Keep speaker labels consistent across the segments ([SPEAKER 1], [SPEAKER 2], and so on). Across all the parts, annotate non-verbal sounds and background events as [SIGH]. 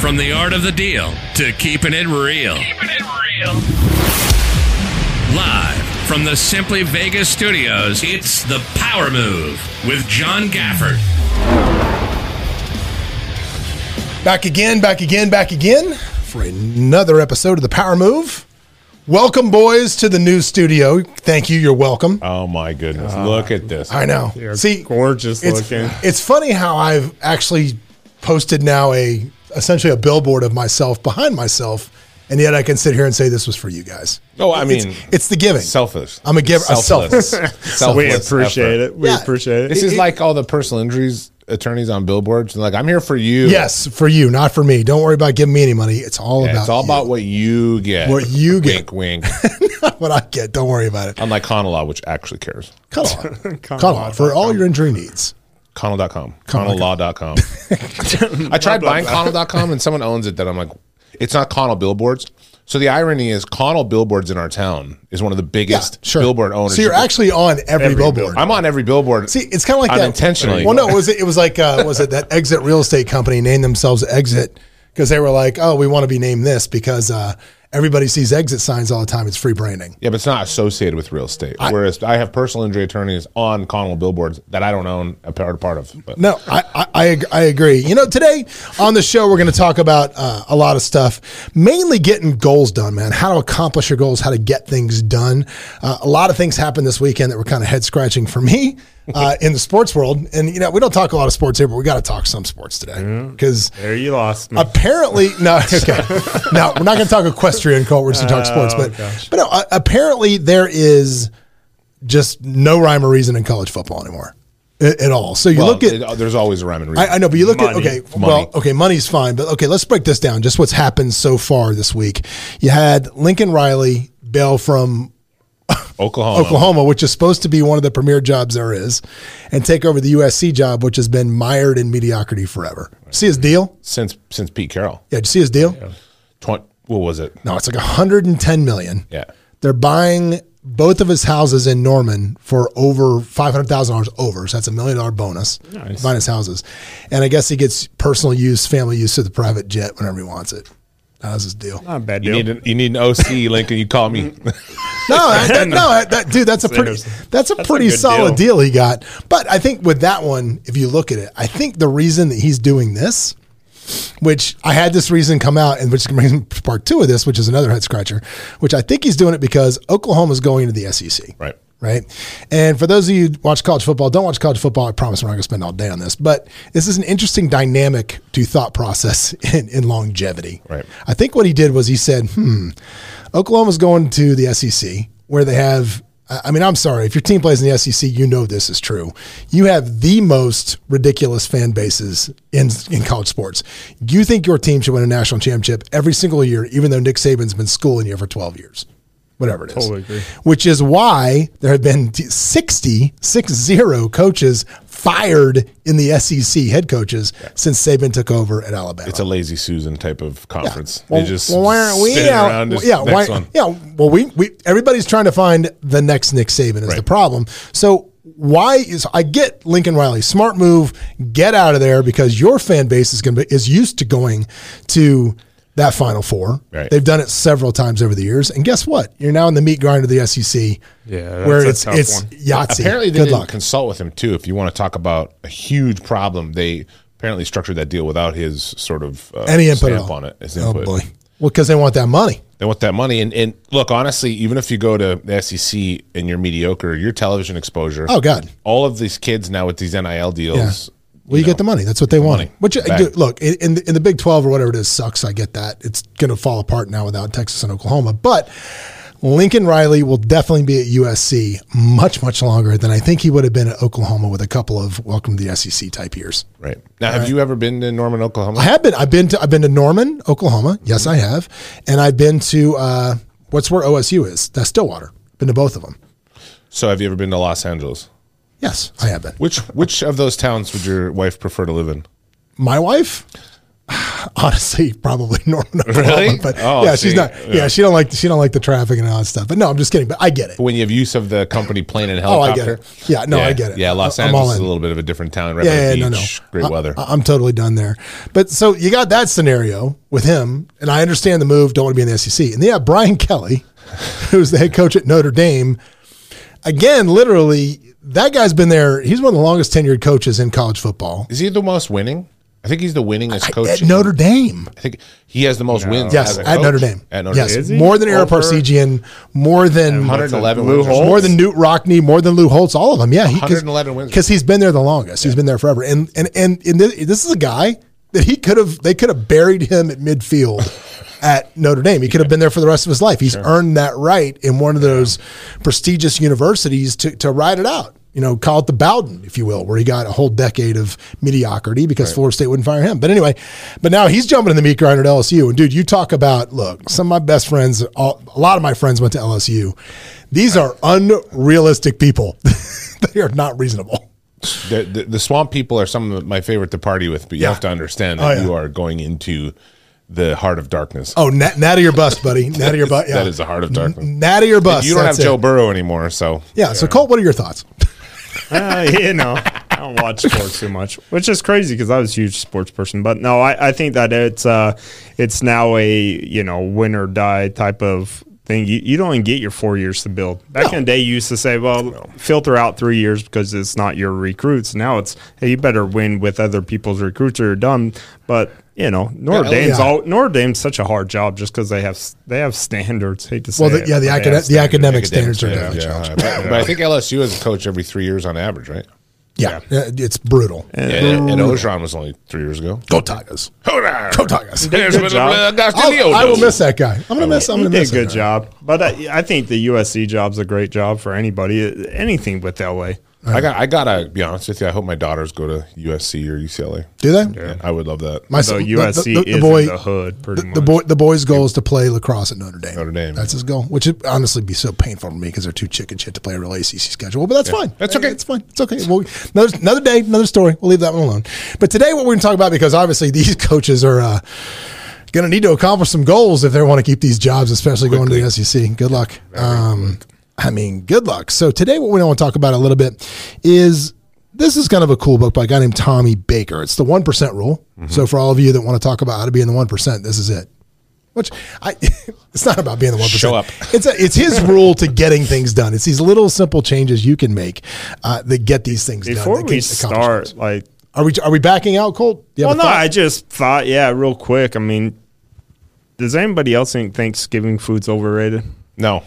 [SPEAKER 1] From the art of the deal to keeping it real.
[SPEAKER 2] Keeping it real.
[SPEAKER 1] Live from the Simply Vegas studios, it's The Power Move with John Gafford.
[SPEAKER 3] Back again, back again, back again for another episode of The Power Move. Welcome, boys, to the new studio. Thank you. You're welcome.
[SPEAKER 4] Oh my goodness! Look at this.
[SPEAKER 3] I know.
[SPEAKER 4] They're
[SPEAKER 3] See,
[SPEAKER 4] gorgeous
[SPEAKER 3] it's,
[SPEAKER 4] looking.
[SPEAKER 3] It's funny how I've actually posted now a essentially a billboard of myself behind myself, and yet I can sit here and say this was for you guys.
[SPEAKER 4] Oh, I
[SPEAKER 3] It's-
[SPEAKER 4] mean,
[SPEAKER 3] it's the giving.
[SPEAKER 4] selfish.
[SPEAKER 3] I'm a giver- a
[SPEAKER 4] Selfless. [LAUGHS]
[SPEAKER 3] selfless.
[SPEAKER 4] Selfless effort.
[SPEAKER 5] We
[SPEAKER 3] Yeah.
[SPEAKER 4] This is like all the personal injuries attorneys on billboards. They're like, I'm here for you.
[SPEAKER 3] Yes, for you, not for me. Don't worry about giving me any money. It's all
[SPEAKER 4] Yeah,
[SPEAKER 3] about
[SPEAKER 4] it's all
[SPEAKER 3] you.
[SPEAKER 4] about what you get.
[SPEAKER 3] What you get.
[SPEAKER 4] Wink, wink.
[SPEAKER 3] [LAUGHS] what I get. Don't worry about it.
[SPEAKER 4] Unlike Conalaw, which actually cares.
[SPEAKER 3] Come
[SPEAKER 4] [LAUGHS]
[SPEAKER 3] on, come on for all your injury needs.
[SPEAKER 4] Conal.com. Conalaw.com.
[SPEAKER 3] [LAUGHS]
[SPEAKER 4] I tried buying Conal.com and someone owns it that I'm like, it's not Conal Billboards. So the irony is Conal Billboards in our town is one of the biggest billboard owners.
[SPEAKER 3] So you're actually on every, billboard.
[SPEAKER 4] I'm on every billboard.
[SPEAKER 3] See, it's kind of like
[SPEAKER 4] unintentionally.
[SPEAKER 3] That. Well, no, it was it was like uh, was it that Exit Real Estate Company named themselves Exit because they were like, oh, we want to be named this because uh, everybody sees exit signs all the time. It's free branding.
[SPEAKER 4] Yeah, but it's not associated with real estate. Whereas I have personal injury attorneys on Connell billboards that I don't own a part, a part of. But
[SPEAKER 3] No, I, I, I, ag- I agree. You know, today on the show, we're going to talk about uh, a lot of stuff, mainly getting goals done, man. How to accomplish your goals, how to get things done. Uh, a lot of things happened this weekend that were kind of head scratching for me
[SPEAKER 4] [LAUGHS]
[SPEAKER 3] uh, in the sports world. And, you know, we don't talk a lot of sports here, but we got to talk some sports today because
[SPEAKER 5] There you lost me.
[SPEAKER 3] apparently no [LAUGHS] okay no we're not going to talk equestrian cult we're just going to talk
[SPEAKER 4] Oh,
[SPEAKER 3] sports but but no, uh, apparently there is just no rhyme or reason in college football anymore at, at all so you
[SPEAKER 4] Well,
[SPEAKER 3] look at
[SPEAKER 4] it- there's always a rhyme and reason.
[SPEAKER 3] I, I know, but you look at
[SPEAKER 5] Money.
[SPEAKER 3] okay. Well, okay, money's fine, but okay, let's break this down. Just what's happened so far this week. You had Lincoln Riley bail from
[SPEAKER 4] Oklahoma.
[SPEAKER 3] Oklahoma, which is supposed to be one of the premier jobs there is, and take over the USC job, which has been mired in mediocrity forever. See his deal?
[SPEAKER 4] since since Pete Carroll.
[SPEAKER 3] Yeah, did you see his deal?
[SPEAKER 4] Twen- what was it?
[SPEAKER 3] No, it's like 110 million.
[SPEAKER 4] Yeah.
[SPEAKER 3] They're buying both of his houses in Norman for over five hundred thousand dollars over. So that's a million dollar bonus. Nice. Buying his houses, and I guess he gets personal use, family use of the private jet whenever he wants it. That was his deal.
[SPEAKER 5] Not a bad
[SPEAKER 4] You
[SPEAKER 5] deal.
[SPEAKER 4] need an, you need an OC, Lincoln. You call
[SPEAKER 3] [LAUGHS]
[SPEAKER 4] me.
[SPEAKER 3] No, that, that- no, that, that- dude, that's a pretty,
[SPEAKER 5] interesting.
[SPEAKER 3] that's a
[SPEAKER 5] That's a
[SPEAKER 3] pretty
[SPEAKER 5] good
[SPEAKER 3] solid deal. he got. But I think with that one, if you look at it, I think the reason that he's doing this, which I had this reason come out, and which brings me to part two of this, which is another head scratcher, which I think he's doing it because Oklahoma's going to the SEC,
[SPEAKER 4] Right.
[SPEAKER 3] Right. And for those of you who watch college football, don't watch college football. I promise we're not going to spend all day on this, but this is an interesting dynamic to thought process [LAUGHS] in, in longevity.
[SPEAKER 4] Right.
[SPEAKER 3] I think what he did was he said, hmm, Oklahoma's going to the SEC where they have. I I mean, I'm sorry. If your team plays in the SEC, you know this is true. You have the most ridiculous fan bases in in college sports. You think your team should win a national championship every single year, even though Nick Saban's been schooling you for 12 years, whatever it is.
[SPEAKER 5] Totally agree.
[SPEAKER 3] Which is why there have been t- 60, 60 coaches fired in the SEC head coaches since Saban took over at Alabama.
[SPEAKER 4] It's a lazy Susan type of conference.
[SPEAKER 3] Well,
[SPEAKER 4] they just
[SPEAKER 3] well, why aren't we
[SPEAKER 4] spin
[SPEAKER 3] out?
[SPEAKER 4] around this
[SPEAKER 3] yeah,
[SPEAKER 4] next
[SPEAKER 3] why, [LAUGHS]
[SPEAKER 4] one.
[SPEAKER 3] yeah. Well, we, we everybody's trying to find the next Nick Saban is the problem. So why is I get Lincoln Riley smart move? Get out of there because your fan base is going to is used to going to that Final Four.
[SPEAKER 4] Right.
[SPEAKER 3] They've done it several times over the years, and guess what? You're now in the meat grind of the SEC.
[SPEAKER 5] Yeah, that's
[SPEAKER 3] where
[SPEAKER 5] a
[SPEAKER 3] it's
[SPEAKER 5] tough
[SPEAKER 3] it's
[SPEAKER 5] one.
[SPEAKER 3] Yahtzee.
[SPEAKER 4] Apparently, they
[SPEAKER 3] good
[SPEAKER 4] didn't
[SPEAKER 3] luck.
[SPEAKER 4] consult with him too. If you want to talk about a huge problem, they apparently structured that deal without his sort of uh,
[SPEAKER 3] Any input at
[SPEAKER 4] stamp
[SPEAKER 3] all.
[SPEAKER 4] on it. his
[SPEAKER 3] oh
[SPEAKER 4] input.
[SPEAKER 3] boy. Well, because they want that money.
[SPEAKER 4] They want that money. And, and look, honestly, even if you go to the SEC and you're mediocre, your television exposure.
[SPEAKER 3] Oh, God.
[SPEAKER 4] All of these kids now with these NIL deals.
[SPEAKER 3] Well, you,
[SPEAKER 4] know,
[SPEAKER 3] get the money. That's what they want.
[SPEAKER 4] money.
[SPEAKER 3] Which
[SPEAKER 4] Back.
[SPEAKER 3] dude, look in- in the, in the Big Twelve or whatever it is sucks. I get that. It's going to fall apart now without Texas and Oklahoma. But Lincoln Riley will definitely be at USC much much longer than I think he would have been at Oklahoma with a couple of welcome to the SEC type years.
[SPEAKER 4] Right now, have you ever been to Norman, Oklahoma?
[SPEAKER 3] I have been. I've been to. I've been to Norman, Oklahoma. Yes, I have. And I've been to uh, what's where OSU is. That's Stillwater. Been to both of them.
[SPEAKER 4] so, have you ever been to Los Angeles?
[SPEAKER 3] Yes, I have been.
[SPEAKER 4] Which which of those towns would your wife prefer to live in?
[SPEAKER 3] My wife. [SIGHS] honestly probably [LAUGHS] Norman
[SPEAKER 4] Really?
[SPEAKER 3] Oklahoma, but
[SPEAKER 4] Oh,
[SPEAKER 3] yeah, she's
[SPEAKER 4] see,
[SPEAKER 3] not. Yeah.
[SPEAKER 4] yeah.
[SPEAKER 3] she don't like she don't like the traffic and all that stuff. But no, I'm just kidding. But I get it.
[SPEAKER 4] When you have use of the company plane and
[SPEAKER 3] Oh, I
[SPEAKER 4] helicopter.
[SPEAKER 3] get it. Yeah, no, I get it.
[SPEAKER 4] Yeah, Los
[SPEAKER 3] I- I'm all
[SPEAKER 4] Angeles is a
[SPEAKER 3] in.
[SPEAKER 4] little bit of a different town, right?
[SPEAKER 3] Yeah,
[SPEAKER 4] by the
[SPEAKER 3] yeah, no, no. Uh,
[SPEAKER 4] beach, Great
[SPEAKER 3] I-
[SPEAKER 4] weather.
[SPEAKER 3] I, am totally done there. But so you got that scenario with him, and I understand the move. Don't want to be in the SEC. And they have Brian [LAUGHS] Kelly, who's the head coach at Notre Dame. Again, literally, that guy's been there. He's one of the longest tenured coaches in college football
[SPEAKER 4] is he the most winning? I think he's the winningest coach.
[SPEAKER 3] at
[SPEAKER 4] in-
[SPEAKER 3] Notre Dame.
[SPEAKER 4] I think he has the most wins.
[SPEAKER 3] Yes,
[SPEAKER 4] Oh, as a
[SPEAKER 3] at
[SPEAKER 4] coach.
[SPEAKER 3] Notre Dame.
[SPEAKER 4] At Notre
[SPEAKER 3] yes,
[SPEAKER 4] Dame.
[SPEAKER 2] Is he?
[SPEAKER 3] more than Eric
[SPEAKER 2] Over-
[SPEAKER 3] Parsegian, more than
[SPEAKER 4] 111
[SPEAKER 2] Lou
[SPEAKER 4] wins. or
[SPEAKER 2] Holtz?
[SPEAKER 4] something.
[SPEAKER 3] more than Newt Rockney, more than Lou Holtz, all of them. Yeah, he,
[SPEAKER 4] 111 wins.
[SPEAKER 3] because he's been there the longest. He's been there forever, and and and, and this, this is a guy that he could have they could have buried him at midfield at Notre Dame. He could have been there for the rest of his life. He's earned that right in one of those prestigious universities to to ride it out. You know, call it the Bowden, if you will, where he got a whole decade of mediocrity because Florida State wouldn't fire him. But anyway, but now he's jumping in the meat grinder at LSU. And dude, you talk about look, some of my best friends, all, a lot of my friends went to LSU. These are unrealistic people. [LAUGHS] they are not reasonable.
[SPEAKER 4] the, the, the swamp people are some of my favorite to party with, but you
[SPEAKER 3] Yeah.
[SPEAKER 4] have to understand
[SPEAKER 3] Oh,
[SPEAKER 4] that
[SPEAKER 3] yeah.
[SPEAKER 4] you are going into the heart of darkness.
[SPEAKER 3] Oh, nat, nat of your bust, buddy. Nat of your butt. Yeah.
[SPEAKER 4] That is the heart of darkness.
[SPEAKER 3] Nat of your bust.
[SPEAKER 4] you don't have
[SPEAKER 3] that's
[SPEAKER 4] Joe
[SPEAKER 3] it.
[SPEAKER 4] Burrow anymore, so
[SPEAKER 3] Yeah. So, Colt, what are your thoughts?
[SPEAKER 2] [LAUGHS] Uh, you know, I don't watch sports too much, which is crazy because I was a huge sports person. But no, I, I think that it's uh, it's now a you know win or die type of thing. You, you don't even get your four years to build. Back in the day, you used to say, well, filter out three years because it's not your recruits. Now it's hey, you better win with other people's recruits or you're done. But you know, Notre
[SPEAKER 4] Yeah,
[SPEAKER 2] Dame's
[SPEAKER 3] Oh, yeah.
[SPEAKER 2] all Notre Dame's such a hard job just because they have s- they have standards. Hate to say,
[SPEAKER 3] Well, the,
[SPEAKER 2] it,
[SPEAKER 3] yeah, the,
[SPEAKER 2] but they
[SPEAKER 3] acad-
[SPEAKER 2] have
[SPEAKER 3] the
[SPEAKER 2] standards.
[SPEAKER 3] academic
[SPEAKER 4] academic
[SPEAKER 3] standards are
[SPEAKER 4] standards,
[SPEAKER 3] definitely
[SPEAKER 4] yeah.
[SPEAKER 3] challenged.
[SPEAKER 4] But, but I think LSU has a coach every three years on average, right?
[SPEAKER 3] Yeah. yeah. It's brutal.
[SPEAKER 4] Yeah, and, and Ogeron was only three years ago.
[SPEAKER 3] Go Tigers.
[SPEAKER 4] Hold on.
[SPEAKER 3] Go Tigers.
[SPEAKER 4] There's
[SPEAKER 2] Good
[SPEAKER 4] what
[SPEAKER 2] job.
[SPEAKER 4] uh, Agostinho
[SPEAKER 3] I'll- I will
[SPEAKER 4] does.
[SPEAKER 3] miss that guy. I'm gonna miss. I'm
[SPEAKER 2] He
[SPEAKER 3] gonna
[SPEAKER 2] did
[SPEAKER 3] miss
[SPEAKER 2] a
[SPEAKER 3] that
[SPEAKER 2] good
[SPEAKER 3] guy.
[SPEAKER 2] job, but I, I think the USC job's a great job for anybody. Anything with LA.
[SPEAKER 4] I got. I gotta be honest with you. I hope my daughters go to USC or UCLA.
[SPEAKER 3] Do they?
[SPEAKER 4] Yeah, I would love that.
[SPEAKER 3] My
[SPEAKER 2] So
[SPEAKER 3] son-
[SPEAKER 2] USC is
[SPEAKER 3] boy-
[SPEAKER 2] in the hood, pretty
[SPEAKER 3] the,
[SPEAKER 2] much.
[SPEAKER 3] the boy, the boy's goal is to play lacrosse at Notre Dame.
[SPEAKER 4] Notre Dame.
[SPEAKER 3] that's his goal, which would honestly be so painful for me because they're too chicken shit to play a real ACC schedule. But that's fine.
[SPEAKER 4] That's okay.
[SPEAKER 3] It's fine. It's okay. Well, another, another day, another story. We'll leave that one alone. But today, what we're going to talk about because obviously these [LAUGHS] coaches are. Uh, Going to need to accomplish some goals if they want to keep these jobs, especially going to the SEC. Good luck. Um, I mean, good luck. So today, what we want to talk about a little bit is this is kind of a cool book by a guy named Tommy Baker. It's the one percent rule.
[SPEAKER 2] Mm-hmm.
[SPEAKER 3] So for all of you that want to talk about how to be in the one percent, this is it. Which I, [LAUGHS] it's not about being the one percent.
[SPEAKER 4] Show up.
[SPEAKER 3] It's a, it's his rule to getting things done. It's these little simple changes you can make uh, that get these things
[SPEAKER 2] Before
[SPEAKER 3] done. that
[SPEAKER 2] we
[SPEAKER 3] can accomplish
[SPEAKER 2] start,
[SPEAKER 3] things.
[SPEAKER 2] like,
[SPEAKER 3] are we are we backing out, Colt? Do you
[SPEAKER 2] well,
[SPEAKER 3] have a
[SPEAKER 2] no,
[SPEAKER 3] thought?
[SPEAKER 2] I just thought, yeah, real quick. I mean, does anybody else think Thanksgiving food's overrated?
[SPEAKER 4] No,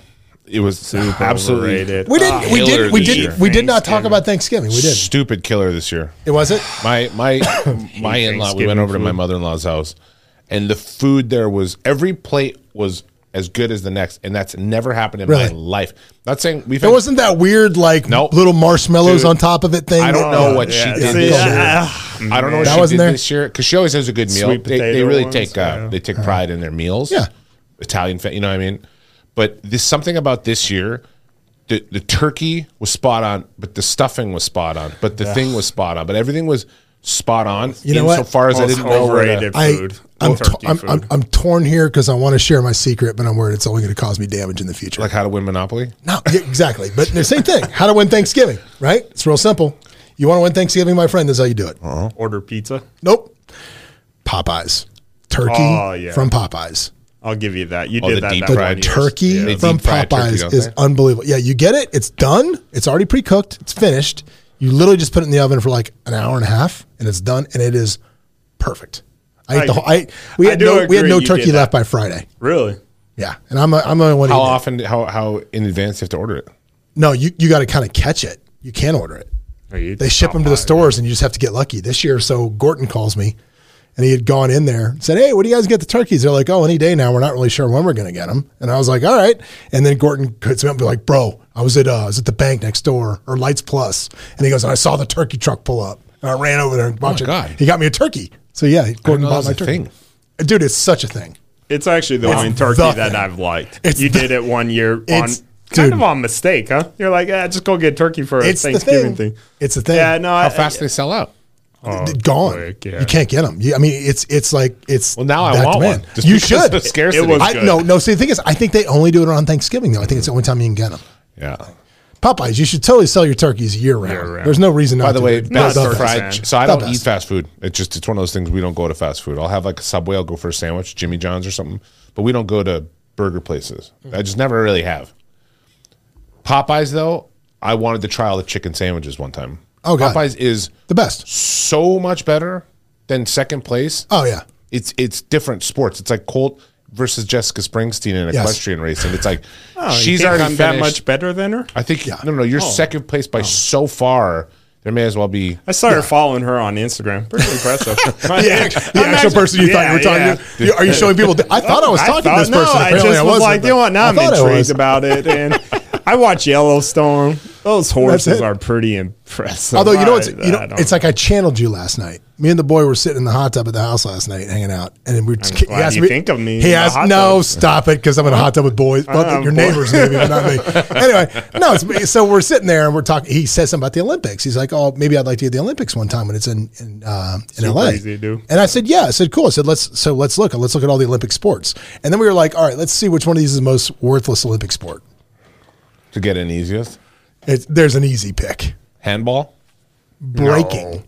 [SPEAKER 4] it was absolutely
[SPEAKER 2] overrated.
[SPEAKER 3] we [LAUGHS] didn't. we
[SPEAKER 4] Killer
[SPEAKER 3] did. We
[SPEAKER 4] Uh, this
[SPEAKER 3] did.
[SPEAKER 4] year.
[SPEAKER 3] We did not talk
[SPEAKER 2] Thanksgiving.
[SPEAKER 3] about Thanksgiving. We did.
[SPEAKER 4] stupid killer this year.
[SPEAKER 3] It wasn't.
[SPEAKER 4] My
[SPEAKER 3] [COUGHS]
[SPEAKER 4] my my in law. We
[SPEAKER 2] Thanksgiving
[SPEAKER 4] went over to my
[SPEAKER 2] food.
[SPEAKER 4] mother in law's house, and the food there was every plate was as good as the next, and that's never happened in my
[SPEAKER 3] Really?
[SPEAKER 4] life. Not saying we've.
[SPEAKER 3] It wasn't that weird, like
[SPEAKER 4] Nope.
[SPEAKER 3] little marshmallows
[SPEAKER 4] Dude,
[SPEAKER 3] on top of it thing.
[SPEAKER 4] I don't know what she
[SPEAKER 2] Yeah,
[SPEAKER 4] did
[SPEAKER 2] see,
[SPEAKER 4] this year.
[SPEAKER 2] yeah,
[SPEAKER 4] I don't know what
[SPEAKER 3] That
[SPEAKER 4] she
[SPEAKER 3] wasn't
[SPEAKER 4] did
[SPEAKER 3] there?
[SPEAKER 4] this year because she always has a good meal.
[SPEAKER 2] Sweet
[SPEAKER 4] they, they
[SPEAKER 2] potato
[SPEAKER 4] really
[SPEAKER 2] ones,
[SPEAKER 4] take uh,
[SPEAKER 2] yeah.
[SPEAKER 4] they take pride in their meals.
[SPEAKER 3] Uh-huh. Yeah.
[SPEAKER 4] Italian, fa- you know what I mean. But this something about this year, the the turkey was spot on, but the stuffing was spot on, but the thing was spot on, but everything was spot on.
[SPEAKER 3] You know what? Oh,
[SPEAKER 4] Insofar as I
[SPEAKER 2] Most
[SPEAKER 4] didn't know where to-
[SPEAKER 2] overrated
[SPEAKER 3] I,
[SPEAKER 2] food.
[SPEAKER 3] I'm,
[SPEAKER 2] Turkey
[SPEAKER 3] t- I'm,
[SPEAKER 2] food.
[SPEAKER 3] I'm, I'm torn here because I want to share my secret, but I'm worried it's only going to cause me damage in the future.
[SPEAKER 4] like how to win Monopoly.
[SPEAKER 3] no, yeah, exactly. But the same thing. How to win Thanksgiving, right? It's real simple. You want to win Thanksgiving, my friend? That's how you do it.
[SPEAKER 2] Order pizza.
[SPEAKER 3] Nope. Popeyes, turkey
[SPEAKER 2] Oh, yeah.
[SPEAKER 3] from Popeyes.
[SPEAKER 2] I'll give you that. You
[SPEAKER 4] Oh, the
[SPEAKER 2] did that.
[SPEAKER 4] deep
[SPEAKER 2] that
[SPEAKER 4] fried
[SPEAKER 2] one
[SPEAKER 3] The
[SPEAKER 2] year.
[SPEAKER 3] turkey
[SPEAKER 2] Yeah.
[SPEAKER 4] They
[SPEAKER 3] from
[SPEAKER 4] deep fried turkey,
[SPEAKER 3] Popeyes
[SPEAKER 4] don't
[SPEAKER 3] is
[SPEAKER 4] they?
[SPEAKER 3] unbelievable. Yeah, you get it. It's done. It's already pre cooked. It's finished. You literally just put it in the oven for like an hour and a half, and it's done, and it is perfect. I, ate
[SPEAKER 2] I-
[SPEAKER 3] the whole. I we
[SPEAKER 2] I
[SPEAKER 3] had
[SPEAKER 2] do
[SPEAKER 3] no we had
[SPEAKER 2] agree
[SPEAKER 3] no
[SPEAKER 2] you
[SPEAKER 3] turkey
[SPEAKER 2] did
[SPEAKER 3] left by Friday.
[SPEAKER 2] Really?
[SPEAKER 3] Yeah, and I'm a, I'm the only one.
[SPEAKER 4] How
[SPEAKER 3] eating it.
[SPEAKER 4] often? How how in advance do you have to order it?
[SPEAKER 3] No, you you got to kind of catch it. You can order it. They ship them to the stores, and you just have to get lucky. This year, so Gorton calls me, and he had gone in there and said, "Hey, what do you guys get the turkeys?" They're like, "Oh, any day now. We're not really sure when we're going to get them." And I was like, "All right." And then Gorton hits me up and be like, "Bro, I was at uh, I was at the bank next door or Lights Plus," and he goes, "And I saw the turkey truck pull up, and I ran over there and bought
[SPEAKER 4] Oh my
[SPEAKER 3] it.
[SPEAKER 4] God.
[SPEAKER 3] He got me a turkey. So yeah, Gorton bought
[SPEAKER 4] know that was
[SPEAKER 3] my
[SPEAKER 4] a
[SPEAKER 3] turkey.
[SPEAKER 4] thing.
[SPEAKER 3] Dude, it's such a thing.
[SPEAKER 2] It's actually the only turkey
[SPEAKER 3] the
[SPEAKER 2] that
[SPEAKER 3] thing.
[SPEAKER 2] I've liked.
[SPEAKER 3] It's
[SPEAKER 2] you
[SPEAKER 3] the-
[SPEAKER 2] did it one year on
[SPEAKER 3] It's-
[SPEAKER 2] kind
[SPEAKER 3] dude.
[SPEAKER 2] of on mistake, huh? You're like, ah, just go get turkey for a
[SPEAKER 3] It's the
[SPEAKER 2] Thanksgiving
[SPEAKER 3] thing.
[SPEAKER 2] thing.
[SPEAKER 3] It's a thing.
[SPEAKER 2] Yeah, no,
[SPEAKER 4] How
[SPEAKER 2] I,
[SPEAKER 4] fast they sell out?
[SPEAKER 2] Oh,
[SPEAKER 3] gone.
[SPEAKER 2] quick, yeah.
[SPEAKER 3] You can't get them. You, I mean, it's it's like it's.
[SPEAKER 4] Well, now I
[SPEAKER 3] that
[SPEAKER 4] want
[SPEAKER 3] demand.
[SPEAKER 4] one. Just
[SPEAKER 3] You
[SPEAKER 4] because
[SPEAKER 3] should.
[SPEAKER 4] of scarcity.
[SPEAKER 2] It was-
[SPEAKER 3] I,
[SPEAKER 2] good.
[SPEAKER 3] no, no. See, the thing is, I think they only do it around Thanksgiving though. I think it's the only time you can get them.
[SPEAKER 4] yeah.
[SPEAKER 3] Popeyes, you should totally sell your turkeys year round.
[SPEAKER 2] Year-round.
[SPEAKER 3] There's no reason. Not
[SPEAKER 4] By the
[SPEAKER 3] to
[SPEAKER 4] way,
[SPEAKER 3] do it.
[SPEAKER 4] best
[SPEAKER 2] the
[SPEAKER 4] fried.
[SPEAKER 2] best.
[SPEAKER 4] So I
[SPEAKER 3] The
[SPEAKER 4] don't
[SPEAKER 3] best.
[SPEAKER 4] eat fast food. It's just it's one of those things we don't go to fast food. I'll have like a Subway. I'll go for a sandwich, Jimmy John's or something. But we don't go to burger places. I just never really have. Popeyes though, I wanted to try all the chicken sandwiches one time.
[SPEAKER 3] Oh, God.
[SPEAKER 4] Popeyes is
[SPEAKER 3] the best.
[SPEAKER 4] so much better than second place.
[SPEAKER 3] Oh
[SPEAKER 2] [LAUGHS]
[SPEAKER 3] yeah,
[SPEAKER 4] It's it's different sports. It's like Colt versus Jessica Springsteen in
[SPEAKER 3] Yes.
[SPEAKER 4] equestrian racing. It's like
[SPEAKER 3] [LAUGHS]
[SPEAKER 2] Oh, you
[SPEAKER 4] she's
[SPEAKER 2] think
[SPEAKER 4] already
[SPEAKER 2] I'm that
[SPEAKER 4] finished.
[SPEAKER 2] much better than her.
[SPEAKER 4] I think no, no,
[SPEAKER 3] Oh.
[SPEAKER 4] you're second place by so far. There may as well be.
[SPEAKER 2] I started following her on Instagram. Pretty
[SPEAKER 3] [LAUGHS]
[SPEAKER 2] impressive.
[SPEAKER 3] the, act, the actual person you thought you were talking to. You- Are you showing people? I thought I was talking to this
[SPEAKER 2] no,
[SPEAKER 3] person.
[SPEAKER 2] I
[SPEAKER 3] Apparently
[SPEAKER 2] just
[SPEAKER 3] I
[SPEAKER 2] was
[SPEAKER 3] wasn't,
[SPEAKER 2] like,
[SPEAKER 3] but
[SPEAKER 2] you know what? Now
[SPEAKER 3] I
[SPEAKER 2] I'm
[SPEAKER 3] thought I was.
[SPEAKER 2] intrigued
[SPEAKER 3] [LAUGHS]
[SPEAKER 2] about it, and I watch Yellowstone. Those horses
[SPEAKER 3] it.
[SPEAKER 2] are pretty impressive.
[SPEAKER 3] Although you know,
[SPEAKER 2] I-
[SPEAKER 3] it's you
[SPEAKER 2] I
[SPEAKER 3] know,
[SPEAKER 2] don't-
[SPEAKER 3] it's like I channeled you last night. Me and the boy were sitting in the hot tub at the house last night, hanging out, and then we. Just, he
[SPEAKER 2] glad
[SPEAKER 3] asked
[SPEAKER 2] you
[SPEAKER 3] me.
[SPEAKER 2] think of me in
[SPEAKER 3] He
[SPEAKER 2] the
[SPEAKER 3] asked,
[SPEAKER 2] hot
[SPEAKER 3] "No,
[SPEAKER 2] tub." Ah,
[SPEAKER 3] stop it," because I'm in a hot tub with boys, but
[SPEAKER 2] I'm
[SPEAKER 3] your
[SPEAKER 2] bored.
[SPEAKER 3] neighbors maybe, but not me.
[SPEAKER 2] [LAUGHS]
[SPEAKER 3] Anyway, no, it's me. so we're sitting there and we're talking. He says something about the Olympics. He's like, "Oh, maybe I'd like to do the Olympics one time when it's in in, uh, in LA."
[SPEAKER 2] easy to do.
[SPEAKER 3] And I said, "Yeah." I said, "Cool." I said, "Let's so let's look. Let's look at all the Olympic sports." And then we were like, "All right, let's see which one of these is the most worthless Olympic sport."
[SPEAKER 4] to get in easiest.
[SPEAKER 3] It's, there's an easy pick.
[SPEAKER 4] Handball?
[SPEAKER 3] breaking.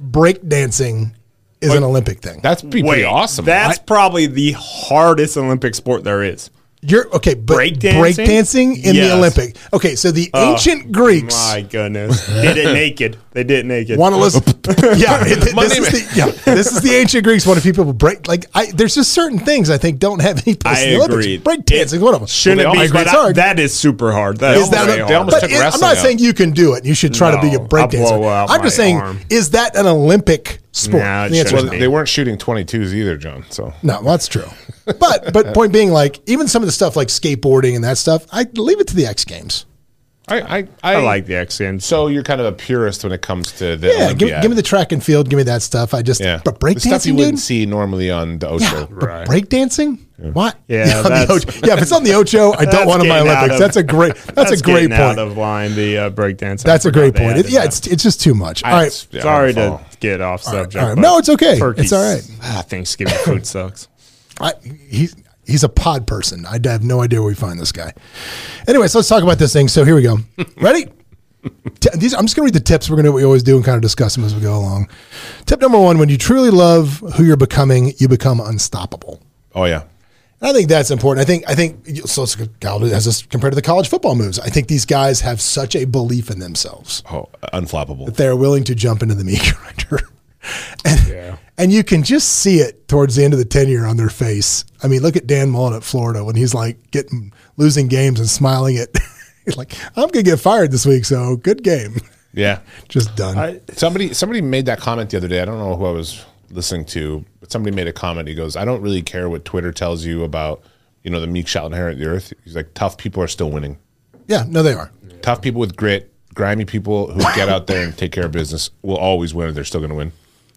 [SPEAKER 3] Break dancing is an Olympic thing.
[SPEAKER 4] That's be pretty
[SPEAKER 2] Wait,
[SPEAKER 4] awesome.
[SPEAKER 2] That's probably the hardest Olympic sport there is.
[SPEAKER 3] You're okay, but break
[SPEAKER 2] Breakdancing?
[SPEAKER 3] dancing, in
[SPEAKER 2] Yes. Oh,
[SPEAKER 3] the Olympic. Okay, so the ancient Greeks
[SPEAKER 2] My goodness, did it naked? They did it naked.
[SPEAKER 3] want to listen.
[SPEAKER 2] [LAUGHS]
[SPEAKER 3] yeah, it-
[SPEAKER 4] My
[SPEAKER 3] this
[SPEAKER 4] name
[SPEAKER 3] is
[SPEAKER 4] is-
[SPEAKER 3] the, yeah, this is the ancient Greeks wanted people to break. Like, I, there's just certain things I think don't have any place
[SPEAKER 2] I
[SPEAKER 3] in the
[SPEAKER 2] agree.
[SPEAKER 3] Olympics. Break dancing, one of them.
[SPEAKER 2] Shouldn't
[SPEAKER 4] Well, they
[SPEAKER 2] be,
[SPEAKER 4] all-
[SPEAKER 2] but
[SPEAKER 3] it's
[SPEAKER 2] I-
[SPEAKER 3] hard.
[SPEAKER 2] that is super hard. That is
[SPEAKER 3] is that
[SPEAKER 2] way
[SPEAKER 4] they
[SPEAKER 2] hard.
[SPEAKER 4] almost
[SPEAKER 3] but
[SPEAKER 4] took
[SPEAKER 3] it- I'm
[SPEAKER 4] wrestling
[SPEAKER 3] not
[SPEAKER 4] out.
[SPEAKER 3] saying you can do it. You should try to be a
[SPEAKER 2] No, I'll
[SPEAKER 3] break dancer.
[SPEAKER 2] blow out
[SPEAKER 3] I'm just
[SPEAKER 2] my
[SPEAKER 3] saying,
[SPEAKER 2] arm.
[SPEAKER 3] is that an Olympic sport?
[SPEAKER 2] Nah, it
[SPEAKER 3] the answer is
[SPEAKER 2] shouldn't
[SPEAKER 4] well,
[SPEAKER 3] no.
[SPEAKER 2] be.
[SPEAKER 4] they weren't shooting 22s either, John. So
[SPEAKER 3] No, well, that's true. But but point being, like even some of the stuff like skateboarding and that stuff, I leave it to the X Games.
[SPEAKER 4] I, I,
[SPEAKER 2] I like the X Games.
[SPEAKER 4] So you're kind of a purist when it comes to the
[SPEAKER 3] Yeah, give,
[SPEAKER 4] Olympiad.
[SPEAKER 3] give me the track and field, give me that stuff. I just
[SPEAKER 4] yeah.
[SPEAKER 3] but [LAUGHS] break
[SPEAKER 4] the stuff you
[SPEAKER 3] dancing,
[SPEAKER 4] wouldn't
[SPEAKER 3] dude.
[SPEAKER 4] see normally on the Ocho.
[SPEAKER 3] Yeah, but break dancing. What?
[SPEAKER 2] Yeah,
[SPEAKER 3] [LAUGHS] on the
[SPEAKER 2] that's-
[SPEAKER 3] Ocho- yeah. If it's on the Ocho, I don't
[SPEAKER 2] That's
[SPEAKER 3] want it in my
[SPEAKER 2] getting out
[SPEAKER 3] Olympics.
[SPEAKER 2] of-
[SPEAKER 3] that's a
[SPEAKER 2] [LAUGHS]
[SPEAKER 3] great. That's, a great
[SPEAKER 2] getting Out
[SPEAKER 3] point.
[SPEAKER 2] of line, the uh, breakdance. I
[SPEAKER 3] that's a
[SPEAKER 2] forgot
[SPEAKER 3] great
[SPEAKER 2] they
[SPEAKER 3] point.
[SPEAKER 2] added
[SPEAKER 3] It- yeah,
[SPEAKER 2] that.
[SPEAKER 3] it's it's just too much. All
[SPEAKER 4] I-
[SPEAKER 3] right,
[SPEAKER 4] yeah,
[SPEAKER 2] Sorry
[SPEAKER 4] I don't
[SPEAKER 2] to
[SPEAKER 4] follow.
[SPEAKER 2] get off subject.
[SPEAKER 3] all right.
[SPEAKER 2] but
[SPEAKER 3] No, it's okay. It's
[SPEAKER 2] turkeys.
[SPEAKER 3] all right.
[SPEAKER 2] Ah, Thanksgiving food sucks.
[SPEAKER 3] I, he, he's a pod person. I have no idea where we find this guy. Anyway, so let's talk about this thing. So here we go. Ready? T- these, I'm just going to read the tips. We're going to do what we always do and kind of discuss them as we go along. Tip number one when you truly love who you're becoming, you become unstoppable.
[SPEAKER 4] Oh, yeah.
[SPEAKER 3] And I think that's important. I think I think so. It's as this, compared to the college football moves, I think these guys have such a belief in themselves
[SPEAKER 4] Oh, unflappable.
[SPEAKER 3] they're willing to jump into the meat [LAUGHS] grinder. and, and you can just see it towards the end of the tenure on their face. I mean, look at Dan Mullen at Florida when he's like getting losing games and smiling at [LAUGHS] he's like, I'm gonna get fired this week, so good game. [LAUGHS]
[SPEAKER 4] Yeah.
[SPEAKER 3] Just done.
[SPEAKER 4] Somebody somebody made that comment the other day. I don't know who I was listening to, but somebody made a comment. He goes, I don't really care what Twitter tells you about, you know, the meek shall inherit the earth. He's like, tough people are still winning.
[SPEAKER 3] yeah, no, they are.
[SPEAKER 4] Tough people with grit, grimy people who get out there and take care of business will always win. They're still going to win.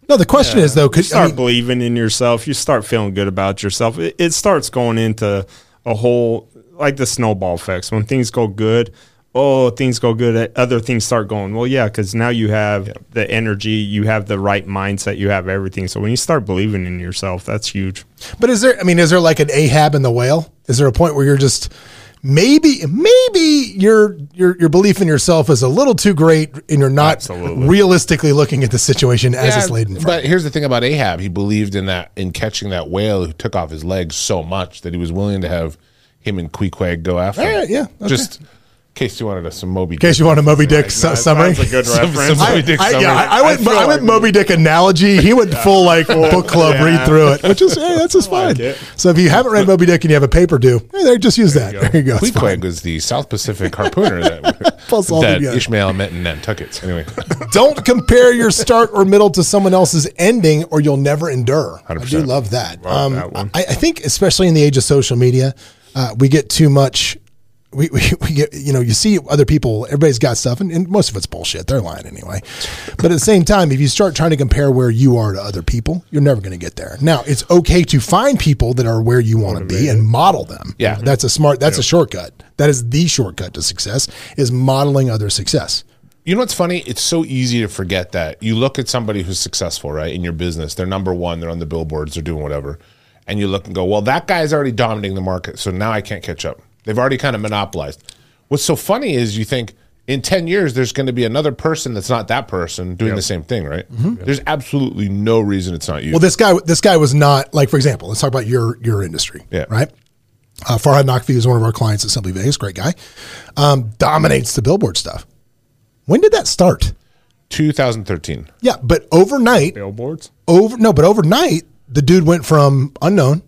[SPEAKER 3] No, the question is though, could I
[SPEAKER 2] start
[SPEAKER 3] mean,
[SPEAKER 2] believing in yourself. You start feeling good about yourself. It, it starts going into a whole like the snowball effects. When things go good, oh, things go good. Other things start going well. Yeah, because now you have the energy, you have the right mindset, you have everything. So when you start believing in yourself, that's huge.
[SPEAKER 3] But is there? I mean, is there like an Ahab in the whale? Is there a point where you're just maybe maybe your your your belief in yourself is a little too great, and you're not
[SPEAKER 2] Absolutely.
[SPEAKER 3] realistically looking at the situation as
[SPEAKER 4] Yeah,
[SPEAKER 3] it's laid in front.
[SPEAKER 4] But here's the thing about Ahab: he believed in that in catching that whale who took off his legs so much that he was willing to have him and Queequeg go after.
[SPEAKER 3] All
[SPEAKER 4] him.
[SPEAKER 3] right, yeah, okay.
[SPEAKER 4] Just in case you wanted us some Moby.
[SPEAKER 3] In case you want a Moby Dick su- summary.
[SPEAKER 2] That's
[SPEAKER 3] [LAUGHS]
[SPEAKER 2] a good
[SPEAKER 4] Some-
[SPEAKER 2] reference.
[SPEAKER 4] some-
[SPEAKER 3] I,
[SPEAKER 4] Moby Dick
[SPEAKER 3] I-
[SPEAKER 4] summary.
[SPEAKER 3] yeah, I, I went,
[SPEAKER 2] I
[SPEAKER 3] I,
[SPEAKER 2] feel
[SPEAKER 3] went
[SPEAKER 2] like-
[SPEAKER 3] Moby Dick analogy. He went full like book club
[SPEAKER 2] yeah.
[SPEAKER 3] read through it, which is hey, that's just fine.
[SPEAKER 2] it.
[SPEAKER 3] So if you haven't read Moby Dick and you have a paper due, hey, there, just use that. There you go. It's fine.
[SPEAKER 4] Queequeg was the South Pacific harpooner that,
[SPEAKER 3] [LAUGHS] Plus all
[SPEAKER 4] that
[SPEAKER 3] together.
[SPEAKER 4] Ishmael met in Nantucket. Anyway,
[SPEAKER 3] Don't compare your start or middle to someone else's ending, or you'll never endure. I do
[SPEAKER 4] 100%.
[SPEAKER 3] love that.
[SPEAKER 2] Love that
[SPEAKER 3] um,
[SPEAKER 2] one.
[SPEAKER 3] I, I think, especially in the age of social media, uh, we get too much. We, we, we get you know you see other people everybody's got stuff and, and most of it's bullshit they're lying anyway but at the same time if you start trying to compare where you are to other people you're never going to get there now it's okay to find people that are where you want to be and model them
[SPEAKER 4] Yeah.
[SPEAKER 3] that's a smart that's a shortcut that is the shortcut to success is modeling other success
[SPEAKER 4] You know what's funny? It's so easy to forget that. You look at somebody who's successful, right, in your business. They're number one. They're on the billboards. They're doing whatever, and you look and go, "Well, that guy's already dominating the market, so now I can't catch up." They've already kind of monopolized. What's so funny is you think in ten years there's going to be another person that's not that person doing the same thing, right? There's absolutely no reason it's not you.
[SPEAKER 3] Mm-hmm. Well, this guy, this guy was not like, for example, let's talk about your your industry,
[SPEAKER 4] Yeah.
[SPEAKER 3] right? Uh, Farhad Naqvi is one of our clients at Simply Vegas, great guy, um, dominates the billboard stuff. When did that start?
[SPEAKER 4] 2013.
[SPEAKER 3] Yeah, but overnight,
[SPEAKER 2] Billboards.
[SPEAKER 3] over no, but overnight, the dude went from unknown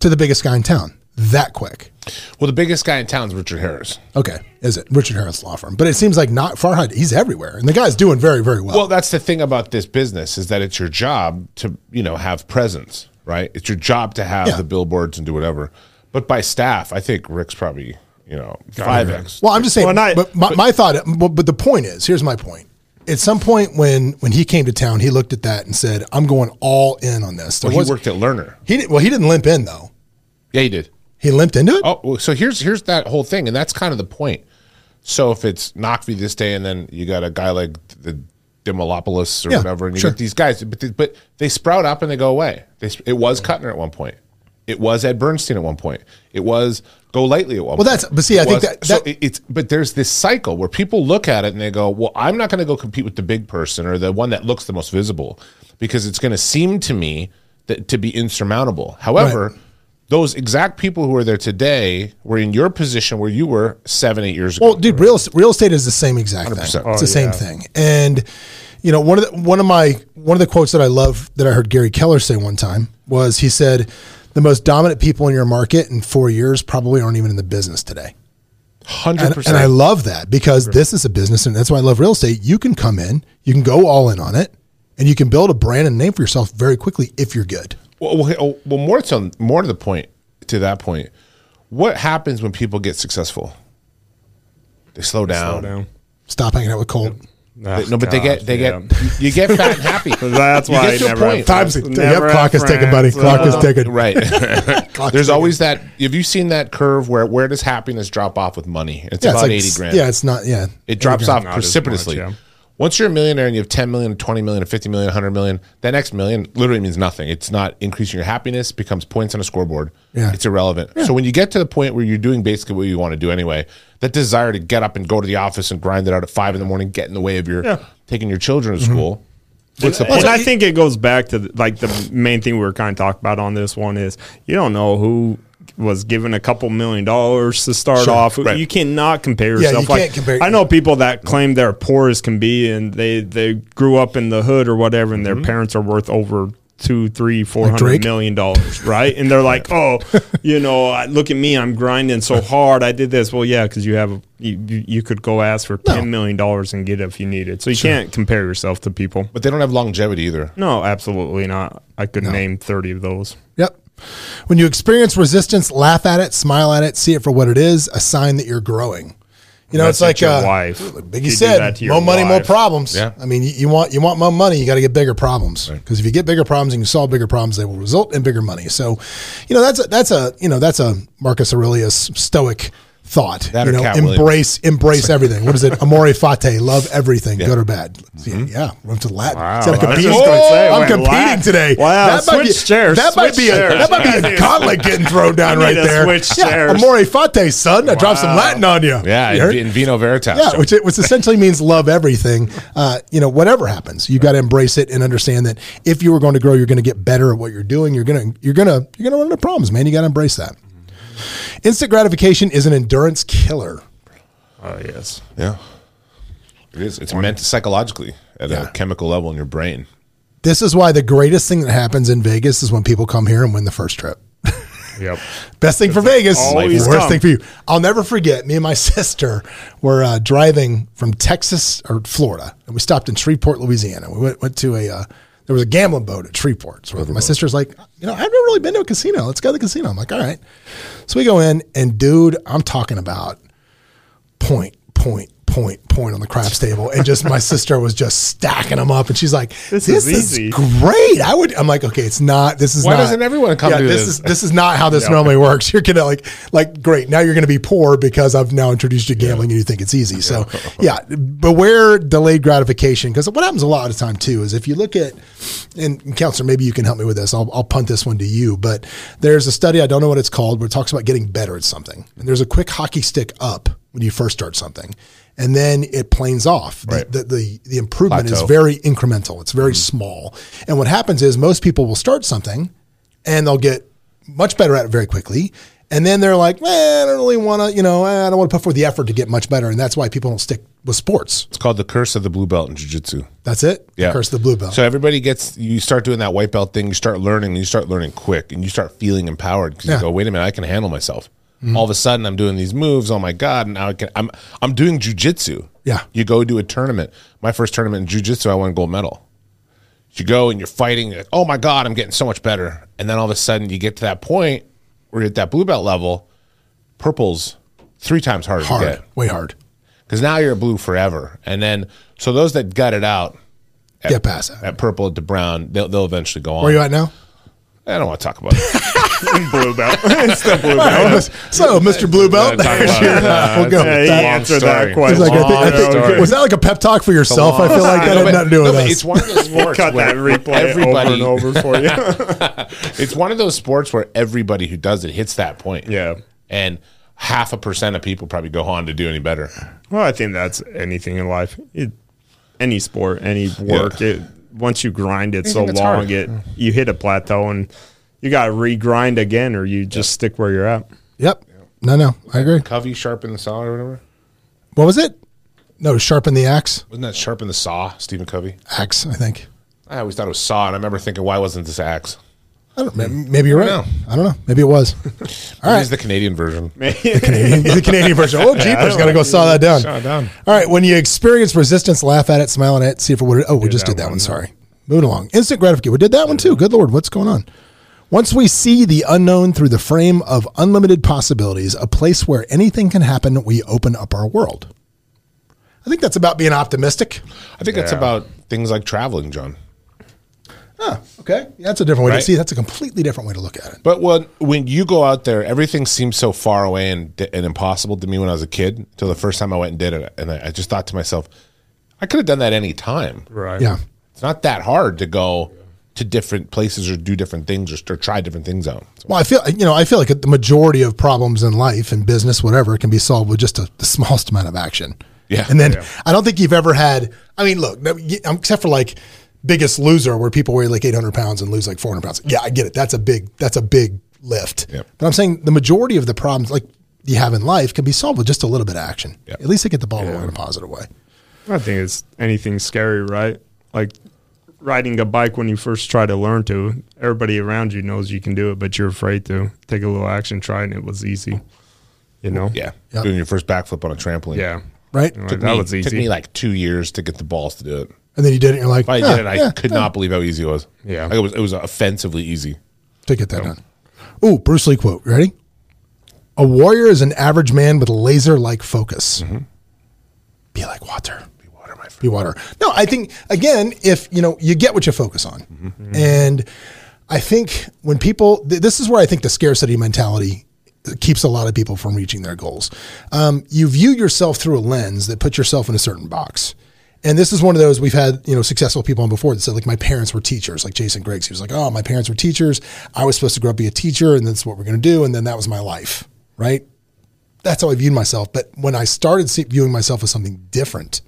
[SPEAKER 3] to the biggest guy in town that quick.
[SPEAKER 4] Well, the biggest guy in town is Richard Harris.
[SPEAKER 3] Okay, is it Richard Harris law firm? But it seems like not Farhad. He's everywhere, and the guy's doing very, very well.
[SPEAKER 4] Well, that's the thing about this business is that it's your job to, you know, have presence, right? It's your job to have
[SPEAKER 3] Yeah.
[SPEAKER 4] the billboards and do whatever. But by staff, I think Rick's probably, you know, five X.
[SPEAKER 3] Well, I'm just saying.
[SPEAKER 2] Well, not-
[SPEAKER 3] but my, my thought, but, but the point is, here's my point. At some point, when when he came to town, he looked at that and said, "I'm going all in on this." There
[SPEAKER 4] Well,
[SPEAKER 3] was-
[SPEAKER 4] he worked at Lerner.
[SPEAKER 3] He did, well, he didn't limp in though.
[SPEAKER 4] Yeah, he did.
[SPEAKER 3] He limped into it.
[SPEAKER 4] Oh, well, so here's here's that whole thing, and that's kind of the point. So if it's Nakvi this day, and then you got a guy like the Dimolopoulos or
[SPEAKER 3] Yeah,
[SPEAKER 4] whatever, and you
[SPEAKER 3] sure.
[SPEAKER 4] get these guys, but they, but they sprout up and they go away. They, sp- it was Kuttner at one point. It was Ed Bernstein at one point. It was Go Lightly at one.
[SPEAKER 3] Well,
[SPEAKER 4] point.
[SPEAKER 3] that's- but see, I
[SPEAKER 4] It
[SPEAKER 3] think
[SPEAKER 4] was-
[SPEAKER 3] that-
[SPEAKER 4] so
[SPEAKER 3] that-
[SPEAKER 4] it- it's but there's this cycle where people look at it and they go, "Well, I'm not going to go compete with the big person or the one that looks the most visible because it's going to seem to me that to be insurmountable." However, those exact people who are there today were in your position where you were 7 8 years ago.
[SPEAKER 3] Well, dude, real real estate is the same exact thing.
[SPEAKER 4] 100%.
[SPEAKER 3] It's the same thing. And you know, one of the, one of my one of the quotes that I love that I heard Gary Keller say one time was he said, "The most dominant people in your market in four years probably aren't even in the business today."
[SPEAKER 4] 100%.
[SPEAKER 3] And, and I love that because this is a business, and that's why I love real estate. You can come in, you can go all in on it, and you can build a brand and name for yourself very quickly if you're good.
[SPEAKER 4] Well, well, well more to more to the point, to that point, what happens when people get successful? They slow down.
[SPEAKER 2] Slow down.
[SPEAKER 3] Stop hanging out with Colt.
[SPEAKER 2] Ah,
[SPEAKER 4] no, but Oh. they
[SPEAKER 2] gosh,
[SPEAKER 4] get they
[SPEAKER 2] yeah.
[SPEAKER 4] get you you get fat and happy.
[SPEAKER 2] That's
[SPEAKER 4] You
[SPEAKER 2] why
[SPEAKER 4] get
[SPEAKER 2] I
[SPEAKER 4] to a
[SPEAKER 2] never
[SPEAKER 4] point.
[SPEAKER 2] have
[SPEAKER 3] Time's
[SPEAKER 2] Never
[SPEAKER 3] yep,
[SPEAKER 2] have
[SPEAKER 3] clock is ticking, buddy.
[SPEAKER 2] friends.
[SPEAKER 3] Clock is
[SPEAKER 2] Uh,
[SPEAKER 3] ticking.
[SPEAKER 4] Right.
[SPEAKER 3] Clock is
[SPEAKER 4] There's
[SPEAKER 3] ticking.
[SPEAKER 4] always that. Have you seen that curve where where does happiness drop off with money? It's
[SPEAKER 3] Yeah, it's
[SPEAKER 4] about
[SPEAKER 3] like-
[SPEAKER 4] eighty grand.
[SPEAKER 3] Yeah, it's not. Yeah,
[SPEAKER 4] it drops off
[SPEAKER 2] Not as much,
[SPEAKER 4] precipitously.
[SPEAKER 2] yeah.
[SPEAKER 4] Once you're a millionaire and you have 10 million, 20 million, 50 million, 100 million, that next million literally means nothing. It's not increasing your happiness, becomes points on a scoreboard.
[SPEAKER 3] Yeah.
[SPEAKER 4] It's irrelevant. So when you get to the point where you're doing basically what you want to do anyway, that desire to get up and go to the office and grind it out at five in the morning, get in the way of your taking your children
[SPEAKER 3] Mm-hmm.
[SPEAKER 4] to school. What's the point?
[SPEAKER 2] And I think it goes back to like the main thing we were kind of talking about on this one is you don't know who was given a couple million dollars to start
[SPEAKER 3] Sure,
[SPEAKER 2] off.
[SPEAKER 4] right.
[SPEAKER 2] You cannot compare
[SPEAKER 3] you
[SPEAKER 2] yourself. like
[SPEAKER 3] can't compare-
[SPEAKER 2] I know people that claim they're poor as can be and they they grew up in the hood or whatever and their parents are worth over two, three, four
[SPEAKER 3] Mm-hmm. Drake?
[SPEAKER 2] hundred million dollars, right? And they're like, oh, you know, I- look at me, I'm grinding so hard. I did this. Well, yeah, because you have you, you you could go ask for
[SPEAKER 3] No.
[SPEAKER 2] ten million dollars and get it if you need it. So you can't compare yourself to people.
[SPEAKER 4] but they don't have longevity either.
[SPEAKER 2] No, absolutely not. I could name 30 of those.
[SPEAKER 3] Yep. When you experience resistance, laugh at it, smile at it, see it for what it is, a sign that you're growing. You know,
[SPEAKER 2] That's
[SPEAKER 3] it's like
[SPEAKER 2] your
[SPEAKER 3] uh,
[SPEAKER 2] wife. You
[SPEAKER 3] Biggie
[SPEAKER 2] do that
[SPEAKER 3] said,
[SPEAKER 2] to your
[SPEAKER 3] "More money, more
[SPEAKER 2] wife."
[SPEAKER 3] problems."
[SPEAKER 4] Yeah.
[SPEAKER 3] I mean, you, you want you want more money, you got to get bigger problems because if you get bigger problems and you solve bigger problems, they will result in bigger money. So, you know, that's a, that's a you know that's a Marcus Aurelius Stoic thought.
[SPEAKER 4] That
[SPEAKER 3] you
[SPEAKER 4] or
[SPEAKER 3] know,
[SPEAKER 4] Cat Williams.
[SPEAKER 3] embrace
[SPEAKER 2] [LAUGHS]
[SPEAKER 3] embrace everything. What is it? Amore fate, love everything, good or bad.
[SPEAKER 2] Mm-hmm.
[SPEAKER 3] Yeah, went to Latin. Instead of
[SPEAKER 2] I was
[SPEAKER 3] competing-
[SPEAKER 2] just gonna say,
[SPEAKER 3] Oh, I'm
[SPEAKER 2] wait,
[SPEAKER 3] competing
[SPEAKER 2] Latin.
[SPEAKER 3] today.
[SPEAKER 2] Wow,
[SPEAKER 3] might be,
[SPEAKER 2] switch chairs,
[SPEAKER 3] That might
[SPEAKER 2] switch
[SPEAKER 3] be a
[SPEAKER 2] chairs.
[SPEAKER 3] that might be a gauntlet getting thrown down
[SPEAKER 2] [LAUGHS] You
[SPEAKER 3] right
[SPEAKER 2] need to
[SPEAKER 3] there.
[SPEAKER 2] switch
[SPEAKER 3] yeah,
[SPEAKER 2] chairs.
[SPEAKER 3] amore fate, son. I dropped some Latin on you.
[SPEAKER 4] Yeah,
[SPEAKER 3] You
[SPEAKER 4] in,
[SPEAKER 3] heard?
[SPEAKER 4] in vino veritas.
[SPEAKER 3] yeah, which it, which essentially means love everything. Uh, you know, whatever happens, you got to embrace it and understand that if you were going to grow, you're going to get better at what you're doing. You're gonna you're gonna you're gonna run into problems, man. You got to embrace that. Instant gratification is an endurance killer.
[SPEAKER 2] Oh, yes.
[SPEAKER 4] yeah. It is. It's meant psychologically at
[SPEAKER 3] Yeah.
[SPEAKER 4] a chemical level in your brain.
[SPEAKER 3] This is why the greatest thing that happens in Vegas is when people come here and win the first trip.
[SPEAKER 2] Yep. [LAUGHS]
[SPEAKER 3] Best thing for Vegas.
[SPEAKER 2] always
[SPEAKER 3] Worst
[SPEAKER 2] come.
[SPEAKER 3] thing for you. I'll never forget. Me and my [LAUGHS] sister were uh, driving from Texas or Florida, and we stopped in Shreveport, Louisiana. We went, went to a uh, there was a gambling boat at Shreveport. So my sister's like, you know, I've never really been to a casino. Let's go to the casino. I'm like, all right. So we go in, and dude, I'm talking about point, point, point, point on the craps table. And just my sister was just stacking them up. And she's like,
[SPEAKER 2] This
[SPEAKER 3] this,
[SPEAKER 2] is
[SPEAKER 3] is,
[SPEAKER 2] easy."
[SPEAKER 3] great. I would, I'm like, okay, it's not, this is
[SPEAKER 4] Why
[SPEAKER 3] not-
[SPEAKER 4] doesn't everyone come do
[SPEAKER 3] this?
[SPEAKER 4] this?
[SPEAKER 3] Is, this is not how this normally works. You're going to like, like, great. Now you're going to be poor because I've now introduced you to gambling and you think it's easy.
[SPEAKER 4] [LAUGHS]
[SPEAKER 3] So yeah, beware delayed gratification. Cause what happens a lot of the time too, is if you look at, and counselor, maybe you can help me with this. I'll, I'll punt this one to you, but there's a study, I don't know what it's called, but it talks about getting better at something. And there's a quick hockey stick up when you first start something. And then it planes off. The,
[SPEAKER 4] Right.
[SPEAKER 3] the, the, the improvement
[SPEAKER 4] Plateau.
[SPEAKER 3] is very incremental. It's very
[SPEAKER 4] Mm.
[SPEAKER 3] small. And what happens is most people will start something and they'll get much better at it very quickly. And then they're like, man, I don't really want to, you know, eh, I don't want to put forth the effort to get much better. And that's why people don't stick with sports.
[SPEAKER 4] It's called the curse of the blue belt in jiu-jitsu.
[SPEAKER 3] That's it. The Curse of the blue belt.
[SPEAKER 4] So everybody gets you start doing that white belt thing, you start learning, and you start learning quick, and you start feeling empowered because
[SPEAKER 3] Yeah. Mm-hmm.
[SPEAKER 4] you go, wait a minute, I can handle myself. All of a sudden, I'm doing these moves. Oh my god! And now I can. I'm I'm doing jujitsu.
[SPEAKER 3] Yeah.
[SPEAKER 4] You go do a tournament. My first tournament in jujitsu, I won a gold medal. You go and you're fighting. You're like, oh my god, I'm getting so much better. And then all of a sudden, you get to that point where you're at that blue belt level. Purple's three times harder
[SPEAKER 3] hard,
[SPEAKER 4] to get
[SPEAKER 3] way hard.
[SPEAKER 4] because now you're a blue forever. And then so those that gut it out
[SPEAKER 3] Get past that.
[SPEAKER 4] at purple to brown, they'll, they'll eventually go on.
[SPEAKER 3] Where you at
[SPEAKER 4] [LAUGHS]
[SPEAKER 3] now?
[SPEAKER 4] I don't want to talk about
[SPEAKER 3] [LAUGHS]
[SPEAKER 4] it.
[SPEAKER 2] blue [LAUGHS] belt. it's the blue belt.
[SPEAKER 3] so, Mr. Blue Belt, [LAUGHS]
[SPEAKER 4] talk about it. Uh,
[SPEAKER 3] Yeah, we'll go.
[SPEAKER 2] Yeah,
[SPEAKER 3] with
[SPEAKER 2] he
[SPEAKER 3] that.
[SPEAKER 2] answered
[SPEAKER 4] story.
[SPEAKER 2] that
[SPEAKER 4] It's
[SPEAKER 2] question.
[SPEAKER 3] It's like, I think- I
[SPEAKER 4] Long
[SPEAKER 3] think-
[SPEAKER 4] story.
[SPEAKER 3] was that like a pep talk for yourself? I feel like that had
[SPEAKER 4] No, but-
[SPEAKER 3] nothing to do
[SPEAKER 4] no,
[SPEAKER 3] with
[SPEAKER 4] but
[SPEAKER 3] us.
[SPEAKER 4] It's one of
[SPEAKER 3] [LAUGHS]
[SPEAKER 4] those sports
[SPEAKER 2] Cut
[SPEAKER 4] where
[SPEAKER 2] that replay over
[SPEAKER 4] everybody.
[SPEAKER 2] and over for
[SPEAKER 4] [LAUGHS]
[SPEAKER 2] you.
[SPEAKER 4] It's one of those sports where everybody who does it hits that point.
[SPEAKER 2] Yeah.
[SPEAKER 4] and half a percent of people probably go on to do any better.
[SPEAKER 2] Well, I think that's anything in life. It, any sport, any work. It, once you grind it so
[SPEAKER 4] Anything that's
[SPEAKER 2] long,
[SPEAKER 4] hard.
[SPEAKER 2] it you hit a plateau and you got to regrind again, or you just stick where you're at.
[SPEAKER 3] Yep. No, no, I agree.
[SPEAKER 4] Covey sharpened the saw or whatever.
[SPEAKER 3] What was it? No, sharpen the axe.
[SPEAKER 4] Wasn't that sharpen the saw, Stephen Covey?
[SPEAKER 3] Axe, I think.
[SPEAKER 4] I always thought it was saw, and I remember thinking, why wasn't this axe?
[SPEAKER 3] I don't. Maybe, maybe you're right.
[SPEAKER 4] don't
[SPEAKER 3] I don't know. Maybe it was. All
[SPEAKER 4] This
[SPEAKER 3] right.
[SPEAKER 4] is the Canadian version.
[SPEAKER 3] Canadian, the Canadian version. Oh, jeepers,
[SPEAKER 2] don't
[SPEAKER 3] gotta go
[SPEAKER 2] like
[SPEAKER 3] saw that down.
[SPEAKER 4] Saw it down.
[SPEAKER 3] All right, when you experience resistance, laugh at it, smile at it, see if it would. Oh, we just
[SPEAKER 2] that
[SPEAKER 3] did that
[SPEAKER 2] one.
[SPEAKER 3] one. Sorry, moving along. Instant gratification. We did that one too. Good lord, what's going on? Once we see the unknown through the frame of unlimited possibilities, a place where anything can happen, we open up our world. I think that's about being optimistic.
[SPEAKER 4] I think it's
[SPEAKER 2] Yeah.
[SPEAKER 4] about things like traveling, John.
[SPEAKER 3] Okay, that's a different way to
[SPEAKER 4] Right.
[SPEAKER 3] see. That's a completely different way to look at it.
[SPEAKER 4] But when when you go out there, everything seems so far away and and impossible to me when I was a kid. Till the first time I went and did it, and I, I just thought to myself, I could have done that any time.
[SPEAKER 2] Right.
[SPEAKER 3] Yeah,
[SPEAKER 4] It's not that hard to go to different places or do different things or, st- or try different things out. So
[SPEAKER 3] Well, I feel you know I feel like the majority of problems in life and business, whatever, can be solved with just a, the [LAUGHS] smallest amount of action.
[SPEAKER 4] Yeah.
[SPEAKER 3] and then I don't think you've ever had. I mean, look, no, y- um, except for like Biggest Loser, where people weigh like 800 pounds and lose like 400 pounds. Yeah, I get it. That's a big. That's a big lift.
[SPEAKER 4] Yep.
[SPEAKER 3] But I'm saying the majority of the problems like you have in life can be solved with just a little bit of action.
[SPEAKER 4] Yep.
[SPEAKER 3] At least they get the ball rolling in a positive way.
[SPEAKER 2] I think it's anything scary, right? Like riding a bike when you first try to learn to. Everybody around you knows you can do it, but you're afraid to take a little action, try, and it was easy. You know.
[SPEAKER 4] yeah,
[SPEAKER 3] Yep.
[SPEAKER 4] doing your first backflip on a trampoline.
[SPEAKER 2] Yeah.
[SPEAKER 3] Right,
[SPEAKER 2] Like,
[SPEAKER 4] Took
[SPEAKER 2] that
[SPEAKER 4] me-
[SPEAKER 2] was
[SPEAKER 4] Took me
[SPEAKER 2] easy.
[SPEAKER 4] like two years to get the balls to do it.
[SPEAKER 3] and then you did it. and You're like,
[SPEAKER 4] If I
[SPEAKER 3] "Huh,
[SPEAKER 4] did it, I
[SPEAKER 3] yeah,
[SPEAKER 4] could
[SPEAKER 3] yeah."
[SPEAKER 4] not believe how easy it was.
[SPEAKER 2] Yeah.
[SPEAKER 4] Like, it was. It was offensively easy.
[SPEAKER 3] to get that done. Ooh, Bruce Lee quote. You ready? A warrior is an average man with laser like focus. Be like water.
[SPEAKER 4] Be water, my friend.
[SPEAKER 3] Be water. No, I think again, if you know, you get what you focus on,
[SPEAKER 4] Mm-hmm.
[SPEAKER 3] and I think when people, th- this is where I think the scarcity mentality keeps a lot of people from reaching their goals. Um, you view yourself through a lens that puts yourself in a certain box. And this is one of those we've had, you know, successful people on before that said like my parents were teachers, like Jason Griggs. He was like, oh, my parents were teachers. I was supposed to grow up be a teacher, and that's what we're going to do, and then that was my life, right? That's how I viewed myself. But when I started see- viewing myself as something different,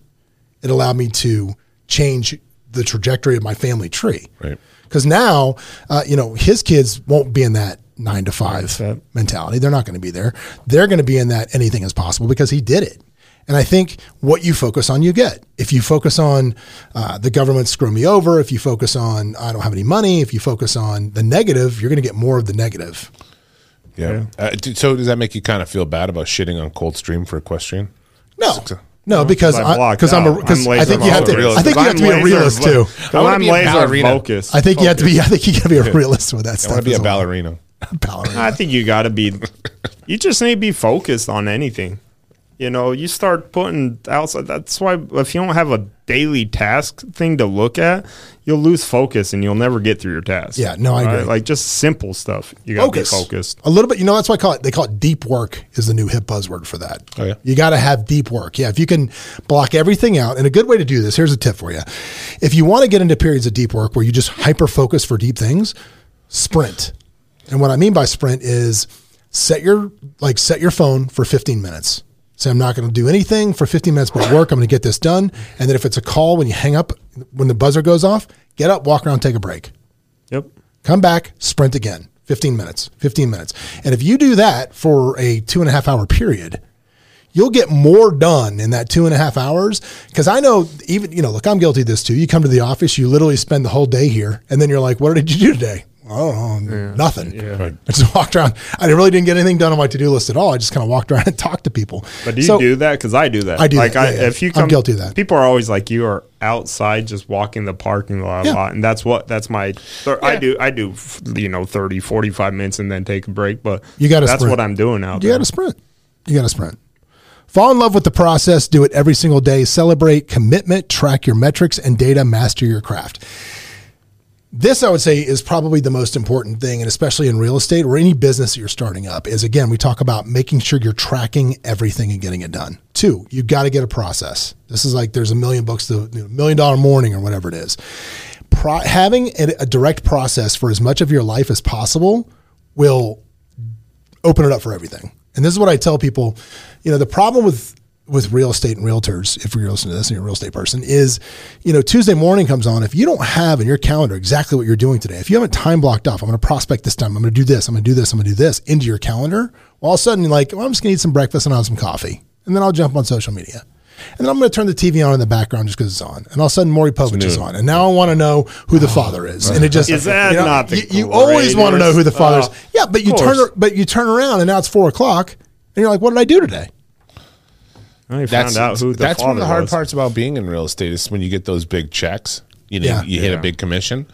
[SPEAKER 3] it allowed me to change the trajectory of my family tree.
[SPEAKER 4] Right.
[SPEAKER 3] Because now, uh, you know, his kids won't be in that nine to five
[SPEAKER 2] Mindset.
[SPEAKER 3] mentality. They're not going to be there. They're going to be in that anything is possible because he did it. And I think what you focus on, you get. If you focus on uh, the government screw me over, if you focus on I don't have any money, if you focus on the negative, you're going to get more of the negative.
[SPEAKER 4] Yeah. Uh, d- so does that make you kind of feel bad about shitting on Coldstream for equestrian?
[SPEAKER 3] No, no, because
[SPEAKER 2] I'm
[SPEAKER 3] I,
[SPEAKER 2] blocked
[SPEAKER 3] because I'm a
[SPEAKER 2] out.
[SPEAKER 3] because
[SPEAKER 2] I'm
[SPEAKER 3] I think you have to.
[SPEAKER 2] laser
[SPEAKER 3] I think you have to be a realist too.
[SPEAKER 4] I
[SPEAKER 2] Well,
[SPEAKER 4] wanna
[SPEAKER 2] I'm
[SPEAKER 4] be a
[SPEAKER 2] laser
[SPEAKER 4] ballerina.
[SPEAKER 2] focused.
[SPEAKER 3] I think you have to be. I think you got to be
[SPEAKER 2] [LAUGHS]
[SPEAKER 3] a realist with that
[SPEAKER 4] I
[SPEAKER 3] stuff.
[SPEAKER 4] want to be
[SPEAKER 3] as
[SPEAKER 4] a
[SPEAKER 3] well.
[SPEAKER 4] ballerina.
[SPEAKER 3] ballerina.
[SPEAKER 2] I think you got to be. You just need to be focused on anything. You know, you start putting outside. That's why if you don't have a daily task thing to look at, you'll lose focus and you'll never get through your task.
[SPEAKER 3] Yeah, no, I
[SPEAKER 2] All
[SPEAKER 3] agree.
[SPEAKER 2] Like just simple stuff. You got to be focused.
[SPEAKER 3] A little bit, you know, that's why I call it, they call it deep work is the new hip buzzword for that.
[SPEAKER 4] Oh, yeah.
[SPEAKER 3] You got to have deep work. Yeah. If you can block everything out, and a good way to do this, here's a tip for you. If you want to get into periods of deep work where you just hyper focus for deep things, sprint. And what I mean by sprint is set your, like, set your phone for 15 minutes. Say, I'm not going to do anything for 15 minutes but work. I'm going to get this done. And then if it's a call, when you hang up, when the buzzer goes off, get up, walk around, take a break
[SPEAKER 2] Yep.
[SPEAKER 3] come back, sprint again. 15 minutes, 15 minutes. And if you do that for a two and a half hour period, you'll get more done in that two and a half hours. Cause I know even, you know, look, I'm guilty of this too. You come to the office, you literally spend the whole day here, and then you're like, what did you do today? Oh, nothing. I just walked around. I really didn't get anything done on my to do list at all. I just kind of walked around [LAUGHS] and talked to people.
[SPEAKER 2] But do you
[SPEAKER 3] So-
[SPEAKER 2] do that? Because I do that.
[SPEAKER 3] I do
[SPEAKER 2] Like
[SPEAKER 3] that,
[SPEAKER 2] I,
[SPEAKER 3] yeah, yeah.
[SPEAKER 2] if you
[SPEAKER 3] I'm
[SPEAKER 2] come,
[SPEAKER 3] guilty of that.
[SPEAKER 2] People are always like, you are outside just walking the parking lot
[SPEAKER 3] Yeah.
[SPEAKER 2] a lot, and that's what that's my. Th- I do I do f- you know 30, 45 minutes and then take a break. But
[SPEAKER 3] You gotta
[SPEAKER 2] that's
[SPEAKER 3] sprint.
[SPEAKER 2] what I'm doing out
[SPEAKER 3] You
[SPEAKER 2] there.
[SPEAKER 3] got to sprint. You got to sprint. Fall in love with the process. Do it every single day. Celebrate commitment. Track your metrics and data. Master your craft. This, I would say, is probably the most important thing, and especially in real estate or any business that you're starting up, is again, we talk about making sure you're tracking everything and getting it done. Two, you got to get a process. This is like there's a million books, the you know, million dollar morning or whatever it is. Pro- having a, a direct process for as much of your life as possible will open it up for everything. And this is what I tell people, you know, the problem with with real estate and realtors, if you're listening to this and you're a real estate person, is, you know, Tuesday morning comes on. If you don't have in your calendar exactly what you're doing today, if you haven't time blocked off, I'm going to prospect this time, I'm going to do this, I'm going to do this, I'm going to do this into your calendar, well, all of a sudden you're like, well, I'm just going to eat some breakfast and I'll have some coffee. And then I'll jump on social media. And then I'm going to turn the TV on in the background just because it's on. And all of a sudden, Maury Povich is on. And now I want to know who the father is. And it just
[SPEAKER 2] [LAUGHS] Is that
[SPEAKER 3] you know,
[SPEAKER 2] not the
[SPEAKER 3] you, you always want to know who the father is.
[SPEAKER 2] greatest- Oh,
[SPEAKER 3] Yeah, but you
[SPEAKER 2] of
[SPEAKER 3] turn
[SPEAKER 2] course.
[SPEAKER 3] but you turn around and now it's four o'clock and you're like, what did I do today?
[SPEAKER 2] I
[SPEAKER 4] That's
[SPEAKER 2] found out who the
[SPEAKER 4] that's one of the
[SPEAKER 2] father
[SPEAKER 4] hard
[SPEAKER 2] was.
[SPEAKER 4] parts about being in real estate is when you get those big checks. You know,
[SPEAKER 3] Yeah.
[SPEAKER 4] you hit
[SPEAKER 2] Yeah.
[SPEAKER 4] a big commission,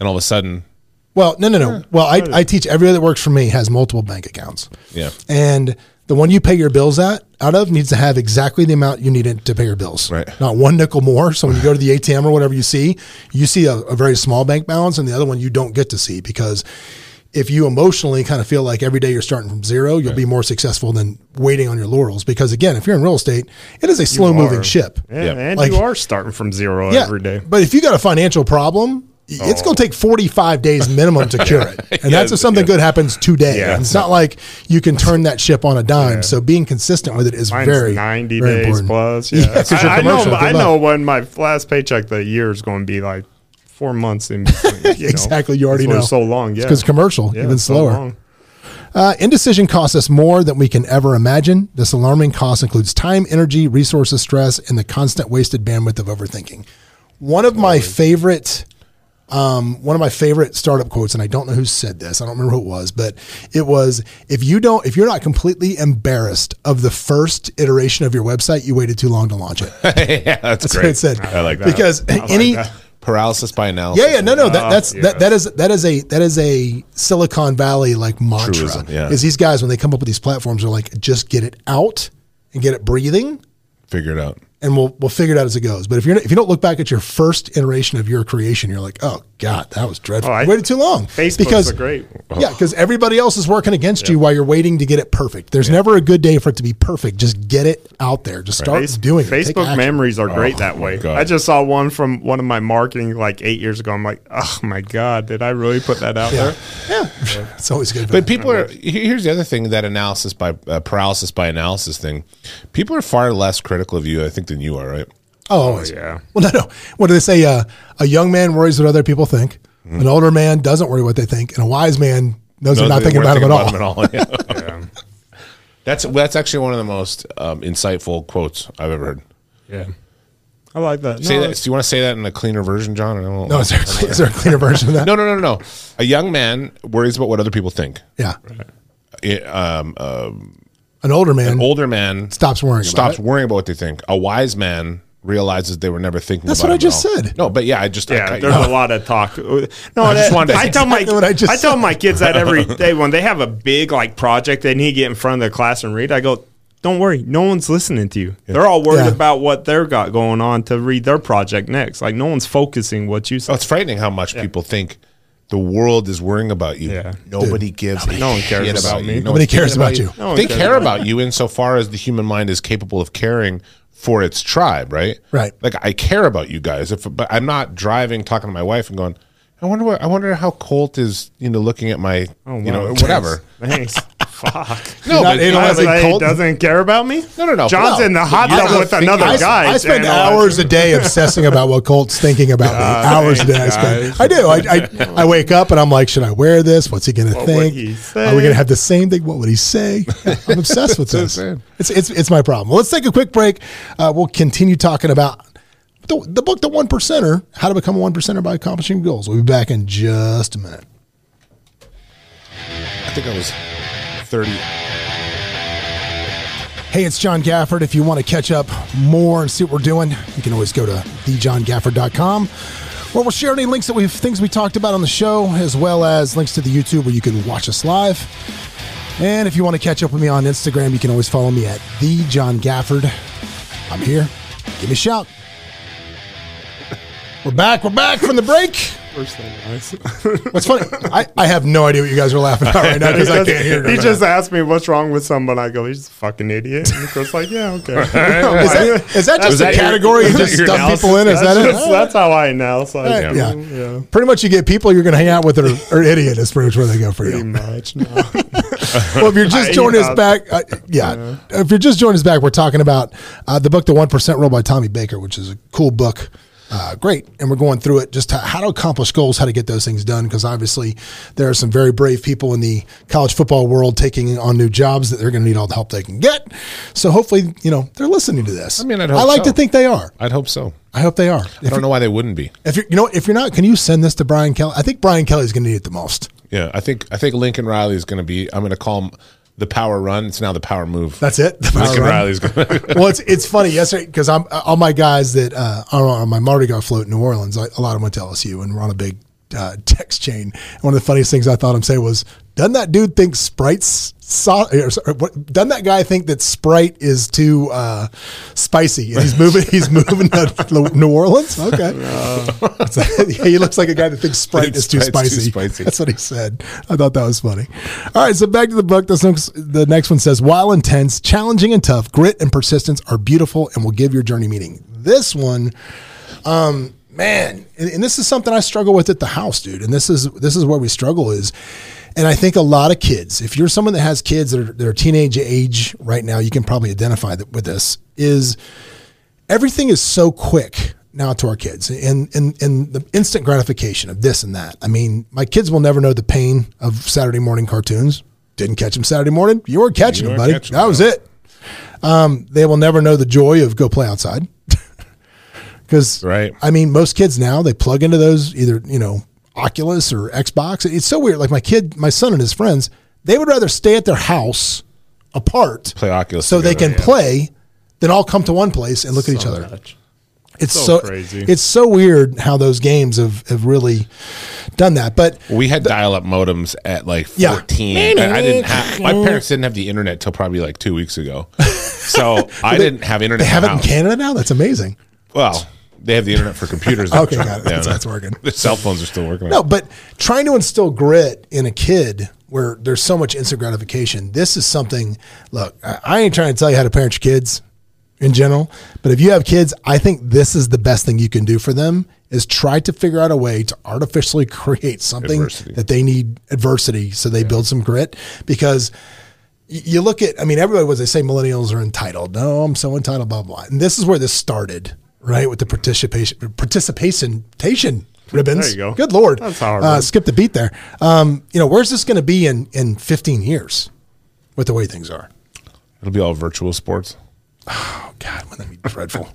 [SPEAKER 4] and all of a sudden, [LAUGHS]
[SPEAKER 3] Well, no, no, no. Well, I, I teach everybody that works for me has multiple bank accounts.
[SPEAKER 4] Yeah.
[SPEAKER 3] And the one you pay your bills at out of needs to have exactly the amount you need it to pay your bills.
[SPEAKER 4] Right.
[SPEAKER 3] Not one nickel more. So when you go to the ATM or whatever you see, you see a, a very small bank balance and the other one you don't get to see because if you emotionally kind of feel like every day you're starting from zero, you'll be more successful than waiting on your laurels. Because again, if you're in real estate, it is a slow moving
[SPEAKER 2] are.
[SPEAKER 3] ship.
[SPEAKER 2] Yeah,
[SPEAKER 4] Yeah.
[SPEAKER 2] and
[SPEAKER 3] Like-
[SPEAKER 2] you are starting from zero every day. Oh.
[SPEAKER 3] But if you got a financial problem, y- it's going to take 45 days minimum to cure
[SPEAKER 2] [LAUGHS]
[SPEAKER 3] it. And that's if something good happens today.
[SPEAKER 2] Yeah.
[SPEAKER 3] And It's not like you can turn that ship on a dime. So being consistent with it is
[SPEAKER 2] Mine's
[SPEAKER 3] very
[SPEAKER 2] 90
[SPEAKER 3] very
[SPEAKER 2] days
[SPEAKER 3] important. [LAUGHS]
[SPEAKER 2] plus. Yeah.
[SPEAKER 3] 'cause you're
[SPEAKER 2] I, I know,
[SPEAKER 3] commercial,
[SPEAKER 2] but I
[SPEAKER 3] good luck.
[SPEAKER 2] know when my last paycheck that year is going to be like four months
[SPEAKER 3] [LAUGHS]
[SPEAKER 2] in between. You
[SPEAKER 3] Exactly,
[SPEAKER 2] Know?
[SPEAKER 3] you already
[SPEAKER 2] That's why it's
[SPEAKER 3] know.
[SPEAKER 2] so long. Yeah.
[SPEAKER 3] Because commercial,
[SPEAKER 2] Yeah,
[SPEAKER 3] even
[SPEAKER 2] it's so
[SPEAKER 3] slower.
[SPEAKER 2] long.
[SPEAKER 3] Uh, indecision costs us more than we can ever imagine. This alarming cost includes time, energy, resources, stress, and the constant wasted bandwidth of overthinking. One of my favorite, um, one of my favorite startup quotes, and I don't know who said this. I don't remember who it was, but it was if you don't, if you're not completely embarrassed of the first iteration of your website, you waited too long to
[SPEAKER 4] [LAUGHS]
[SPEAKER 3] launch it. That's
[SPEAKER 4] yeah, that's,
[SPEAKER 3] what
[SPEAKER 4] great.
[SPEAKER 3] it said.
[SPEAKER 4] I like that
[SPEAKER 3] because any.
[SPEAKER 4] paralysis by analysis.
[SPEAKER 3] Yeah, yeah, no, no. That, that's
[SPEAKER 2] Ah, yeah.
[SPEAKER 3] that, that is that is a that is a Silicon Valley like mantra.
[SPEAKER 4] Truism, yeah.
[SPEAKER 3] Is these guys when they come up with these platforms are like, just get it out and get it breathing,
[SPEAKER 4] Figure it out.
[SPEAKER 3] and we'll we'll figure it out as it goes. But if you're if you don't look back at your first iteration of your creation, you're like, oh god, that was dreadful.
[SPEAKER 2] Oh, I-
[SPEAKER 3] You waited too long.
[SPEAKER 2] Facebook's
[SPEAKER 3] because
[SPEAKER 2] a great.
[SPEAKER 3] yeah, because everybody else is working against you while you're waiting to get it perfect. There's never a good day for it to be perfect. Just get it out there. Just start
[SPEAKER 2] Face-
[SPEAKER 3] doing it. Take
[SPEAKER 2] Facebook
[SPEAKER 3] action.
[SPEAKER 2] memories are great that way.
[SPEAKER 4] Oh God.
[SPEAKER 2] I just saw one from one of my marketing like eight years ago. I'm like, oh my god, did I really put that out there?
[SPEAKER 3] Yeah, [LAUGHS] it's always good.
[SPEAKER 4] But people are. he- Here's the other thing that analysis by uh, paralysis by analysis thing. People are far less critical of you, I think, than you are. Right?
[SPEAKER 3] Oh, always.
[SPEAKER 2] yeah.
[SPEAKER 3] Well, no, no. What do they say? Uh, a young man worries what other people think. An older man doesn't worry what they think, and a wise man knows they're
[SPEAKER 4] No,
[SPEAKER 3] not
[SPEAKER 4] they
[SPEAKER 3] thinking about
[SPEAKER 4] weren't
[SPEAKER 3] him at all.
[SPEAKER 4] thinking
[SPEAKER 3] [LAUGHS]
[SPEAKER 4] about them at all. [LAUGHS] Yeah. That's that's actually one of the most um, insightful quotes I've ever heard.
[SPEAKER 2] Yeah, I like that.
[SPEAKER 4] Say
[SPEAKER 2] No,
[SPEAKER 4] that. Do you want to say that in a cleaner version, John? I don't
[SPEAKER 3] No, is there, is there a cleaner version of that?
[SPEAKER 4] [LAUGHS] no, no, no, no. A young man worries about what other people think.
[SPEAKER 3] Yeah.
[SPEAKER 4] It, um, uh,
[SPEAKER 3] An older man
[SPEAKER 4] older man
[SPEAKER 3] stops worrying.
[SPEAKER 4] stops
[SPEAKER 3] About it.
[SPEAKER 4] worrying about what they think. A wise man realizes they were never thinking.
[SPEAKER 3] That's
[SPEAKER 4] about
[SPEAKER 3] what I
[SPEAKER 4] him at
[SPEAKER 3] just
[SPEAKER 4] all.
[SPEAKER 3] said.
[SPEAKER 4] No, but yeah, I just I
[SPEAKER 2] Yeah,
[SPEAKER 4] cut you
[SPEAKER 2] there's
[SPEAKER 4] off.
[SPEAKER 2] a lot of talk. No,
[SPEAKER 4] I just
[SPEAKER 2] that-
[SPEAKER 4] wanted to-
[SPEAKER 2] I tell my
[SPEAKER 3] Exactly what I
[SPEAKER 2] I,
[SPEAKER 3] just
[SPEAKER 2] tell
[SPEAKER 3] said.
[SPEAKER 2] my kids that every day when they have a big like project they need to get in front of the class and read. I go, don't worry, no one's listening to you. They're all worried
[SPEAKER 3] Yeah.
[SPEAKER 2] about what they're got going on to read their project next. Like no one's focusing what you
[SPEAKER 4] Oh,
[SPEAKER 2] said.
[SPEAKER 4] it's frightening how much people think the world is worrying about you.
[SPEAKER 2] Yeah.
[SPEAKER 4] Nobody gives. a
[SPEAKER 2] no one cares
[SPEAKER 4] shit
[SPEAKER 2] about
[SPEAKER 4] about
[SPEAKER 2] me.
[SPEAKER 4] you.
[SPEAKER 3] Nobody
[SPEAKER 4] No one's thinking
[SPEAKER 3] cares about you.
[SPEAKER 2] No one
[SPEAKER 4] they
[SPEAKER 2] cares
[SPEAKER 4] care
[SPEAKER 2] about
[SPEAKER 4] about you insofar as the human mind is capable of caring for its tribe, right?
[SPEAKER 3] Right.
[SPEAKER 4] Like I care about you guys, if but I'm not driving, talking to my wife, and going, I wonder what I wonder how Colt is, you know, looking at my, Oh, you know,
[SPEAKER 2] Oh, wow.
[SPEAKER 4] whatever.
[SPEAKER 2] Thanks. Fuck.
[SPEAKER 4] No,
[SPEAKER 3] not
[SPEAKER 4] but
[SPEAKER 2] Honestly,
[SPEAKER 4] analyzing Colt
[SPEAKER 2] doesn't care about me.
[SPEAKER 4] No, no, no.
[SPEAKER 2] John's
[SPEAKER 4] No.
[SPEAKER 2] in the hot
[SPEAKER 4] You're
[SPEAKER 2] tub
[SPEAKER 4] not
[SPEAKER 2] with
[SPEAKER 4] thinking-
[SPEAKER 2] another
[SPEAKER 4] I-
[SPEAKER 2] guy.
[SPEAKER 3] I spend
[SPEAKER 2] analyzing.
[SPEAKER 3] hours a day obsessing about what Colt's thinking about me. hours a day. I, spend. I do. I,
[SPEAKER 2] [LAUGHS]
[SPEAKER 3] I, I wake up and I'm like, should I wear this? What's he going to
[SPEAKER 2] would
[SPEAKER 3] think?
[SPEAKER 2] he
[SPEAKER 3] Are
[SPEAKER 2] say?
[SPEAKER 3] we going to have the same thing? What would he
[SPEAKER 2] [LAUGHS]
[SPEAKER 3] say? Yeah, I'm obsessed with this.
[SPEAKER 4] Same.
[SPEAKER 3] It's, it's, it's my problem. Well, let's take a quick break. Uh, we'll continue talking about the, the book, The One Percenter How to Become a One Percenter by Accomplishing Your Goals. We'll be back in just a minute.
[SPEAKER 4] I think I was thirty.
[SPEAKER 3] Hey, it's John Gafford. If you want to catch up more and see what we're doing, you can always go to thejohngafford.com where we'll share any links that we've things we talked about on the show, as well as links to the YouTube where you can watch us live. And if you want to catch up with me on Instagram, you can always follow me at the John Gafford. I'm here. Give me a shout. [LAUGHS] We're back. We're back from the break. What's funny? I, I have no idea what you guys are laughing about right now
[SPEAKER 2] [LAUGHS] He
[SPEAKER 3] because I
[SPEAKER 2] just,
[SPEAKER 3] can't hear.
[SPEAKER 2] he
[SPEAKER 3] it.
[SPEAKER 2] just asked me what's wrong with someone. I go, he's a fucking idiot. And Chris like,
[SPEAKER 3] [LAUGHS]
[SPEAKER 2] yeah, okay. is
[SPEAKER 3] Is that, is that just
[SPEAKER 4] Was
[SPEAKER 3] a
[SPEAKER 4] that your-
[SPEAKER 3] category
[SPEAKER 2] [LAUGHS]
[SPEAKER 3] you
[SPEAKER 4] was that
[SPEAKER 3] just
[SPEAKER 4] your
[SPEAKER 3] stuff
[SPEAKER 4] analysis?
[SPEAKER 3] people in? Is that
[SPEAKER 2] that's,
[SPEAKER 3] it?
[SPEAKER 2] just- that's how I announce. Like,
[SPEAKER 3] Right, yeah.
[SPEAKER 2] yeah.
[SPEAKER 3] Pretty much, you get people you're going to hang out with are, are idiot. Is pretty much where they go for
[SPEAKER 4] [LAUGHS]
[SPEAKER 2] Pretty
[SPEAKER 3] you. [LAUGHS]
[SPEAKER 2] much. No.
[SPEAKER 3] Well, if you're just
[SPEAKER 2] I-
[SPEAKER 3] joining
[SPEAKER 2] uh,
[SPEAKER 3] us back, uh, yeah. If you're just joining us back, we're talking about uh, the book, The One Percent Rule by Tommy Baker, which is a cool book. Uh, great, and we're going through it just how, how to accomplish goals, how to get those things done. Because obviously, there are some very brave people in the college football world taking on new jobs that they're going to need all the help they can get. So hopefully, you know they're listening to this.
[SPEAKER 4] I mean, I'd hope
[SPEAKER 3] like
[SPEAKER 4] so.
[SPEAKER 3] to think they are.
[SPEAKER 4] I'd hope so.
[SPEAKER 3] I hope they are.
[SPEAKER 4] I don't know why they wouldn't be.
[SPEAKER 3] If you're, you know, if you're not, can you send this to Brian Kelly? I think Brian Kelly's going to need it the most.
[SPEAKER 4] Yeah, I think I think Lincoln Riley is going to be. I'm going to call him the power run. It's now the power move.
[SPEAKER 3] That's it. The power
[SPEAKER 4] Lincoln
[SPEAKER 3] run.
[SPEAKER 4] Riley's going. to
[SPEAKER 3] [LAUGHS] well, it's it's funny yesterday because I'm all my guys that uh, are on my Mardi Gras float in New Orleans. I, a lot of them went to LSU, and we're on a big uh, text chain. And one of the funniest things I thought him say was, "Doesn't that dude think Sprite's so- or, sorry, what, doesn't that guy think that Sprite is too uh, spicy?" And he's moving. He's moving to Lu- New Orleans.
[SPEAKER 4] [LAUGHS]
[SPEAKER 3] Okay, It's like- [LAUGHS] he looks like a guy that thinks Sprite is too
[SPEAKER 4] Sprite's too
[SPEAKER 3] spicy.
[SPEAKER 4] spicy.
[SPEAKER 3] That's what he said. I thought that was funny. All right, so back to the book. This next, the next one says, while intense, challenging, and tough, grit and persistence are beautiful and will give your journey meaning. This one, um, man, and, and this is something I struggle with at the house, dude. And this is this is where we struggle is. And I think a lot of kids, if you're someone that has kids that are, that are teenage age right now, you can probably identify that with this. Is everything is so quick now to our kids and, and, and the instant gratification of this and that. I mean, my kids will never know the pain of Saturday morning cartoons. Didn't catch them Saturday morning. You were catching
[SPEAKER 4] You
[SPEAKER 3] them,
[SPEAKER 4] weren't
[SPEAKER 3] buddy.
[SPEAKER 4] catching
[SPEAKER 3] that
[SPEAKER 4] them.
[SPEAKER 3] was it. Um, they will never know the joy of go play outside. [LAUGHS] Because
[SPEAKER 4] Right.
[SPEAKER 3] I mean, most kids now they plug into those either you know Oculus or Xbox. It's so weird. Like my kid, my son and his friends, they would rather stay at their house apart,
[SPEAKER 4] Play Oculus
[SPEAKER 3] so they can
[SPEAKER 4] together, yeah.
[SPEAKER 3] play, than all come to one place and look at each other. It's so,
[SPEAKER 2] So crazy.
[SPEAKER 3] It's so weird how those games have, have really done that. But
[SPEAKER 4] We had dial-up modems at like
[SPEAKER 3] Yeah.
[SPEAKER 4] 14. I, I didn't have my parents didn't have the internet till probably like two
[SPEAKER 3] [LAUGHS]
[SPEAKER 4] weeks ago, so I didn't have internet.
[SPEAKER 3] they have
[SPEAKER 4] in the
[SPEAKER 3] it in
[SPEAKER 4] house.
[SPEAKER 3] Canada now. That's
[SPEAKER 4] [LAUGHS]
[SPEAKER 3] amazing.
[SPEAKER 4] Well, they have the internet for
[SPEAKER 3] [LAUGHS]
[SPEAKER 4] computers.
[SPEAKER 3] Okay, got it. That's-
[SPEAKER 4] no. [LAUGHS]
[SPEAKER 3] that's working.
[SPEAKER 4] Their cell phones are still working.
[SPEAKER 3] No, but trying to instill grit in a kid where there's so much instant gratification, this is something. Look, I, I ain't trying to tell you how to parent your kids in general, but if you have kids, I think this is the best thing you can do for them is try to figure out a way to artificially [LAUGHS] create something
[SPEAKER 4] Adversity.
[SPEAKER 3] that they need adversity so they build some grit because y- you look at i mean everybody was they say millennials are entitled no i'm so entitled blah blah blah. and this is where this started right with the participation participation tation ribbons
[SPEAKER 2] There you go.
[SPEAKER 3] good lord
[SPEAKER 2] That's how I
[SPEAKER 3] uh,
[SPEAKER 2] read.
[SPEAKER 3] skip the beat there um, you know where's this going to be in in 15 years with the way things are
[SPEAKER 4] It'll be all virtual sports.
[SPEAKER 3] oh god wouldn't that be dreadful [LAUGHS]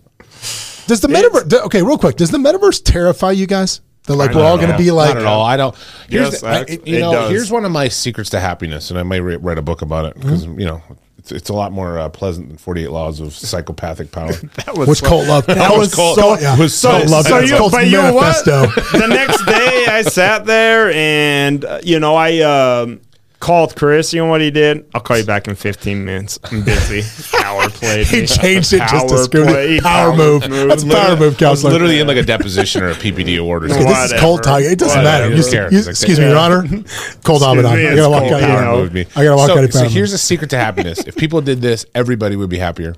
[SPEAKER 3] does the metaverse th- okay real quick does the metaverse terrify you guys that like we're all going to be like
[SPEAKER 4] Not at all. I don't. Here's
[SPEAKER 2] Yes,
[SPEAKER 4] the- I-
[SPEAKER 2] it-
[SPEAKER 4] it- you
[SPEAKER 2] it
[SPEAKER 4] know,
[SPEAKER 2] does.
[SPEAKER 4] here's one of my secrets to happiness, and I may re- write a book about it because
[SPEAKER 3] Hmm?
[SPEAKER 4] you know it's, it's a lot more uh, pleasant than 48 Laws of Psychopathic Power.
[SPEAKER 2] [LAUGHS]
[SPEAKER 3] [LAUGHS]
[SPEAKER 2] That was
[SPEAKER 3] which
[SPEAKER 2] so-
[SPEAKER 3] Colt loved. That
[SPEAKER 4] was Colt- was so-
[SPEAKER 3] Colt loved
[SPEAKER 4] so
[SPEAKER 3] that.
[SPEAKER 4] you-
[SPEAKER 3] Colt's
[SPEAKER 2] but you know what?
[SPEAKER 3] manifesto.
[SPEAKER 2] the next day I sat there and uh, you know I um Called Chris. You know what he did? I'll call you back in 15 minutes. I'm busy. Power
[SPEAKER 3] [LAUGHS]
[SPEAKER 2] play.
[SPEAKER 3] He changed it just to screw
[SPEAKER 2] play,
[SPEAKER 3] it. Power move. That's a power move,
[SPEAKER 4] I was
[SPEAKER 3] counselor.
[SPEAKER 4] literally in like a deposition or a PPD award or
[SPEAKER 3] Okay,
[SPEAKER 4] something.
[SPEAKER 2] What?
[SPEAKER 3] this is cold
[SPEAKER 2] Whatever.
[SPEAKER 3] talk. It doesn't
[SPEAKER 2] Whatever.
[SPEAKER 3] matter. You-
[SPEAKER 2] Who
[SPEAKER 4] cares?
[SPEAKER 3] you-
[SPEAKER 4] It's like,
[SPEAKER 3] excuse me, Your Honor. [LAUGHS] Cold
[SPEAKER 2] Excuse
[SPEAKER 3] Amadon.
[SPEAKER 2] me,
[SPEAKER 3] I
[SPEAKER 2] it's
[SPEAKER 3] gotta walk
[SPEAKER 2] cold
[SPEAKER 3] out.
[SPEAKER 2] power
[SPEAKER 3] here.
[SPEAKER 4] Power
[SPEAKER 2] know.
[SPEAKER 4] moved me.
[SPEAKER 3] I gotta walk
[SPEAKER 4] so,
[SPEAKER 3] out of
[SPEAKER 4] So
[SPEAKER 3] power.
[SPEAKER 4] here's the secret to happiness. if people did this, everybody would be happier.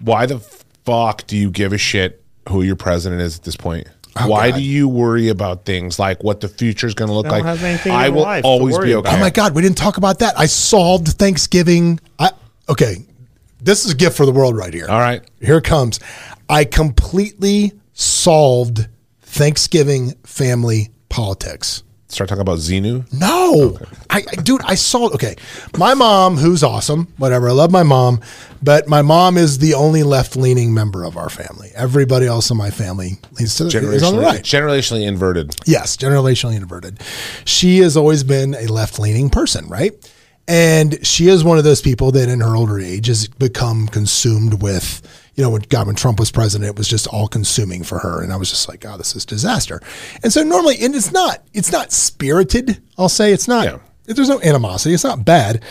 [SPEAKER 4] Why the fuck do you give a shit who your president is at this point?
[SPEAKER 3] Oh,
[SPEAKER 4] Why do you worry about things like what the future is going to look
[SPEAKER 2] don't
[SPEAKER 4] like?
[SPEAKER 2] have anything in
[SPEAKER 4] I
[SPEAKER 2] your
[SPEAKER 4] will
[SPEAKER 2] life to
[SPEAKER 4] always
[SPEAKER 2] worry
[SPEAKER 4] be okay.
[SPEAKER 2] about.
[SPEAKER 3] Oh my God, we didn't talk about that. I solved Thanksgiving. I okay. This is a gift for the world right here.
[SPEAKER 4] All right.
[SPEAKER 3] Here it comes. I completely solved Thanksgiving family politics.
[SPEAKER 4] Start talking about Xenu.
[SPEAKER 3] No, I, I dude, I saw. Okay, my mom, who's awesome, whatever. I love my mom, but my mom is the only left-leaning member of our family. Everybody else in my family leans to the, is on the
[SPEAKER 4] Generationally,
[SPEAKER 3] right.
[SPEAKER 4] generationally inverted.
[SPEAKER 3] Yes, generationally inverted. She has always been a left leaning person, right? And she is one of those people that in her older age has become consumed with, you know, when God, when Trump was president, it was just all consuming for her. And I was just like, oh, this is disaster. And so normally, and it's not, it's not spirited, I'll say. It's not,
[SPEAKER 4] Yeah.
[SPEAKER 3] there's no animosity. It's not bad.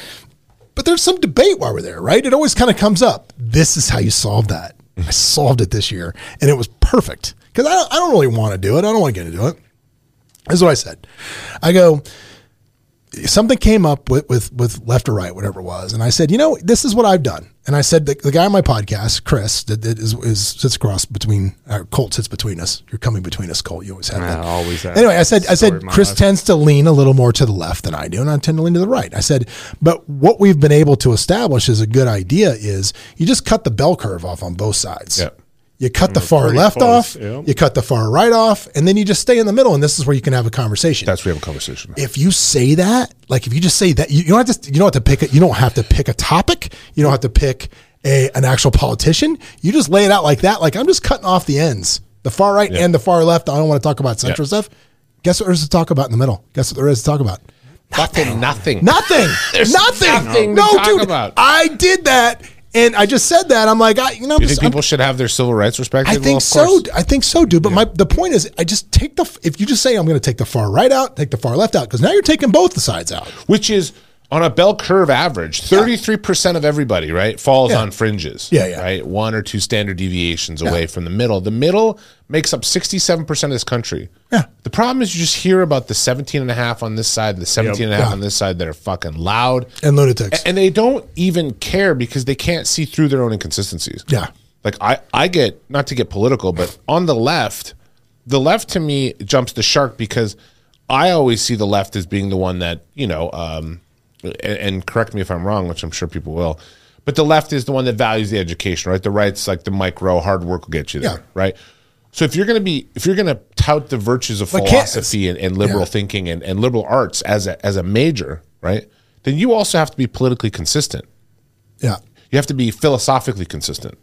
[SPEAKER 3] But there's some debate while we're there, right? It always kind of comes up. This is how you solve that. I solved it this year, and it was perfect because I, don't- I don't really want to do it. I don't want to get into it. This is what I said. I go, something came up with, with, with left or right, whatever it was. And I said, you know, this is what I've done. And I said, the, the guy on my podcast, Chris, that, that is, is sits across between, or Colt sits between us. You're coming between us, Colt. You always have that.
[SPEAKER 2] I always have
[SPEAKER 3] Anyway, I said, I
[SPEAKER 2] that story
[SPEAKER 3] said,
[SPEAKER 2] in my
[SPEAKER 3] Chris
[SPEAKER 2] life.
[SPEAKER 3] tends to lean a little more to the left than I do, and I tend to lean to the right. I said, but what we've been able to establish is a good idea is you just cut the bell curve off on both sides.
[SPEAKER 4] Yeah.
[SPEAKER 3] You cut the far
[SPEAKER 2] pretty
[SPEAKER 3] left
[SPEAKER 2] close,
[SPEAKER 3] off,
[SPEAKER 2] yeah.
[SPEAKER 3] you cut the far right off, and then you just stay in the middle, and this is where you can have a conversation
[SPEAKER 4] That's where we have a conversation.
[SPEAKER 3] if you say that, like if you just say that, you, you don't have to. You don't have to pick. A, you don't have to pick a topic. You don't have to pick a an actual politician. You just lay it out like that. Like I'm just cutting off the ends, the far right and the far left. I don't want to talk about central stuff. Guess what there's to talk about in the middle? Guess what there is to talk about?
[SPEAKER 4] Nothing. Nothing. [LAUGHS]
[SPEAKER 3] Nothing. nothing.
[SPEAKER 4] nothing to
[SPEAKER 3] no,
[SPEAKER 4] talk
[SPEAKER 3] dude.
[SPEAKER 4] about.
[SPEAKER 3] I did that, and I just said that. I'm like, I, you know, I'm
[SPEAKER 4] You
[SPEAKER 3] just,
[SPEAKER 4] think
[SPEAKER 3] I'm-
[SPEAKER 4] people should have their civil rights respected?
[SPEAKER 3] I
[SPEAKER 4] Well,
[SPEAKER 3] think
[SPEAKER 4] of
[SPEAKER 3] so.
[SPEAKER 4] course.
[SPEAKER 3] I think so, dude. But my the point is, I just take the f- if you just say I'm going to take the far right out, take the far left out, because now you're taking both the sides out.
[SPEAKER 4] Which is on a bell curve average, thirty-three percent of everybody right falls on fringes.
[SPEAKER 3] Yeah, yeah.
[SPEAKER 4] Right, one or two standard deviations away from the middle. The middle makes up sixty-seven percent of this country.
[SPEAKER 3] Yeah.
[SPEAKER 4] The problem is you just hear about the 17 and a half on this side, the 17 and a half
[SPEAKER 3] Yeah.
[SPEAKER 4] on this side that are fucking loud,
[SPEAKER 3] and lunatics.
[SPEAKER 4] and they don't even care because they can't see through their own inconsistencies.
[SPEAKER 3] Yeah.
[SPEAKER 4] Like I, I get not to get political, but on the left, the left to me jumps the shark because I always see the left as being the one that you know, um, and, and correct me if I'm wrong, which I'm sure people will, but the left is the one that values the education, right? The right's like the micro hard work will get you there,
[SPEAKER 3] Yeah.
[SPEAKER 4] right? So if you're gonna be if you're gonna tout the virtues of
[SPEAKER 3] But can't-
[SPEAKER 4] philosophy and, and liberal
[SPEAKER 3] Yeah.
[SPEAKER 4] thinking and, and liberal arts as a, as a major, right? Then you also have to be politically consistent.
[SPEAKER 3] yeah,
[SPEAKER 4] You have to be philosophically consistent,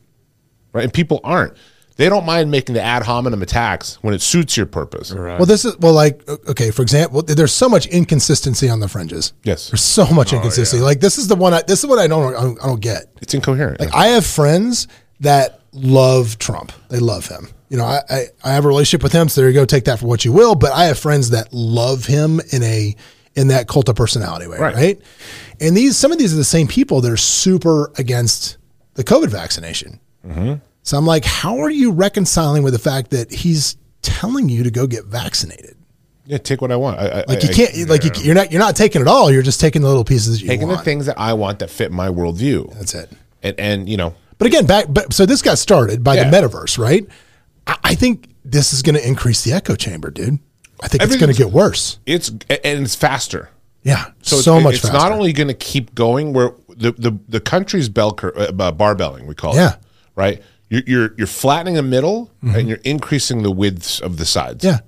[SPEAKER 4] right? And people aren't. They don't mind making the ad hominem attacks when it suits your purpose.
[SPEAKER 3] Well, this is well, like o- okay, for example, there's so much inconsistency on the fringes.
[SPEAKER 4] Yes. Oh,
[SPEAKER 3] there's so much inconsistency. Like this is the one. I, this is what I don't. I don't, I don't get.
[SPEAKER 4] It's incoherent.
[SPEAKER 3] Like I have friends that love Trump. They love him. You know, I, I, I have a relationship with him, so there you go, take that for what you will. But I have friends that love him in a in that cult of personality way,
[SPEAKER 4] Right.
[SPEAKER 3] right? And these some of these are the same people that are super against the COVID vaccination.
[SPEAKER 4] Mm-hmm.
[SPEAKER 3] So I'm like, how are you reconciling with the fact that he's telling you to go get vaccinated?
[SPEAKER 4] yeah, take what I want. I, I-
[SPEAKER 3] Like
[SPEAKER 4] I-
[SPEAKER 3] you can't, like you, you're not, you're not taking it all. You're just taking the little pieces that you
[SPEAKER 4] taking
[SPEAKER 3] want.
[SPEAKER 4] the things that I want that fit my worldview.
[SPEAKER 3] That's it.
[SPEAKER 4] and and you know,
[SPEAKER 3] But again, back but, so this got started by
[SPEAKER 4] Yeah.
[SPEAKER 3] the metaverse, right? I, I think this is going to increase the echo chamber, dude. I think it's going
[SPEAKER 4] Everything's-
[SPEAKER 3] to get worse.
[SPEAKER 4] it's and it's faster.
[SPEAKER 3] Yeah, so,
[SPEAKER 4] it's-
[SPEAKER 3] much
[SPEAKER 4] It's
[SPEAKER 3] faster.
[SPEAKER 4] not only going to keep going where the the, the country's bell curve, uh, barbelling, we call
[SPEAKER 3] Yeah. Mm-hmm.
[SPEAKER 4] it. Right. You're, you're you're flattening the middle and you're increasing the widths of the sides.
[SPEAKER 3] Yeah.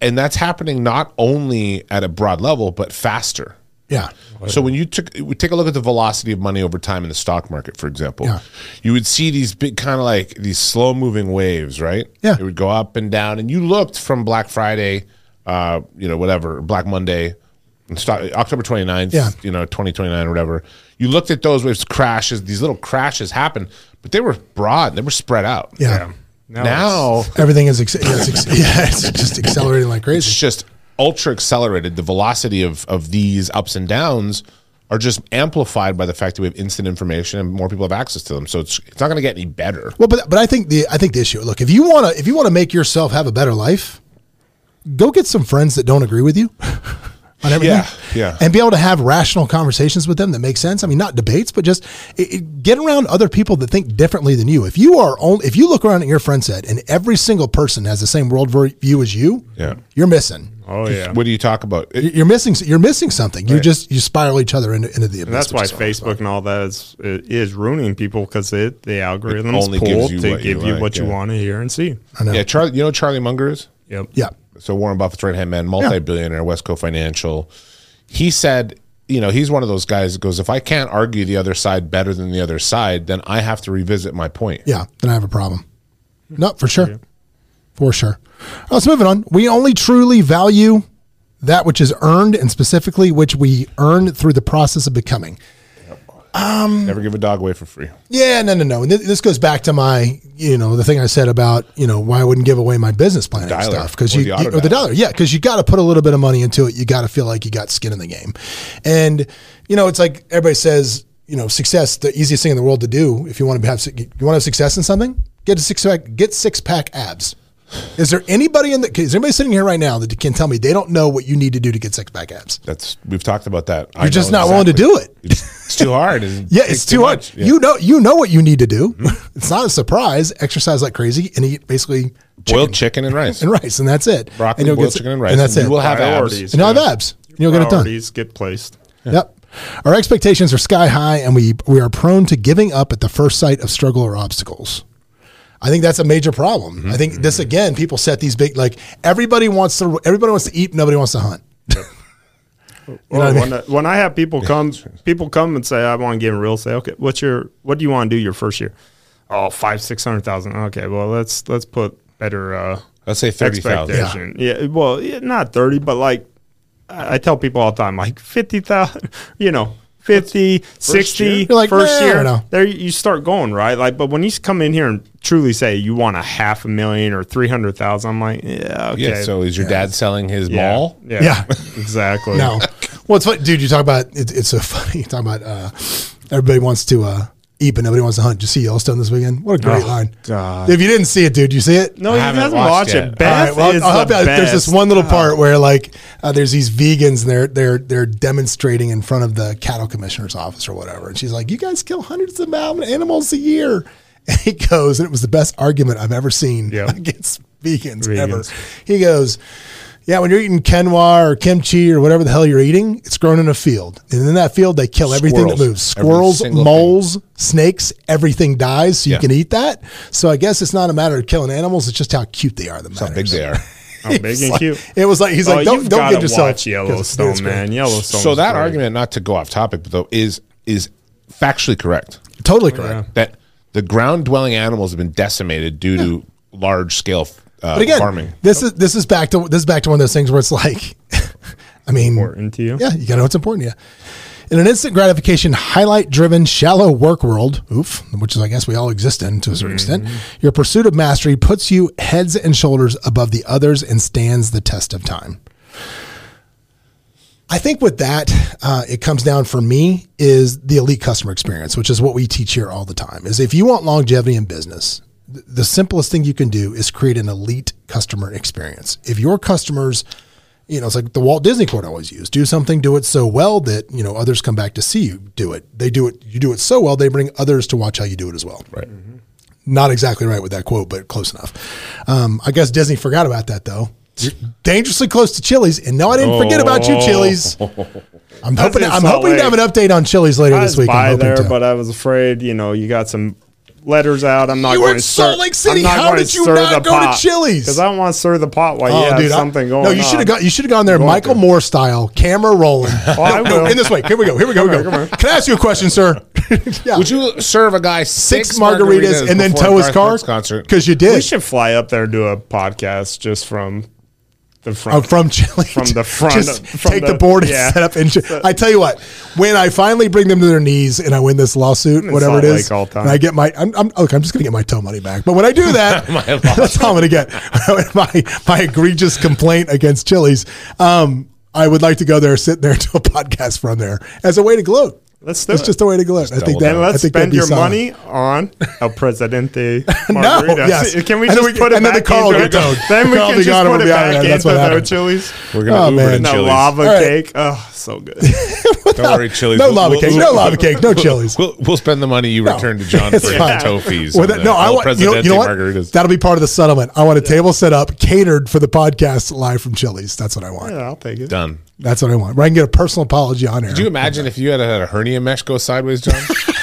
[SPEAKER 4] And that's happening not only at a broad level but faster.
[SPEAKER 3] yeah,
[SPEAKER 4] So when you took we take a look at the velocity of money over time in the stock market, for example,
[SPEAKER 3] Yeah.
[SPEAKER 4] you would see these big kind of like these slow moving waves, right?
[SPEAKER 3] Yeah.
[SPEAKER 4] it would go up and down, and you looked from Black Friday, uh, you know, whatever Black Monday, and stock, October 29th,
[SPEAKER 3] Yeah.
[SPEAKER 4] you know, twenty twenty nine or whatever. You looked at those waves crashes; these little crashes happened, but they were broad, they were spread out.
[SPEAKER 3] yeah.
[SPEAKER 2] Now
[SPEAKER 4] now
[SPEAKER 3] [LAUGHS] Everything is ex- yeah, it's, ex- yeah, it's just accelerating like
[SPEAKER 4] it's
[SPEAKER 3] crazy.
[SPEAKER 4] just ultra accelerated. The velocity of of these ups and downs are just amplified by the fact that we have instant information and more people have access to them. So it's it's not going to get any better.
[SPEAKER 3] Well, but but I think the I think the issue. Look, if you want to if you want to make yourself have a better life, go get some friends that don't agree with you [LAUGHS] on everything.
[SPEAKER 4] Yeah, yeah.
[SPEAKER 3] And be able to have rational conversations with them that make sense. I mean, not debates, but just it, it- get around other people that think differently than you. If you are only if you look around at your friend set and every single person has the same world view as you,
[SPEAKER 4] Yeah.
[SPEAKER 3] you're missing.
[SPEAKER 2] Oh yeah.
[SPEAKER 4] What do you talk about? It-
[SPEAKER 3] You're missing. You're missing something. You just you spiral each other into, into the abyss.
[SPEAKER 2] And that's
[SPEAKER 3] which
[SPEAKER 2] why
[SPEAKER 3] is awful.
[SPEAKER 2] Facebook and all that is is ruining people because it the algorithm is
[SPEAKER 4] only gives
[SPEAKER 2] pulled
[SPEAKER 4] you
[SPEAKER 2] to
[SPEAKER 4] what you
[SPEAKER 2] give you
[SPEAKER 4] like,
[SPEAKER 2] what you
[SPEAKER 4] yeah.
[SPEAKER 2] want to hear and see.
[SPEAKER 3] I know.
[SPEAKER 4] yeah, Charlie. You know who Charlie Munger is.
[SPEAKER 2] Yep.
[SPEAKER 3] Yeah.
[SPEAKER 4] so Warren Buffett's right hand man, multi-billionaire, Westco Financial. He said, you know, he's one of those guys that goes, if I can't argue the other side better than the other side, then I have to revisit my point.
[SPEAKER 3] Yeah, then I have a problem. No, for sure. For sure. All right, Let's move it on. We only truly value that which is earned and specifically which we earn through the process of becoming.
[SPEAKER 4] Never give a dog away for free.
[SPEAKER 3] Yeah, no, no, no. And thi- this goes back to my, you know, the thing I said about, you know, why I wouldn't give away my business plan and
[SPEAKER 4] Dialer,
[SPEAKER 3] stuff because
[SPEAKER 4] or
[SPEAKER 3] you,
[SPEAKER 4] the
[SPEAKER 3] you
[SPEAKER 4] auto
[SPEAKER 3] or the
[SPEAKER 4] dialer.
[SPEAKER 3] dollar, yeah, because you got to put a little bit of money into it. You got to feel like you got skin in the game, and you know, it's like everybody says, you know, success the easiest thing in the world to do if you want to have su- you want to have success in something, get a six pack, get six pack abs. Is there anybody in the? Is there anybody sitting here right now that can tell me they don't know what you need to do to get six pack abs?
[SPEAKER 4] That's we've talked about that.
[SPEAKER 3] You're just not willing to do it.
[SPEAKER 4] It's too
[SPEAKER 3] [LAUGHS]
[SPEAKER 4] hard.
[SPEAKER 3] Yeah, it's too much. You know, you know what you need to do.
[SPEAKER 4] Mm-hmm.
[SPEAKER 3] [LAUGHS] It's not a surprise. Exercise like crazy and eat basically
[SPEAKER 4] boiled chicken and rice,
[SPEAKER 3] and rice, and that's it.
[SPEAKER 4] broccoli,
[SPEAKER 3] and you'll
[SPEAKER 4] boiled
[SPEAKER 3] get-
[SPEAKER 4] chicken and rice.
[SPEAKER 3] and that's it.
[SPEAKER 4] You will have abs.
[SPEAKER 2] Priorities.
[SPEAKER 3] and you'll have abs. And you'll get it done.
[SPEAKER 2] Priorities get placed.
[SPEAKER 3] Yep. Our expectations are sky high, and we we are prone to giving up at the first sight of struggle or obstacles. I think that's a major problem.
[SPEAKER 4] Mm-hmm.
[SPEAKER 3] I think this again, people set these big like everybody wants to everybody wants to eat, nobody wants to hunt. [LAUGHS]
[SPEAKER 2] Well,
[SPEAKER 3] what I mean?
[SPEAKER 2] when, I, when I have
[SPEAKER 4] [LAUGHS]
[SPEAKER 2] people come, people come and say, "I want to get in real estate." Okay, what's your what do you want to do your first year? Oh, five six hundred thousand. Okay, well let's let's put better. Uh,
[SPEAKER 4] Let's say 30,000.
[SPEAKER 2] expectation. Yeah. well, yeah, not thirty, but like I I tell people all the time, like fifty thousand. [LAUGHS] You know. 50, 60,
[SPEAKER 4] year?
[SPEAKER 3] You're like,
[SPEAKER 2] first
[SPEAKER 3] "Nah, I don't
[SPEAKER 2] year,
[SPEAKER 3] know."
[SPEAKER 2] there you start going, right? Like, but when you come in here and truly say you want a half a million or 300,000, I'm like, yeah, okay.
[SPEAKER 4] Yeah. So is your dad selling his
[SPEAKER 2] yeah,
[SPEAKER 4] mall?
[SPEAKER 2] Yeah,
[SPEAKER 3] Yeah.
[SPEAKER 2] [LAUGHS] exactly.
[SPEAKER 3] No. Well, it's funny, dude. You talk about it, it's so [LAUGHS] funny. You talk about uh, everybody wants to uh, eat, but nobody wants to hunt. Did you see Yellowstone this weekend? What a great
[SPEAKER 2] Oh,
[SPEAKER 3] line!
[SPEAKER 2] God.
[SPEAKER 3] If you didn't see it, dude, you see it?
[SPEAKER 2] No, he
[SPEAKER 4] haven't
[SPEAKER 2] hasn't
[SPEAKER 4] watched
[SPEAKER 2] watched
[SPEAKER 4] yet.
[SPEAKER 2] it. Beth
[SPEAKER 3] I'll-
[SPEAKER 2] is
[SPEAKER 3] I'll help
[SPEAKER 2] the
[SPEAKER 3] you out. There's this
[SPEAKER 2] best.
[SPEAKER 3] one little
[SPEAKER 4] Oh.
[SPEAKER 3] part where like uh, there's these vegans and they're they're they're demonstrating in front of the cattle commissioner's office or whatever, and she's like, "You guys kill hundreds of mountain animals a year." [LAUGHS] And he goes, and it was the best argument I've ever seen [LAUGHS]
[SPEAKER 2] Yep.
[SPEAKER 3] against vegans, ever.
[SPEAKER 2] Vegans.
[SPEAKER 3] He goes, "Yeah, when you're eating quinoa or kimchi or whatever the hell you're eating, it's grown in a field, and in that field they kill everything that
[SPEAKER 4] Squirrels.
[SPEAKER 3] moves:
[SPEAKER 4] Every
[SPEAKER 3] squirrels,
[SPEAKER 4] single thing.
[SPEAKER 3] moles." animals, snakes, everything dies, so you
[SPEAKER 4] Yeah.
[SPEAKER 3] can eat that. So I guess it's not a matter of killing animals; it's just how cute they are. The
[SPEAKER 4] How big they are.
[SPEAKER 2] How big and cute.
[SPEAKER 3] It was [LAUGHS] like he's
[SPEAKER 2] Oh,
[SPEAKER 3] like, don't
[SPEAKER 2] you've
[SPEAKER 3] don't
[SPEAKER 2] gotta
[SPEAKER 3] get yourself
[SPEAKER 2] watch Yellowstone, man. Yellowstone.
[SPEAKER 4] So that argument, not to go off topic, but though, is is factually correct.
[SPEAKER 3] Totally correct.
[SPEAKER 4] that the ground dwelling animals have been decimated due to large scale uh,
[SPEAKER 3] But again,
[SPEAKER 4] farming.
[SPEAKER 3] this is this is back to this is back to one of those things where it's like, [LAUGHS] I mean,
[SPEAKER 2] important to you.
[SPEAKER 3] yeah, you gotta know what's important to you. In an instant gratification, highlight driven, shallow work world, oof, which is, I guess, we all exist in to a certain extent,
[SPEAKER 2] Mm-hmm.
[SPEAKER 3] your pursuit of mastery puts you heads and shoulders above the others and stands the test of time. I think with that, uh, it comes down for me is the elite customer experience, which is what we teach here all the time. Is if you want longevity in business, th- the simplest thing you can do is create an elite customer experience. If your customers, you know, it's like the Walt Disney quote I always use: "Do something, do it so well that you know others come back to see you do it. They do it, you do it so well, they bring others to watch how you do it as well." Right not exactly right with that quote, but close enough. Um, I guess Disney forgot about that though. You're dangerously close to Chili's, and no, I didn't forget about you,
[SPEAKER 2] [LAUGHS]
[SPEAKER 3] Chili's. I'm hoping.
[SPEAKER 2] in
[SPEAKER 3] I'm
[SPEAKER 2] Salt
[SPEAKER 3] hoping to
[SPEAKER 2] Lake.
[SPEAKER 3] have an update on Chili's later
[SPEAKER 2] I
[SPEAKER 3] this
[SPEAKER 2] was
[SPEAKER 3] week.
[SPEAKER 2] by
[SPEAKER 3] I'm hoping
[SPEAKER 2] there,
[SPEAKER 3] to.
[SPEAKER 2] but I was afraid. You know, you got some letters out. I'm not
[SPEAKER 3] You were
[SPEAKER 2] going
[SPEAKER 3] in
[SPEAKER 2] to
[SPEAKER 3] Salt
[SPEAKER 2] stir-
[SPEAKER 3] Lake City.
[SPEAKER 2] I'm not
[SPEAKER 3] How
[SPEAKER 2] going
[SPEAKER 3] did you not go to Chili's?
[SPEAKER 2] Because I don't want to stir the pot while
[SPEAKER 3] Oh,
[SPEAKER 2] you have
[SPEAKER 3] dude, I-
[SPEAKER 2] something going.
[SPEAKER 3] No, you should have got. You should have gone there, Michael
[SPEAKER 2] to.
[SPEAKER 3] Moore style, camera
[SPEAKER 2] [LAUGHS]
[SPEAKER 3] rolling. No,
[SPEAKER 2] I
[SPEAKER 3] no,
[SPEAKER 2] will.
[SPEAKER 3] in this way. Here we go. Here we go.
[SPEAKER 2] Come
[SPEAKER 3] we
[SPEAKER 2] here,
[SPEAKER 3] go.
[SPEAKER 2] come here.
[SPEAKER 3] Can I ask you a question,
[SPEAKER 2] [LAUGHS]
[SPEAKER 3] sir? yeah.
[SPEAKER 4] Would you serve a guy six,
[SPEAKER 3] uh, six, margaritas, and then
[SPEAKER 4] before
[SPEAKER 3] tow his
[SPEAKER 4] Garth
[SPEAKER 3] car?
[SPEAKER 4] Brooks concert?
[SPEAKER 3] because you did.
[SPEAKER 2] We should fly up there and do a podcast just from The front.
[SPEAKER 3] I'm from Chile.
[SPEAKER 2] From the
[SPEAKER 3] [LAUGHS]
[SPEAKER 2] front
[SPEAKER 3] Just
[SPEAKER 2] of- from
[SPEAKER 3] take the,
[SPEAKER 2] the-
[SPEAKER 3] board and
[SPEAKER 2] yeah.
[SPEAKER 3] set up. And I tell you what, when I finally bring them to their knees and I win this lawsuit, whatever
[SPEAKER 2] Salt
[SPEAKER 3] it is,
[SPEAKER 2] Lake all time.
[SPEAKER 3] and I get my, I'm, I'm look, I'm just gonna get my tow money back. But when I
[SPEAKER 4] [LAUGHS]
[SPEAKER 3] do that, [LAUGHS]
[SPEAKER 4] My
[SPEAKER 3] that's all I'm gonna get. [LAUGHS] my my egregious complaint against Chili's. Um, I would like to go there, sit there, [LAUGHS] and do a podcast from there as a way to gloat.
[SPEAKER 2] Let's do
[SPEAKER 3] That's
[SPEAKER 2] it.
[SPEAKER 3] just a way to gloat. I think
[SPEAKER 4] double
[SPEAKER 3] that.
[SPEAKER 4] down.
[SPEAKER 2] And
[SPEAKER 3] I
[SPEAKER 2] let's
[SPEAKER 3] think that'd
[SPEAKER 2] spend
[SPEAKER 3] be
[SPEAKER 2] your
[SPEAKER 3] solid.
[SPEAKER 2] money on El Presidente
[SPEAKER 3] [LAUGHS] No,
[SPEAKER 2] margaritas.
[SPEAKER 3] yes.
[SPEAKER 2] Can we
[SPEAKER 3] And then
[SPEAKER 2] just
[SPEAKER 3] we-
[SPEAKER 2] put it
[SPEAKER 3] and then
[SPEAKER 2] back
[SPEAKER 3] the car will
[SPEAKER 2] into
[SPEAKER 3] get towed.
[SPEAKER 2] Then we
[SPEAKER 3] Car will
[SPEAKER 2] can
[SPEAKER 3] be
[SPEAKER 2] just
[SPEAKER 3] gone and
[SPEAKER 2] put
[SPEAKER 3] we'll
[SPEAKER 2] it
[SPEAKER 3] be out of
[SPEAKER 2] back
[SPEAKER 3] there.
[SPEAKER 2] into
[SPEAKER 3] That's what
[SPEAKER 2] the
[SPEAKER 3] happened.
[SPEAKER 2] chilies.
[SPEAKER 4] We're gonna
[SPEAKER 3] Oh,
[SPEAKER 4] Uber
[SPEAKER 3] man.
[SPEAKER 4] to
[SPEAKER 2] And the
[SPEAKER 4] Chili's.
[SPEAKER 2] lava
[SPEAKER 3] All right.
[SPEAKER 2] cake. Oh, so good.
[SPEAKER 4] Don't worry, Chili's.
[SPEAKER 3] No
[SPEAKER 4] We'll-
[SPEAKER 3] lava
[SPEAKER 4] we'll-
[SPEAKER 3] cake. No lava cake. No Chili's.
[SPEAKER 4] We'll, we'll spend the money you return to John
[SPEAKER 3] [LAUGHS] It's
[SPEAKER 4] for
[SPEAKER 3] fine.
[SPEAKER 4] tow fees.
[SPEAKER 3] Well,
[SPEAKER 4] on
[SPEAKER 3] that-
[SPEAKER 4] the
[SPEAKER 3] no, I
[SPEAKER 4] El
[SPEAKER 3] want you know, you
[SPEAKER 4] Presidente
[SPEAKER 3] know what?
[SPEAKER 4] margaritas.
[SPEAKER 3] That'll be part of the settlement. I want a table set up catered for the podcast live from Chili's. That's what I want.
[SPEAKER 2] Yeah, I'll take it.
[SPEAKER 4] Done.
[SPEAKER 3] That's what I want. Where I can get a personal apology on air. [LAUGHS]
[SPEAKER 4] Do you imagine if you had had a hernia mesh go sideways, John?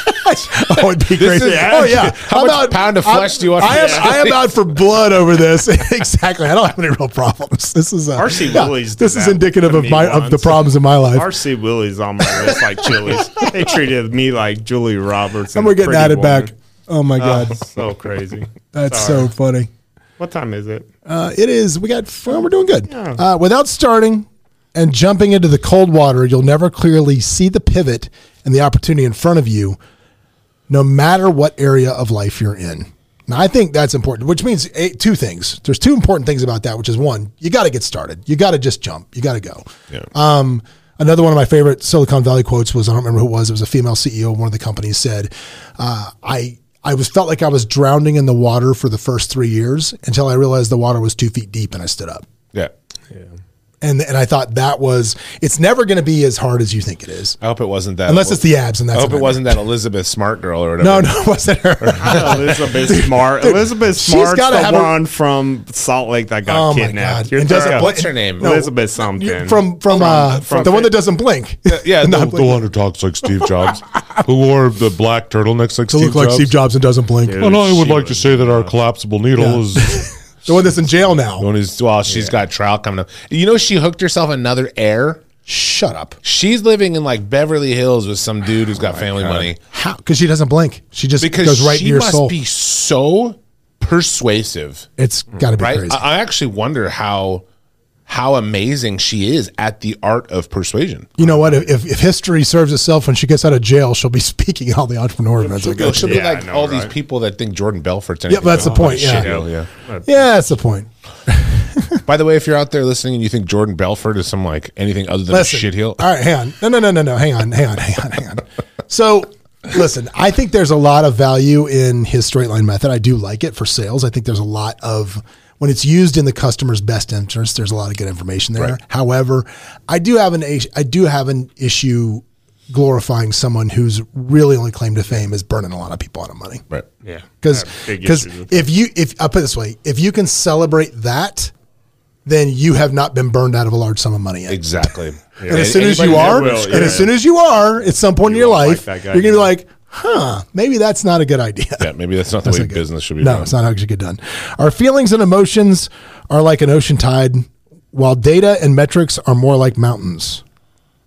[SPEAKER 3] oh, it'd be
[SPEAKER 4] This
[SPEAKER 3] great.
[SPEAKER 4] is-
[SPEAKER 3] oh yeah.
[SPEAKER 4] How much pound of flesh
[SPEAKER 3] I'm-
[SPEAKER 4] do you want
[SPEAKER 3] I
[SPEAKER 4] for
[SPEAKER 3] am,
[SPEAKER 4] Chili's?
[SPEAKER 3] I am out for blood over this. [LAUGHS] exactly. I don't have any real problems. This is uh,
[SPEAKER 2] RC
[SPEAKER 3] yeah,
[SPEAKER 2] Willie's did
[SPEAKER 3] This is
[SPEAKER 2] that
[SPEAKER 3] indicative
[SPEAKER 2] to
[SPEAKER 3] of
[SPEAKER 2] me
[SPEAKER 3] my of the
[SPEAKER 2] once.
[SPEAKER 3] problems in my life.
[SPEAKER 2] RC Willie's on my list like chilies. They treated me like Julie Roberts.
[SPEAKER 3] and
[SPEAKER 2] in
[SPEAKER 3] we're getting
[SPEAKER 2] Pretty
[SPEAKER 3] added
[SPEAKER 2] Woman.
[SPEAKER 3] back. Oh my
[SPEAKER 2] Oh,
[SPEAKER 4] Uh,
[SPEAKER 3] god,
[SPEAKER 4] [LAUGHS]
[SPEAKER 2] so crazy.
[SPEAKER 3] that's
[SPEAKER 2] Sorry.
[SPEAKER 3] so funny.
[SPEAKER 2] What time
[SPEAKER 3] [LAUGHS]
[SPEAKER 2] is it?
[SPEAKER 3] Uh, it is. We got. Well, we're doing good. Uh, without starting and jumping into the cold water, you'll never clearly see the pivot and the opportunity in front of you, no matter what area of life you're in. Now, I think that's important, which means eh, two things. There's two important things about that, which is one, you got to get started. You got to just jump. You got to go. Um, another one of my favorite Silicon Valley quotes was I don't remember who it was. It was a female CEO of one of the companies said, uh, "I I was felt like I was drowning in the water for the first three years until I realized the water was two feet deep and I stood up."
[SPEAKER 4] yeah.
[SPEAKER 3] And and I thought that was it's never going to be as hard as you think it is,
[SPEAKER 4] I hope it wasn't that.
[SPEAKER 3] unless it's the abs and
[SPEAKER 4] I
[SPEAKER 3] that's.
[SPEAKER 4] hope
[SPEAKER 3] what
[SPEAKER 4] it wasn't that Elizabeth Smart girl [LAUGHS] or whatever.
[SPEAKER 3] meant. No, [LAUGHS] no, it wasn't her.
[SPEAKER 2] Elizabeth Smart. Elizabeth
[SPEAKER 3] she's
[SPEAKER 2] Smart's
[SPEAKER 3] gotta
[SPEAKER 2] the
[SPEAKER 3] have a-
[SPEAKER 2] one from Salt Lake that got
[SPEAKER 3] Oh my
[SPEAKER 2] kidnapped.
[SPEAKER 3] God.
[SPEAKER 2] You're
[SPEAKER 3] And doesn't
[SPEAKER 2] thinking of-
[SPEAKER 4] What's her name?
[SPEAKER 2] [LAUGHS] Elizabeth something.
[SPEAKER 3] from from uh,
[SPEAKER 2] from-
[SPEAKER 3] the one that doesn't blink.
[SPEAKER 4] Yeah,
[SPEAKER 3] [LAUGHS] Not
[SPEAKER 4] the,
[SPEAKER 3] blink.
[SPEAKER 4] the one who talks like Steve Jobs, who wore the black turtlenecks like
[SPEAKER 3] to
[SPEAKER 4] Steve
[SPEAKER 3] look like
[SPEAKER 4] Jobs.
[SPEAKER 3] Steve Jobs and doesn't blink.
[SPEAKER 2] Dude,
[SPEAKER 4] And I would
[SPEAKER 2] she
[SPEAKER 4] like to
[SPEAKER 2] was-
[SPEAKER 4] say that our collapsible needle
[SPEAKER 3] Yeah.
[SPEAKER 4] is
[SPEAKER 3] The one that's in jail now.
[SPEAKER 4] one is well, she's got trial coming up. You know, she hooked herself another heir.
[SPEAKER 3] Shut up.
[SPEAKER 4] She's living in like Beverly Hills with some dude who's
[SPEAKER 3] Oh
[SPEAKER 4] got family money
[SPEAKER 3] How? Because she doesn't blink. She just
[SPEAKER 4] because
[SPEAKER 3] goes right
[SPEAKER 4] she
[SPEAKER 3] to your
[SPEAKER 4] must
[SPEAKER 3] soul.
[SPEAKER 4] be so persuasive,
[SPEAKER 3] it's got to be
[SPEAKER 4] right? Uh-uh.
[SPEAKER 3] crazy.
[SPEAKER 4] I, I actually wonder how how amazing she is at the art of persuasion.
[SPEAKER 3] you know what? If, if history serves itself, when she gets out of jail, she'll be [LAUGHS] speaking at all the entrepreneur events. I
[SPEAKER 4] She'll,
[SPEAKER 3] guess.
[SPEAKER 4] she'll be
[SPEAKER 2] Yeah, I
[SPEAKER 4] like
[SPEAKER 2] know,
[SPEAKER 4] all these
[SPEAKER 2] right?
[SPEAKER 4] people that think Jordan Belfort's.
[SPEAKER 3] Yeah, that's the point, yeah.
[SPEAKER 4] yeah.
[SPEAKER 3] oh, Yeah, that's the point.
[SPEAKER 4] Oh, By the way, if you're out there listening and you think Jordan Belfort is some like anything other than
[SPEAKER 3] Listen,
[SPEAKER 4] a shitheel,
[SPEAKER 3] All right, hang on. No, no, no, no, no. Hang on, hang on, hang on, hang on. So, listen, I think there's a lot of value in his straight line method. I do like it for sales. I think there's a lot of when it's used in the customer's best interest. There's a lot of good information there. However, I do have an is- I do have an issue glorifying someone who's really only claim to fame is burning a lot of people out of money
[SPEAKER 4] right?
[SPEAKER 2] Yeah.
[SPEAKER 3] because
[SPEAKER 2] I have big
[SPEAKER 3] because
[SPEAKER 2] issues with
[SPEAKER 3] if you if I put it this way, if you can celebrate that, then you have not been burned out of a large sum of money yet.
[SPEAKER 4] Exactly.
[SPEAKER 3] And as soon as you
[SPEAKER 2] that
[SPEAKER 3] are,
[SPEAKER 2] will,
[SPEAKER 3] and
[SPEAKER 2] yeah.
[SPEAKER 3] as soon as you are, at some point in your
[SPEAKER 2] won't like
[SPEAKER 3] life,
[SPEAKER 2] that guy
[SPEAKER 3] you're gonna be
[SPEAKER 2] anymore.
[SPEAKER 3] like, "Huh, maybe that's not a good idea."
[SPEAKER 4] yeah, maybe that's not the way
[SPEAKER 3] not good.
[SPEAKER 4] business should be.
[SPEAKER 3] No,
[SPEAKER 4] run.
[SPEAKER 3] it's not how it should get done. Our feelings and emotions are like an ocean tide, while data and metrics are more like mountains.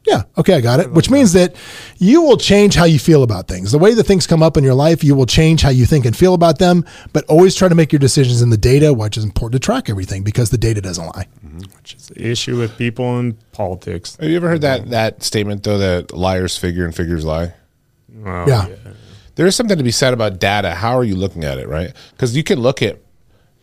[SPEAKER 3] Yeah, okay, I got it. Which means that you will change how you feel about things. The way that things come up in your life, you will change how you think and feel about them, but always try to make your decisions in the data, which is important to track everything because the data doesn't lie.
[SPEAKER 2] the issue with people in politics.
[SPEAKER 4] Have you ever heard that that statement though that liars figure and figures lie?
[SPEAKER 2] Well,
[SPEAKER 3] Yeah.
[SPEAKER 4] There is something to be said about data. How are you looking at it, right? Because you can look at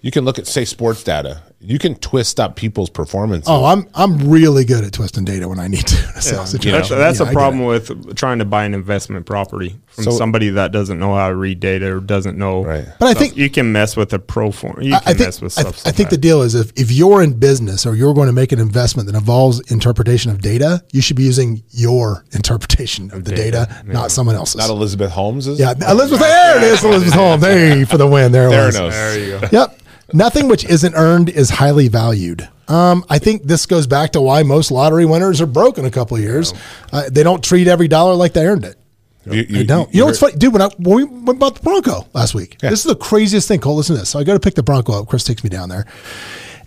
[SPEAKER 4] you can look at say sports data. You can twist up people's performance.
[SPEAKER 3] Oh, I'm I'm really good at twisting data when I need to. [LAUGHS] in a sales situation.
[SPEAKER 2] That's, that's
[SPEAKER 3] Yeah, I
[SPEAKER 2] a
[SPEAKER 3] get
[SPEAKER 2] problem
[SPEAKER 3] it.
[SPEAKER 2] with trying to buy an investment property from
[SPEAKER 4] So-
[SPEAKER 2] somebody that doesn't know how to read data or doesn't know.
[SPEAKER 4] Right.
[SPEAKER 3] But I
[SPEAKER 2] So
[SPEAKER 3] think-
[SPEAKER 2] you can mess with a pro form. You
[SPEAKER 3] I-
[SPEAKER 2] can
[SPEAKER 3] I think
[SPEAKER 2] mess with
[SPEAKER 3] I,
[SPEAKER 2] stuff.
[SPEAKER 3] I think the deal is if, if you're in business or you're going to make an investment that involves interpretation of data, you should be using your interpretation of the data, not someone else's.
[SPEAKER 4] Not Elizabeth Holmes is.
[SPEAKER 3] yeah, Elizabeth, there it is, Elizabeth Holmes. Hey, for the win. There it was.
[SPEAKER 4] Theranos.
[SPEAKER 2] you go.
[SPEAKER 3] Yep. Nothing which isn't earned is highly valued. Um, I think this goes back to why most lottery winners are broke in a couple of years. Uh, they don't treat every dollar like they earned it.
[SPEAKER 4] You,
[SPEAKER 3] I don't. You, know what's funny, dude? When I when we went about the Bronco last week, this is the craziest thing. Cole, listen to this. So I go to pick the Bronco up. Chris takes me down there,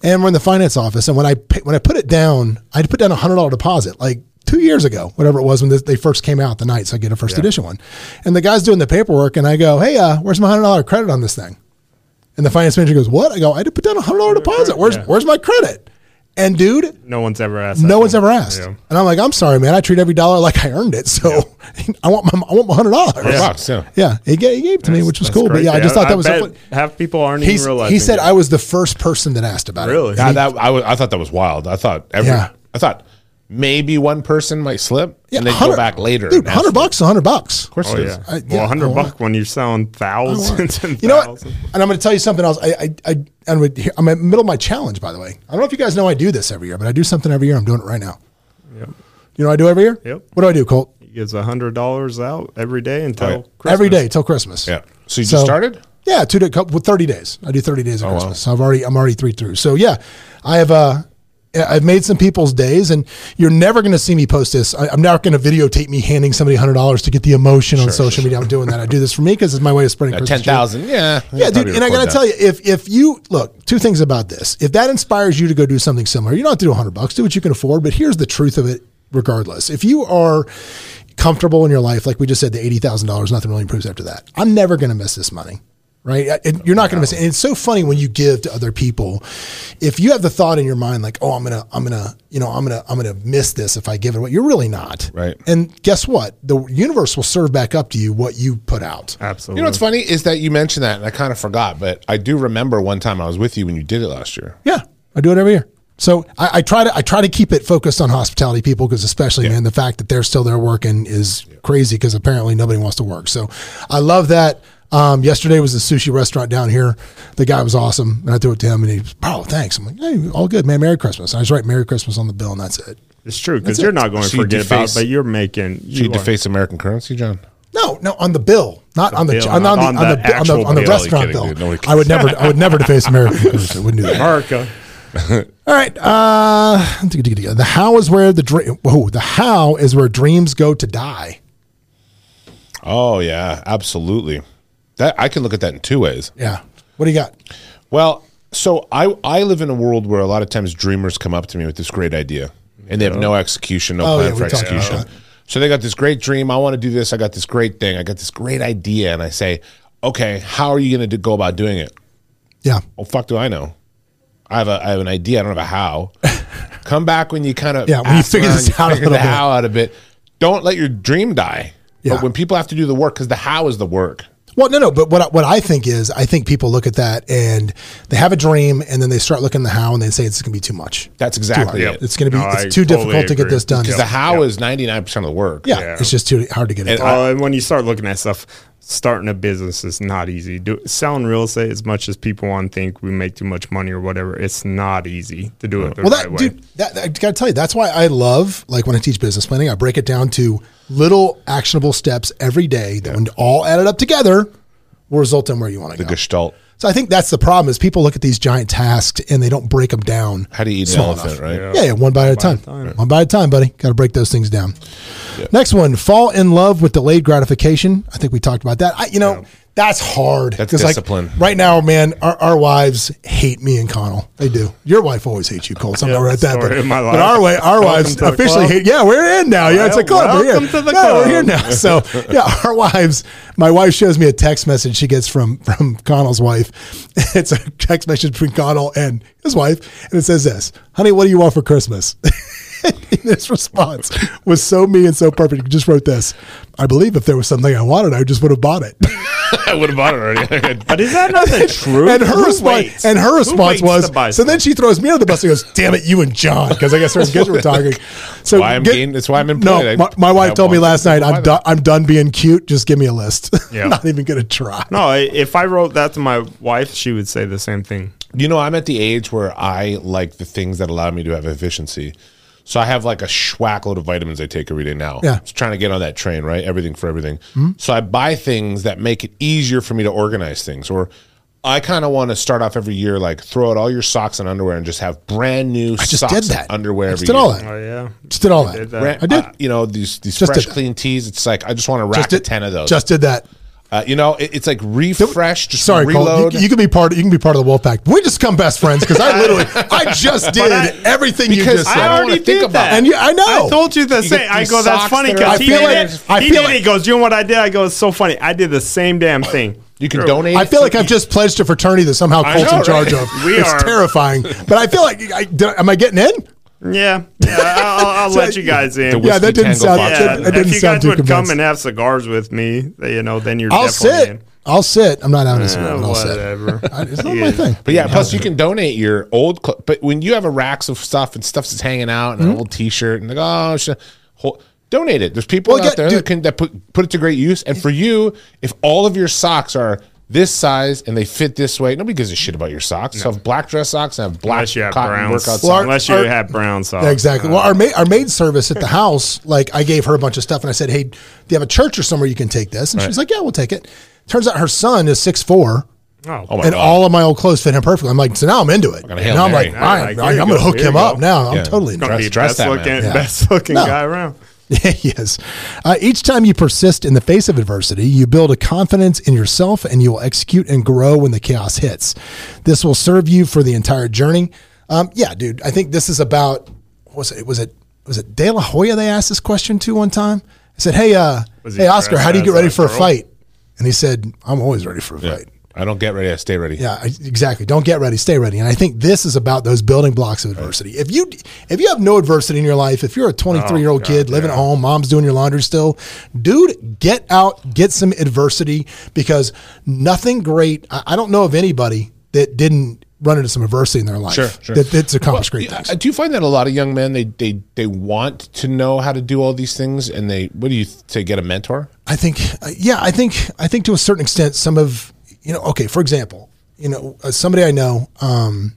[SPEAKER 3] and we're in the finance office. And when I pi- when I put it down, I had put down a hundred dollar deposit, like two years ago, whatever it was when this, they first came out the night. So I get a first edition one, and the guy's doing the paperwork, and I go, "Hey, uh, where's my hundred dollar credit on this thing?" And the finance manager goes, "What?" I go, "I had to put down a hundred dollar deposit. Where's where's my credit?" And dude,
[SPEAKER 2] No one's ever asked. that
[SPEAKER 3] no one's
[SPEAKER 2] to me.
[SPEAKER 3] ever asked.
[SPEAKER 2] Yeah.
[SPEAKER 3] And I'm like, I'm sorry, man. I treat every dollar like I earned it. So [LAUGHS] I want my I want my hundred dollars.
[SPEAKER 4] Or
[SPEAKER 3] Yeah.
[SPEAKER 4] bucks, yeah.
[SPEAKER 3] he gave, he gave it to me, which was
[SPEAKER 2] That's
[SPEAKER 3] cool. But
[SPEAKER 2] great.
[SPEAKER 3] yeah, I just thought that was.
[SPEAKER 2] bet
[SPEAKER 3] so fun-
[SPEAKER 2] half people aren't
[SPEAKER 3] He's-
[SPEAKER 2] even realizing.
[SPEAKER 3] he said
[SPEAKER 2] it.
[SPEAKER 3] I was the first person that asked about
[SPEAKER 2] really.
[SPEAKER 3] it.
[SPEAKER 4] God, that I, was, I thought that was wild. I thought every,
[SPEAKER 3] Yeah.
[SPEAKER 4] I thought maybe one person might slip and they go
[SPEAKER 3] 100
[SPEAKER 4] back later.
[SPEAKER 3] Dude,
[SPEAKER 4] and ask
[SPEAKER 3] hundred
[SPEAKER 4] them.
[SPEAKER 3] bucks, hundred bucks.
[SPEAKER 4] Of course,
[SPEAKER 2] Oh
[SPEAKER 4] it is. Uh,
[SPEAKER 2] yeah.
[SPEAKER 3] I-
[SPEAKER 2] well,
[SPEAKER 3] yeah, I
[SPEAKER 2] hundred
[SPEAKER 3] want-
[SPEAKER 2] bucks when you're selling thousands
[SPEAKER 3] [LAUGHS]
[SPEAKER 2] and
[SPEAKER 3] You know what?
[SPEAKER 2] thousands.
[SPEAKER 3] And I'm going to tell you something else. I, I, I I'm, in the middle of my challenge, by the way. I don't know if you guys know I do this every year, but I do something every year. I'm doing it right now.
[SPEAKER 2] Yep.
[SPEAKER 3] You know what I do every year?
[SPEAKER 2] Yep.
[SPEAKER 3] What do I do, Colt?
[SPEAKER 2] He gives hundred dollars out every day
[SPEAKER 3] Oh,
[SPEAKER 2] until
[SPEAKER 4] Right.
[SPEAKER 2] Christmas.
[SPEAKER 3] Every day till Christmas.
[SPEAKER 4] Yeah. So you
[SPEAKER 3] So-
[SPEAKER 4] just started? Oh,
[SPEAKER 3] Yeah, two to couple, thirty days. I do thirty days of Christmas. So I've already I'm already three through. So yeah, I have uh I've made some people's days, and you're never going to see me post this. I, I'm not going to videotape me handing somebody hundred dollars to get the emotion on social media. I'm doing that. I do this for me because it's my way of spreading
[SPEAKER 4] At
[SPEAKER 3] Christmas
[SPEAKER 4] ten
[SPEAKER 3] cheer.
[SPEAKER 4] thousand. Yeah.
[SPEAKER 3] Yeah, dude, and I gotta tell you, if if you look, two things about this. If that inspires you to go do something similar, you don't have to do hundred bucks. Do what you can afford. But here's the truth of it, regardless. If you are comfortable in your life, like we just said, the eighty thousand dollars, nothing really improves after that. I'm never gonna miss this money. Right, I- and you're not going to miss it. And it's so funny when you give to other people. If you have the thought in your mind, like, "Oh, I'm gonna, I'm gonna, you know, I'm gonna, I'm gonna miss this if I give it away," you're really not.
[SPEAKER 4] Right.
[SPEAKER 3] And guess what? The universe will serve back up to you what you put out.
[SPEAKER 2] Absolutely.
[SPEAKER 4] You know what's funny is that you mentioned that, and I kind of forgot, but I do remember one time I was with you when you did it last year.
[SPEAKER 3] Yeah, I do it every year. So I, I try to I try to keep it focused on hospitality people because especially man the fact that they're still there working is crazy because apparently nobody wants to work. So I love that. Um, yesterday was a sushi restaurant down here. The guy was awesome, and I threw it to him, and he, was, "Bro, thanks." I'm like, "Hey, all good, man. Merry Christmas." I just write "Merry Christmas" on the bill, and that's it.
[SPEAKER 2] It's true because you're not going to
[SPEAKER 4] So you
[SPEAKER 2] forget
[SPEAKER 4] deface-
[SPEAKER 2] about, it, but you're making.
[SPEAKER 4] Did
[SPEAKER 2] You
[SPEAKER 4] you
[SPEAKER 2] are-
[SPEAKER 4] deface American currency, John?
[SPEAKER 3] No, no, on the bill, not on the
[SPEAKER 2] bill,
[SPEAKER 3] on,
[SPEAKER 2] not
[SPEAKER 3] on,
[SPEAKER 2] on
[SPEAKER 3] the, on
[SPEAKER 2] the
[SPEAKER 3] the on the
[SPEAKER 2] actual
[SPEAKER 3] on the
[SPEAKER 2] bill.
[SPEAKER 3] restaurant
[SPEAKER 4] You're kidding, dude.
[SPEAKER 3] bill.
[SPEAKER 4] Nobody
[SPEAKER 3] I would never I would never deface American. I wouldn't do that.
[SPEAKER 2] America.
[SPEAKER 3] All right. Uh, the how is where the dream. Whoa, the how is where dreams go to die.
[SPEAKER 4] Oh yeah, absolutely. That I can look at that in two ways.
[SPEAKER 3] Yeah. What do you got?
[SPEAKER 4] Well, so I I live in a world where a lot of times dreamers come up to me with this great idea, and they have no execution, no
[SPEAKER 3] Oh,
[SPEAKER 4] plan
[SPEAKER 3] yeah,
[SPEAKER 4] for
[SPEAKER 3] we talked about
[SPEAKER 4] execution.
[SPEAKER 3] that.
[SPEAKER 4] So they got this great dream. I want to do this. I got this great thing. I got this great idea, and I say, okay, how are you going to go about doing it?
[SPEAKER 3] Yeah.
[SPEAKER 4] Well, fuck, do I know? I have a I have an idea. I don't have
[SPEAKER 3] [LAUGHS]
[SPEAKER 4] a how. come back when you kind of
[SPEAKER 3] Yeah, when you figure this out a
[SPEAKER 4] figure the
[SPEAKER 3] little bit.
[SPEAKER 4] how out a bit. Don't let your dream die.
[SPEAKER 3] Yeah.
[SPEAKER 4] But when people have to do the work, because the how is the work.
[SPEAKER 3] Well, no, no. But what I, what I think is, I think people look at that and they have a dream, and then they start looking at the how, and they say it's going to be too much.
[SPEAKER 4] That's exactly it.
[SPEAKER 3] It's going to be
[SPEAKER 2] No,
[SPEAKER 3] it's
[SPEAKER 2] I
[SPEAKER 3] too
[SPEAKER 2] totally
[SPEAKER 3] difficult to get
[SPEAKER 2] agree.
[SPEAKER 3] this done.
[SPEAKER 4] Because the how is ninety nine percent of the work.
[SPEAKER 3] yeah,
[SPEAKER 2] Yeah.
[SPEAKER 3] it's just too hard to get it
[SPEAKER 4] And
[SPEAKER 3] done.
[SPEAKER 2] Oh, and when you start looking at stuff, starting a business is not easy. Do, selling real estate, as much as people want to think we make too much money or whatever, it's not easy to do it the
[SPEAKER 3] Oh. well,
[SPEAKER 2] right
[SPEAKER 3] that
[SPEAKER 2] way.
[SPEAKER 3] dude, that, I gotta tell you, that's why I love like when I teach business planning, I break it down to little actionable steps every day that, when all added up together, will result in where you want to
[SPEAKER 4] The
[SPEAKER 3] go. [LAUGHS]
[SPEAKER 4] gestalt.
[SPEAKER 3] So I think that's the problem is people look at these giant tasks and they don't break them down.
[SPEAKER 4] How do you eat an
[SPEAKER 3] Small
[SPEAKER 4] elephant,
[SPEAKER 3] enough.
[SPEAKER 4] right?
[SPEAKER 3] Yeah, yeah, one bite at a time. One bite at a time, buddy. Got to break those things down. Next one, fall in love with delayed gratification. I think we talked about that. I, you know, that's hard.
[SPEAKER 4] That's
[SPEAKER 3] 'Cause, like,
[SPEAKER 4] discipline.
[SPEAKER 3] right now, man, our, our wives hate me and Connell. They do. Your wife always hates you, Colt. Something
[SPEAKER 2] Yeah,
[SPEAKER 3] right that.
[SPEAKER 2] story
[SPEAKER 3] But,
[SPEAKER 2] of my
[SPEAKER 3] but
[SPEAKER 2] life.
[SPEAKER 3] our way, our
[SPEAKER 2] Welcome
[SPEAKER 3] wives
[SPEAKER 2] to the
[SPEAKER 3] officially
[SPEAKER 2] club.
[SPEAKER 3] hate. Yeah, we're in now. Yeah, it's a
[SPEAKER 2] Well,
[SPEAKER 3] club. We're
[SPEAKER 2] welcome
[SPEAKER 3] here.
[SPEAKER 2] to the
[SPEAKER 3] Yeah, We're here
[SPEAKER 2] club.
[SPEAKER 3] now. So yeah, [LAUGHS] our wives. My wife shows me a text message she gets from from Connell's wife. [LAUGHS] It's a text message between Connell and his wife, and it says this, "Honey, what do you want for Christmas?" [LAUGHS] And this response was so me and so perfect. He just wrote this. I believe if there was something I wanted, I just would have bought it. [LAUGHS]
[SPEAKER 4] I would have bought it [LAUGHS] already.
[SPEAKER 2] but is that not the truth?
[SPEAKER 3] uh, And her
[SPEAKER 2] Who
[SPEAKER 3] response,
[SPEAKER 2] waits?
[SPEAKER 3] and
[SPEAKER 2] Who
[SPEAKER 3] her response
[SPEAKER 2] waits
[SPEAKER 3] was.
[SPEAKER 2] to buy
[SPEAKER 3] So then
[SPEAKER 2] stuff?
[SPEAKER 3] she throws me under the bus and goes, "Damn it, you and John," because I guess her and kids were talking. So
[SPEAKER 4] Why I'm
[SPEAKER 3] get-
[SPEAKER 4] getting- that's why I'm employed. I-
[SPEAKER 3] No, my, my wife
[SPEAKER 4] I
[SPEAKER 3] told me
[SPEAKER 4] want
[SPEAKER 3] last
[SPEAKER 4] people
[SPEAKER 3] night,
[SPEAKER 4] to buy
[SPEAKER 3] "I'm done. I'm done being cute. Just give me a list. [LAUGHS]
[SPEAKER 2] Yeah.
[SPEAKER 3] I'm not even gonna try."
[SPEAKER 2] no, I- if I wrote that to my wife, she would say the same thing.
[SPEAKER 4] you know, I'm at the age where I like the things that allow me to have efficiency. So I have like a schwack load of vitamins I take every day now.
[SPEAKER 3] Yeah. Hmm?
[SPEAKER 4] Just trying to get on that train, right? Everything for everything. So I buy things that make it easier for me to organize things. Or I kind of want to start off every year, like throw out all your socks and underwear and just have brand new
[SPEAKER 3] just
[SPEAKER 4] socks
[SPEAKER 3] did that.
[SPEAKER 4] and underwear
[SPEAKER 3] I just
[SPEAKER 4] every
[SPEAKER 3] did
[SPEAKER 4] year.
[SPEAKER 3] all that.
[SPEAKER 2] Oh yeah,
[SPEAKER 3] Just did all that.
[SPEAKER 2] did
[SPEAKER 4] Brand-
[SPEAKER 2] that.
[SPEAKER 3] I did.
[SPEAKER 4] uh, you know, these, these
[SPEAKER 3] Just did
[SPEAKER 4] fresh,
[SPEAKER 3] that.
[SPEAKER 4] clean tees. It's like, I just want to rack
[SPEAKER 3] Just did
[SPEAKER 4] a 10 of those.
[SPEAKER 3] Just did that.
[SPEAKER 4] Uh, you know, it, it's like refresh, just
[SPEAKER 3] Sorry, Cole.
[SPEAKER 4] reload.
[SPEAKER 3] You, you can be part. Of, you can be part of the wolf pack. We just come best friends because I
[SPEAKER 4] [LAUGHS]
[SPEAKER 3] literally, I just did everything you
[SPEAKER 4] because
[SPEAKER 3] just
[SPEAKER 4] I
[SPEAKER 3] said.
[SPEAKER 4] already did that.
[SPEAKER 3] And you, I know.
[SPEAKER 2] I told you the
[SPEAKER 4] You
[SPEAKER 2] same.
[SPEAKER 4] get
[SPEAKER 2] I
[SPEAKER 4] these
[SPEAKER 2] go, that's
[SPEAKER 4] socks
[SPEAKER 2] funny
[SPEAKER 4] that are
[SPEAKER 2] because
[SPEAKER 3] I
[SPEAKER 2] he
[SPEAKER 3] feel
[SPEAKER 2] did
[SPEAKER 3] like-
[SPEAKER 2] it.
[SPEAKER 3] I
[SPEAKER 2] he
[SPEAKER 3] feel
[SPEAKER 2] did it.
[SPEAKER 3] like-
[SPEAKER 2] He goes, you know what I did? I go, it's so funny. I did the same damn thing.
[SPEAKER 4] You can donate.
[SPEAKER 3] I
[SPEAKER 4] it
[SPEAKER 3] feel
[SPEAKER 4] to
[SPEAKER 3] like I've
[SPEAKER 4] each-
[SPEAKER 3] just pledged to fraternity that somehow
[SPEAKER 4] I
[SPEAKER 3] Colt's
[SPEAKER 4] know,
[SPEAKER 3] in charge
[SPEAKER 4] right?
[SPEAKER 3] of.
[SPEAKER 2] We
[SPEAKER 3] it's
[SPEAKER 2] are-
[SPEAKER 3] terrifying, but I feel like I, did- am I getting in?
[SPEAKER 2] Yeah, yeah. I'll, I'll, I'll
[SPEAKER 3] [LAUGHS] So-
[SPEAKER 2] let you guys in.
[SPEAKER 4] Yeah,
[SPEAKER 3] yeah, that didn't
[SPEAKER 4] Tango
[SPEAKER 3] sound.
[SPEAKER 4] Box.
[SPEAKER 2] yeah,
[SPEAKER 3] That, that
[SPEAKER 2] if
[SPEAKER 3] didn't
[SPEAKER 2] you
[SPEAKER 3] sound
[SPEAKER 2] guys
[SPEAKER 3] too
[SPEAKER 2] would
[SPEAKER 3] convincing.
[SPEAKER 2] come and have cigars with me, you know, then you're.
[SPEAKER 3] I'll
[SPEAKER 2] definitely
[SPEAKER 3] sit.
[SPEAKER 2] in.
[SPEAKER 3] I'll sit. I'm not out of this
[SPEAKER 2] Eh,
[SPEAKER 3] room. I'll sit.
[SPEAKER 2] whatever.
[SPEAKER 3] [LAUGHS] I- It's not my thing.
[SPEAKER 4] But yeah, plus you can donate your old. Cl- but when you have a racks of stuff and stuff's just hanging out and
[SPEAKER 3] Hmm?
[SPEAKER 4] an old T-shirt and like oh, sh- hol- donate it. There's people
[SPEAKER 3] Well,
[SPEAKER 4] out
[SPEAKER 3] yeah,
[SPEAKER 4] there
[SPEAKER 3] dude.
[SPEAKER 4] that can that put put it to great use. And for you, if all of your socks are this size and they fit this way, nobody gives a shit about your socks. So have black dress socks and have black
[SPEAKER 2] Unless you have
[SPEAKER 4] cotton
[SPEAKER 2] brown,
[SPEAKER 4] workout
[SPEAKER 3] Well, our-
[SPEAKER 4] socks.
[SPEAKER 2] unless you
[SPEAKER 3] our-
[SPEAKER 2] have brown sauce.
[SPEAKER 3] Yeah,
[SPEAKER 4] uh,
[SPEAKER 3] exactly. Well, our maid, our maid service at the house, like I gave her a bunch of stuff and I said, Hey, do you have a church or somewhere you can take this? And she was like, Yeah, we'll take it. Turns out her son is six four
[SPEAKER 2] Oh,
[SPEAKER 4] my
[SPEAKER 3] and all of my old clothes fit him perfectly. I'm like, so now I'm into it.
[SPEAKER 4] gonna Hail
[SPEAKER 3] now I'm
[SPEAKER 4] Mary.
[SPEAKER 3] like,
[SPEAKER 4] All
[SPEAKER 2] right,
[SPEAKER 3] I,
[SPEAKER 2] there you
[SPEAKER 3] am going
[SPEAKER 2] go.
[SPEAKER 3] to hook
[SPEAKER 2] There
[SPEAKER 3] him
[SPEAKER 2] you
[SPEAKER 3] up
[SPEAKER 2] go.
[SPEAKER 3] now.
[SPEAKER 4] Yeah.
[SPEAKER 3] I'm totally into
[SPEAKER 2] gonna
[SPEAKER 3] it.
[SPEAKER 2] be
[SPEAKER 4] dress
[SPEAKER 2] best
[SPEAKER 4] that man.
[SPEAKER 2] looking,
[SPEAKER 4] Yeah.
[SPEAKER 2] best looking
[SPEAKER 3] No.
[SPEAKER 2] guy around.
[SPEAKER 3] [LAUGHS] yes. Uh, each time you persist in the face of adversity, you build a confidence in yourself and you will execute and grow when the chaos hits. This will serve you for the entire journey. Um, yeah, dude, I think this is about, was it, was it, was it De La Hoya they asked this question to one time? I said, hey, uh,
[SPEAKER 2] Was he
[SPEAKER 3] hey, Oscar,
[SPEAKER 2] dressed
[SPEAKER 3] how do you
[SPEAKER 2] as
[SPEAKER 3] get ready
[SPEAKER 2] a
[SPEAKER 3] for a
[SPEAKER 2] girl?
[SPEAKER 3] fight? And he said, I'm always ready for a fight.
[SPEAKER 4] I don't get ready. I stay ready.
[SPEAKER 3] Yeah, I- exactly. Don't get ready, stay ready. And I think this is about those building blocks of adversity. If you if you have no adversity in your life, if you're a 23 year old
[SPEAKER 4] Oh,
[SPEAKER 3] kid living at home, mom's doing your laundry still, dude, get out, get some adversity because nothing great. I, I don't know of anybody that didn't run into some adversity in their life.
[SPEAKER 4] Sure, sure.
[SPEAKER 3] That, that's accomplished great
[SPEAKER 4] Yeah,
[SPEAKER 3] things.
[SPEAKER 4] I do find that a lot of young men they they they want to know how to do all these things and they what do you th- say get a mentor?
[SPEAKER 3] I think, uh, yeah, I think, I think to a certain extent, some of, you know, okay, for example, you know, uh, somebody I know, um,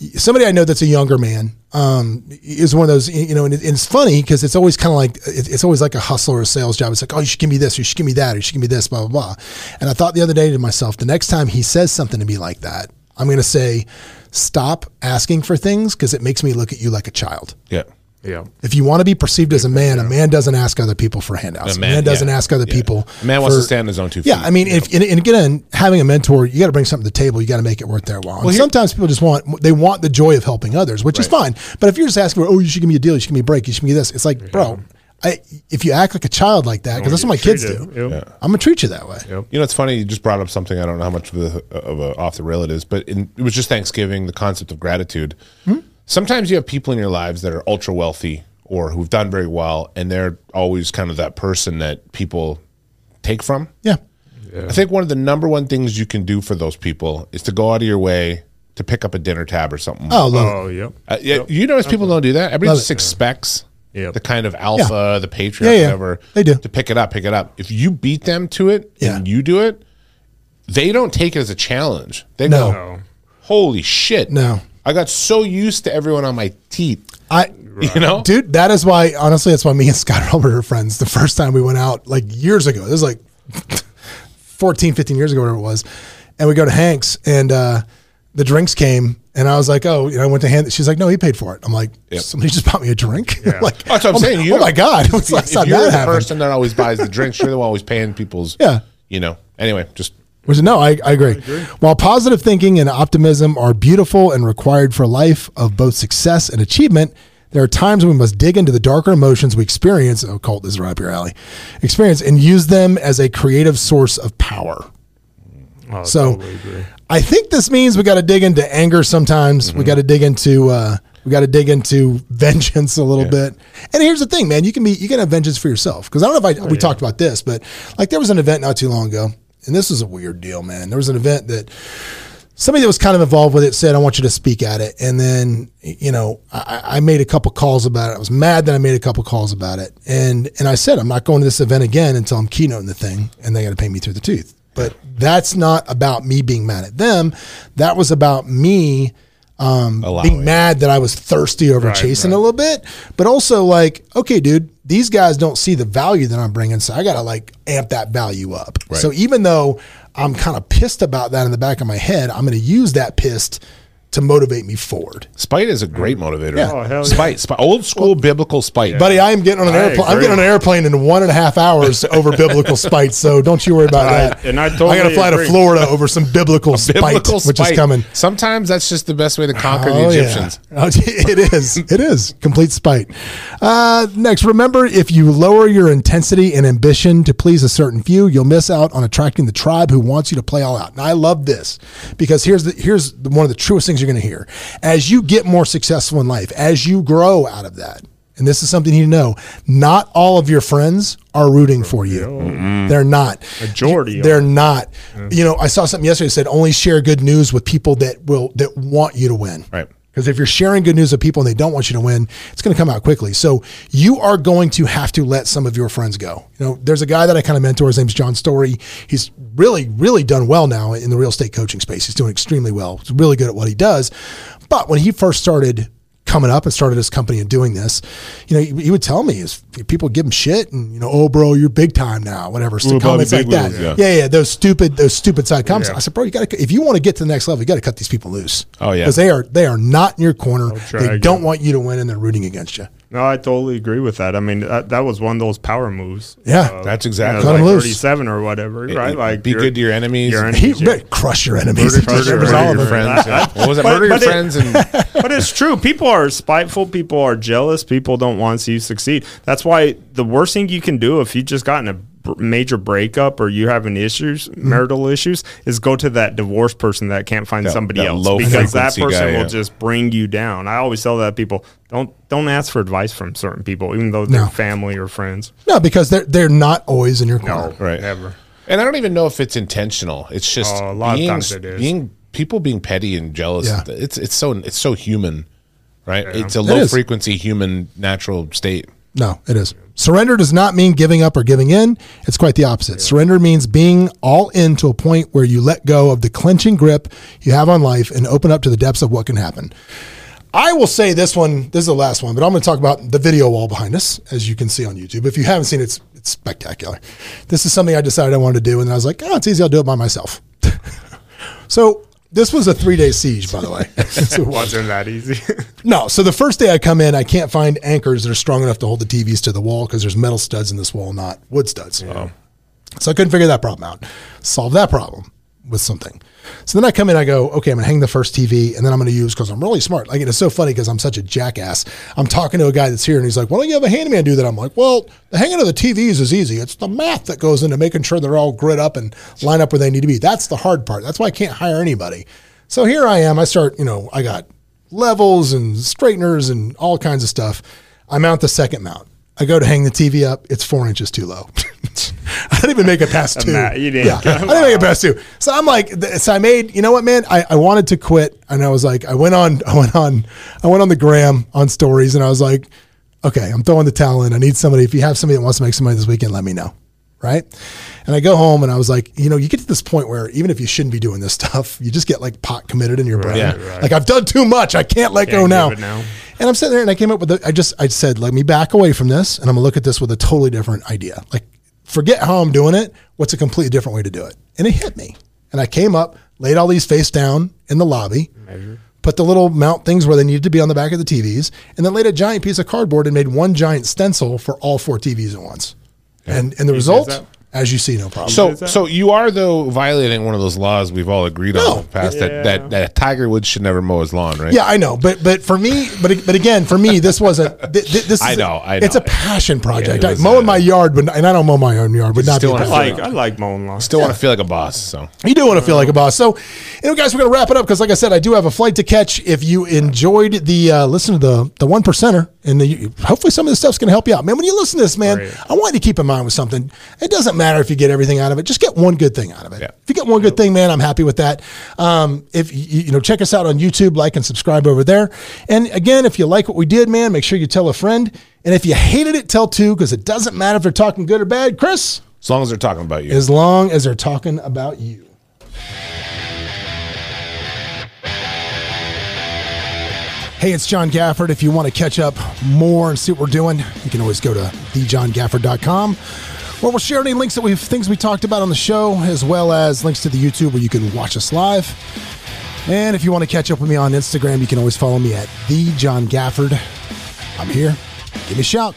[SPEAKER 3] y- somebody I know that's a younger man, um, is one of those, y- you know, and, it, and it's funny because it's always kind of like, it, it's always like a hustle or a sales job. It's like, oh, you should give me this, or you should give me that, or you should give me this, blah, blah, blah. And I thought the other day to myself, the next time he says something to me like that, I'm going to say, stop asking for things because it makes me look at you like a child.
[SPEAKER 4] Yeah.
[SPEAKER 2] Yeah.
[SPEAKER 3] If you want to be perceived as a man, a man doesn't ask other people for handouts.
[SPEAKER 4] A
[SPEAKER 3] A
[SPEAKER 4] man-
[SPEAKER 3] man, doesn't
[SPEAKER 4] yeah,
[SPEAKER 3] ask other
[SPEAKER 4] yeah.
[SPEAKER 3] people.
[SPEAKER 4] A man wants
[SPEAKER 3] for-
[SPEAKER 4] to stand on his own two
[SPEAKER 3] Yeah,
[SPEAKER 4] feet,
[SPEAKER 3] I mean,
[SPEAKER 4] you
[SPEAKER 3] if and, and again, having a mentor, you got to bring something to the table. You got to make it worth their while. and
[SPEAKER 4] here-
[SPEAKER 3] sometimes people just want they want the joy of helping others, which is fine. But if you're just asking for, oh, you should give me a deal, you should give me a break, you should give me this, it's like, bro, I, if you act like a child like
[SPEAKER 4] Oh,
[SPEAKER 3] that, because that's what my kids do,
[SPEAKER 2] Treated. Yep.
[SPEAKER 3] I'm gonna treat you that way.
[SPEAKER 4] You know, it's funny. You just brought up something. I don't know how much of, the, of a off the rail it is, but in, it was just Thanksgiving. The concept of gratitude.
[SPEAKER 3] Hmm?
[SPEAKER 4] Sometimes you have people in your lives that are ultra wealthy or who've done very well, and they're always kind of that person that people take from.
[SPEAKER 3] Yeah,
[SPEAKER 4] I think one of the number one things you can do for those people is to go out of your way to pick up a dinner tab or something.
[SPEAKER 3] oh, love it.
[SPEAKER 2] Oh, yep.
[SPEAKER 4] Uh, yeah, you notice people don't do that. Everybody
[SPEAKER 3] Love
[SPEAKER 4] just
[SPEAKER 3] it.
[SPEAKER 4] expects
[SPEAKER 2] Yep.
[SPEAKER 4] the kind of alpha, the patriarch,
[SPEAKER 3] Yeah, yeah.
[SPEAKER 4] whatever.
[SPEAKER 3] They do.
[SPEAKER 4] to pick it up, pick it up. If you beat them to it and
[SPEAKER 3] Yeah.
[SPEAKER 4] you do it, they don't take it as a challenge. They
[SPEAKER 3] No.
[SPEAKER 2] Oh.
[SPEAKER 4] go, "Holy shit!"
[SPEAKER 3] No.
[SPEAKER 4] I got so used to everyone on my teeth. [LAUGHS]
[SPEAKER 3] I
[SPEAKER 4] You know,
[SPEAKER 3] dude that is why honestly that's why me and scott [LAUGHS] robert are friends the first time we went out like years ago this is like [LAUGHS] 14 15 years ago whatever it was and we go to hank's and uh the drinks came and i was like oh you know i went to hand she's like no he paid for it i'm like somebody just bought me a drink [LAUGHS] like
[SPEAKER 4] Oh, that's what I'm
[SPEAKER 3] oh,
[SPEAKER 4] saying.
[SPEAKER 3] my,
[SPEAKER 4] You
[SPEAKER 3] oh my
[SPEAKER 4] [LAUGHS] don't-
[SPEAKER 3] god [LAUGHS] what's the
[SPEAKER 4] if,
[SPEAKER 3] last time
[SPEAKER 4] you're
[SPEAKER 3] that
[SPEAKER 4] the
[SPEAKER 3] happened
[SPEAKER 4] person that always buys the drinks, you're the one always paying people's.
[SPEAKER 3] [LAUGHS] Yeah.
[SPEAKER 4] you know. Anyway, just
[SPEAKER 3] Which no, I, I, agree. While positive thinking and optimism are beautiful and required for life of both success and achievement, there are times when we must dig into the darker emotions we experience. Oh, Colt, this is right up your alley. Experience and use them as a creative source of power.
[SPEAKER 2] Oh,
[SPEAKER 3] So,
[SPEAKER 2] totally agree.
[SPEAKER 3] I think this means we got to dig into anger sometimes.
[SPEAKER 2] Mm-hmm.
[SPEAKER 3] We got to dig into uh, we got to dig into [LAUGHS] vengeance a little bit. And here's the thing, man, you can be you can have vengeance for yourself because I don't know
[SPEAKER 2] Oh,
[SPEAKER 3] if I, we talked about this, but like there was an event not too long ago, and this was a weird deal, man. There was an event that somebody that was kind of involved with it said, I want you to speak at it. And then, you know, I, I made a couple calls about it. I was mad that I made a couple calls about it. And, and I said, I'm not going to this event again until I'm keynoting the thing and they got to pay me through the tooth. But that's not about me being mad at them. That was about me
[SPEAKER 4] allow
[SPEAKER 3] being
[SPEAKER 4] it.
[SPEAKER 3] mad that I was thirsty over chasing a little bit, but also like, okay, dude, these guys don't see the value that I'm bringing, so I gotta like amp that value up. So even though I'm kind of pissed about that in the back of my head, I'm gonna use that pissed to motivate me forward.
[SPEAKER 4] Spite is a great motivator.
[SPEAKER 3] Yeah.
[SPEAKER 2] Oh, hell yeah.
[SPEAKER 4] spite, spite, old school biblical spite.
[SPEAKER 3] Buddy, I am getting on an
[SPEAKER 2] I
[SPEAKER 3] airplane. I'm
[SPEAKER 2] agree.
[SPEAKER 3] getting on an airplane in one and a half
[SPEAKER 2] [LAUGHS]
[SPEAKER 3] hours over biblical spite. So don't you worry about
[SPEAKER 2] I-
[SPEAKER 3] that.
[SPEAKER 2] and I totally
[SPEAKER 3] got to fly
[SPEAKER 2] agree.
[SPEAKER 3] to Florida over some biblical, spite,
[SPEAKER 4] biblical spite,
[SPEAKER 3] which is coming.
[SPEAKER 4] Sometimes that's just the best way to conquer the
[SPEAKER 3] Oh, yeah.
[SPEAKER 4] Egyptians.
[SPEAKER 3] [LAUGHS] Oh, it is. It is complete spite. Uh, next, remember if you lower your intensity and ambition to please a certain few, you'll miss out on attracting the tribe who wants you to play all out. And I love this because here's the, here's the, one of the truest things you're going to hear. As you get more successful in life, as you grow out of that, and this is something you need to know: not all of your friends are rooting for you. They're not.
[SPEAKER 2] Majority
[SPEAKER 3] They're not. You know, I saw something yesterday that said only share good news with people that will that want you to win.
[SPEAKER 4] Right.
[SPEAKER 3] Because if you're sharing good news with people and they don't want you to win, it's going to come out quickly. So you are going to have to let some of your friends go. You know, there's a guy that I kind of mentor. His name's John Story. He's really, really done well now in the real estate coaching space. He's doing extremely well. He's really good at what he does. But when he first started coming up and started his company and doing this, you know, he, he would tell me is people give him shit and you know, oh bro, you're big time now, whatever. So
[SPEAKER 4] Ooh, Bobby
[SPEAKER 3] comments like
[SPEAKER 4] Big
[SPEAKER 3] that.
[SPEAKER 4] Wheels,
[SPEAKER 3] yeah.
[SPEAKER 4] yeah.
[SPEAKER 3] yeah, Those stupid, those stupid side comments. I said, bro, you got to if you want to get to the next level, you got to cut these people loose.
[SPEAKER 4] Oh, yeah.
[SPEAKER 3] because they are they are not in your corner.
[SPEAKER 2] try
[SPEAKER 3] They
[SPEAKER 2] again.
[SPEAKER 3] don't want you to win, and they're rooting against you.
[SPEAKER 2] No, I totally agree with that. I mean, that, that was one of those power moves. Uh,
[SPEAKER 3] Yeah.
[SPEAKER 4] That's exactly-
[SPEAKER 2] you know,
[SPEAKER 3] Cut 'em
[SPEAKER 2] like
[SPEAKER 3] loose.
[SPEAKER 2] 37 or whatever,
[SPEAKER 4] It-
[SPEAKER 2] right?
[SPEAKER 4] it-
[SPEAKER 2] Like
[SPEAKER 4] be
[SPEAKER 2] you're-
[SPEAKER 4] good to your enemies.
[SPEAKER 2] your enemies,
[SPEAKER 3] He
[SPEAKER 2] yeah.
[SPEAKER 3] crush your enemies. He
[SPEAKER 4] Murder,
[SPEAKER 3] remembers all
[SPEAKER 4] murder
[SPEAKER 3] of
[SPEAKER 4] your
[SPEAKER 3] them.
[SPEAKER 4] friends. yeah.
[SPEAKER 2] [LAUGHS]
[SPEAKER 4] What was it?
[SPEAKER 2] But-
[SPEAKER 4] Murder your
[SPEAKER 2] but it-
[SPEAKER 4] friends
[SPEAKER 2] [LAUGHS]
[SPEAKER 4] and
[SPEAKER 2] but it's true. People are spiteful. People are jealous. People don't want to see you succeed. That's why the worst thing you can do if you just gotten a br- major breakup or you're having issues,
[SPEAKER 4] Hmm.
[SPEAKER 2] marital issues, is go to that divorced person that can't find
[SPEAKER 4] That-
[SPEAKER 2] somebody
[SPEAKER 4] that
[SPEAKER 2] else
[SPEAKER 4] low
[SPEAKER 2] because that
[SPEAKER 4] frequency
[SPEAKER 2] person
[SPEAKER 4] guy,
[SPEAKER 2] will
[SPEAKER 4] yeah.
[SPEAKER 2] just bring you down. I always tell that people don't don't ask for advice from certain people, even though they're
[SPEAKER 3] No.
[SPEAKER 2] family or friends.
[SPEAKER 3] No, because they're they're not always in your corner.
[SPEAKER 4] right.
[SPEAKER 2] Never.
[SPEAKER 4] And I don't even know if it's intentional. It's just
[SPEAKER 2] Oh, a lot of
[SPEAKER 4] being,
[SPEAKER 2] times it is.
[SPEAKER 4] being people being petty and jealous.
[SPEAKER 3] Yeah.
[SPEAKER 4] It's it's so it's so human, right? It's a
[SPEAKER 3] It
[SPEAKER 4] low
[SPEAKER 3] is.
[SPEAKER 4] frequency human natural state.
[SPEAKER 3] No, it is. Surrender does not mean giving up or giving in. It's quite the opposite. Surrender means being all in to a point where you let go of the clenching grip you have on life and open up to the depths of what can happen. I will say this one, this is the last one, but I'm going to talk about the video wall behind us, as you can see on YouTube. If you haven't seen it, it's, it's spectacular. This is something I decided I wanted to do, and I was like, oh, it's easy. I'll do it by myself. [LAUGHS] so this was a three day siege, by the way. [LAUGHS] So-
[SPEAKER 2] Wasn't that easy?
[SPEAKER 3] no. So the first day I come in, I can't find anchors that are strong enough to hold the TVs to the wall because there's metal studs in this wall, not wood studs. So I couldn't figure that problem out. Solve that problem with something. So then I come in, I go, okay, I'm gonna hang the first TV, and then I'm gonna use because I'm really smart. Like it's so funny because I'm such a jackass. I'm talking to a guy that's here, and he's like, "Why don't you have a handyman do that?" I'm like, "Well, the hanging of the TVs is easy. It's the math that goes into making sure they're all grid up and line up where they need to be. That's the hard part. That's why I can't hire anybody." So here I am. I start, you know, I got levels and straighteners and all kinds of stuff. I mount the second mount. I go to hang the TV up. It's four inches too low. [LAUGHS] I didn't even make it
[SPEAKER 2] [LAUGHS]
[SPEAKER 3] past two.
[SPEAKER 2] Matt, you didn't.
[SPEAKER 3] Yeah, I didn't make it past two. So I'm like, th- so I made. You know what, man? I, I wanted to quit, and I was like, I went on, [LAUGHS] I went on, I went on the gram on stories, and I was like, okay, I'm throwing the towel in. I need somebody. If you have somebody that wants to make some money this weekend, let me know right? And I go home and I was like, you know, you get to this point where even if you shouldn't be doing this [LAUGHS] stuff, you just get like pot committed in your brain.
[SPEAKER 4] Yeah.
[SPEAKER 3] Like I've done too much. I can't let go
[SPEAKER 2] give
[SPEAKER 3] now.
[SPEAKER 2] it now.
[SPEAKER 3] And I'm sitting there and I came up with, the, I just, I said, let me back away from this and I'm gonna look at this with a totally different idea. Like forget how I'm doing it. What's a completely different way to do it? And it hit me. And I came up, laid all these face down in the lobby. Put the little mount things where they needed to be on the back of the TVs, and then laid a giant piece of cardboard and made one giant stencil for all four TVs at once. And and the result,
[SPEAKER 2] that?
[SPEAKER 3] as you see, no problem.
[SPEAKER 4] So
[SPEAKER 2] that?
[SPEAKER 4] so you are though violating one of those laws we've all agreed on
[SPEAKER 3] No.
[SPEAKER 4] in the past
[SPEAKER 2] Yeah.
[SPEAKER 4] that, that that Tiger Woods should never mow his lawn, right?
[SPEAKER 3] yeah, I know, but but for me, but but again, for me, this wasn't. Th- th- this is
[SPEAKER 4] [LAUGHS] I know, I know.
[SPEAKER 3] It's a passion project.
[SPEAKER 4] it
[SPEAKER 3] Like,
[SPEAKER 4] was,
[SPEAKER 3] mowing
[SPEAKER 4] uh,
[SPEAKER 3] my yard, but and I don't mow my own yard, but not be
[SPEAKER 4] still
[SPEAKER 3] a
[SPEAKER 4] on a
[SPEAKER 3] passion.
[SPEAKER 2] [LAUGHS] like I like mowing lawn.
[SPEAKER 4] Still want to feel like a boss. So
[SPEAKER 3] You do want to feel like a boss. So, anyway, guys, we're going to wrap it up because, like I said, I do have a flight to catch. If you enjoyed the uh, listen to the the one percenter, and the, you- hopefully some of this stuff's going to help you out, man. When you listen to this, man, I want you to keep in mind with something. It doesn't matter if you get everything out of it; just get one good thing out of it.
[SPEAKER 4] Yeah.
[SPEAKER 3] If you get one good thing, man, I'm happy with that. Um, if you, you know, check us out on YouTube, like and subscribe over there. And again, if you like what we did, man, make sure you tell a friend. And if you hated it, tell two because it doesn't matter if they're talking good or bad. Chris,
[SPEAKER 4] as long as they're talking about you.
[SPEAKER 3] as long as they're talking about you. Hey, it's John Gafford. If you want to catch up more and see what we're doing, you can always go to thejohngafford.com where we'll share any links that we've things we talked about on the show, as well as links to the YouTube where you can watch us live. And if you want to catch up with me on Instagram, you can always follow me at the John Gafford. I'm here. Give me a shout.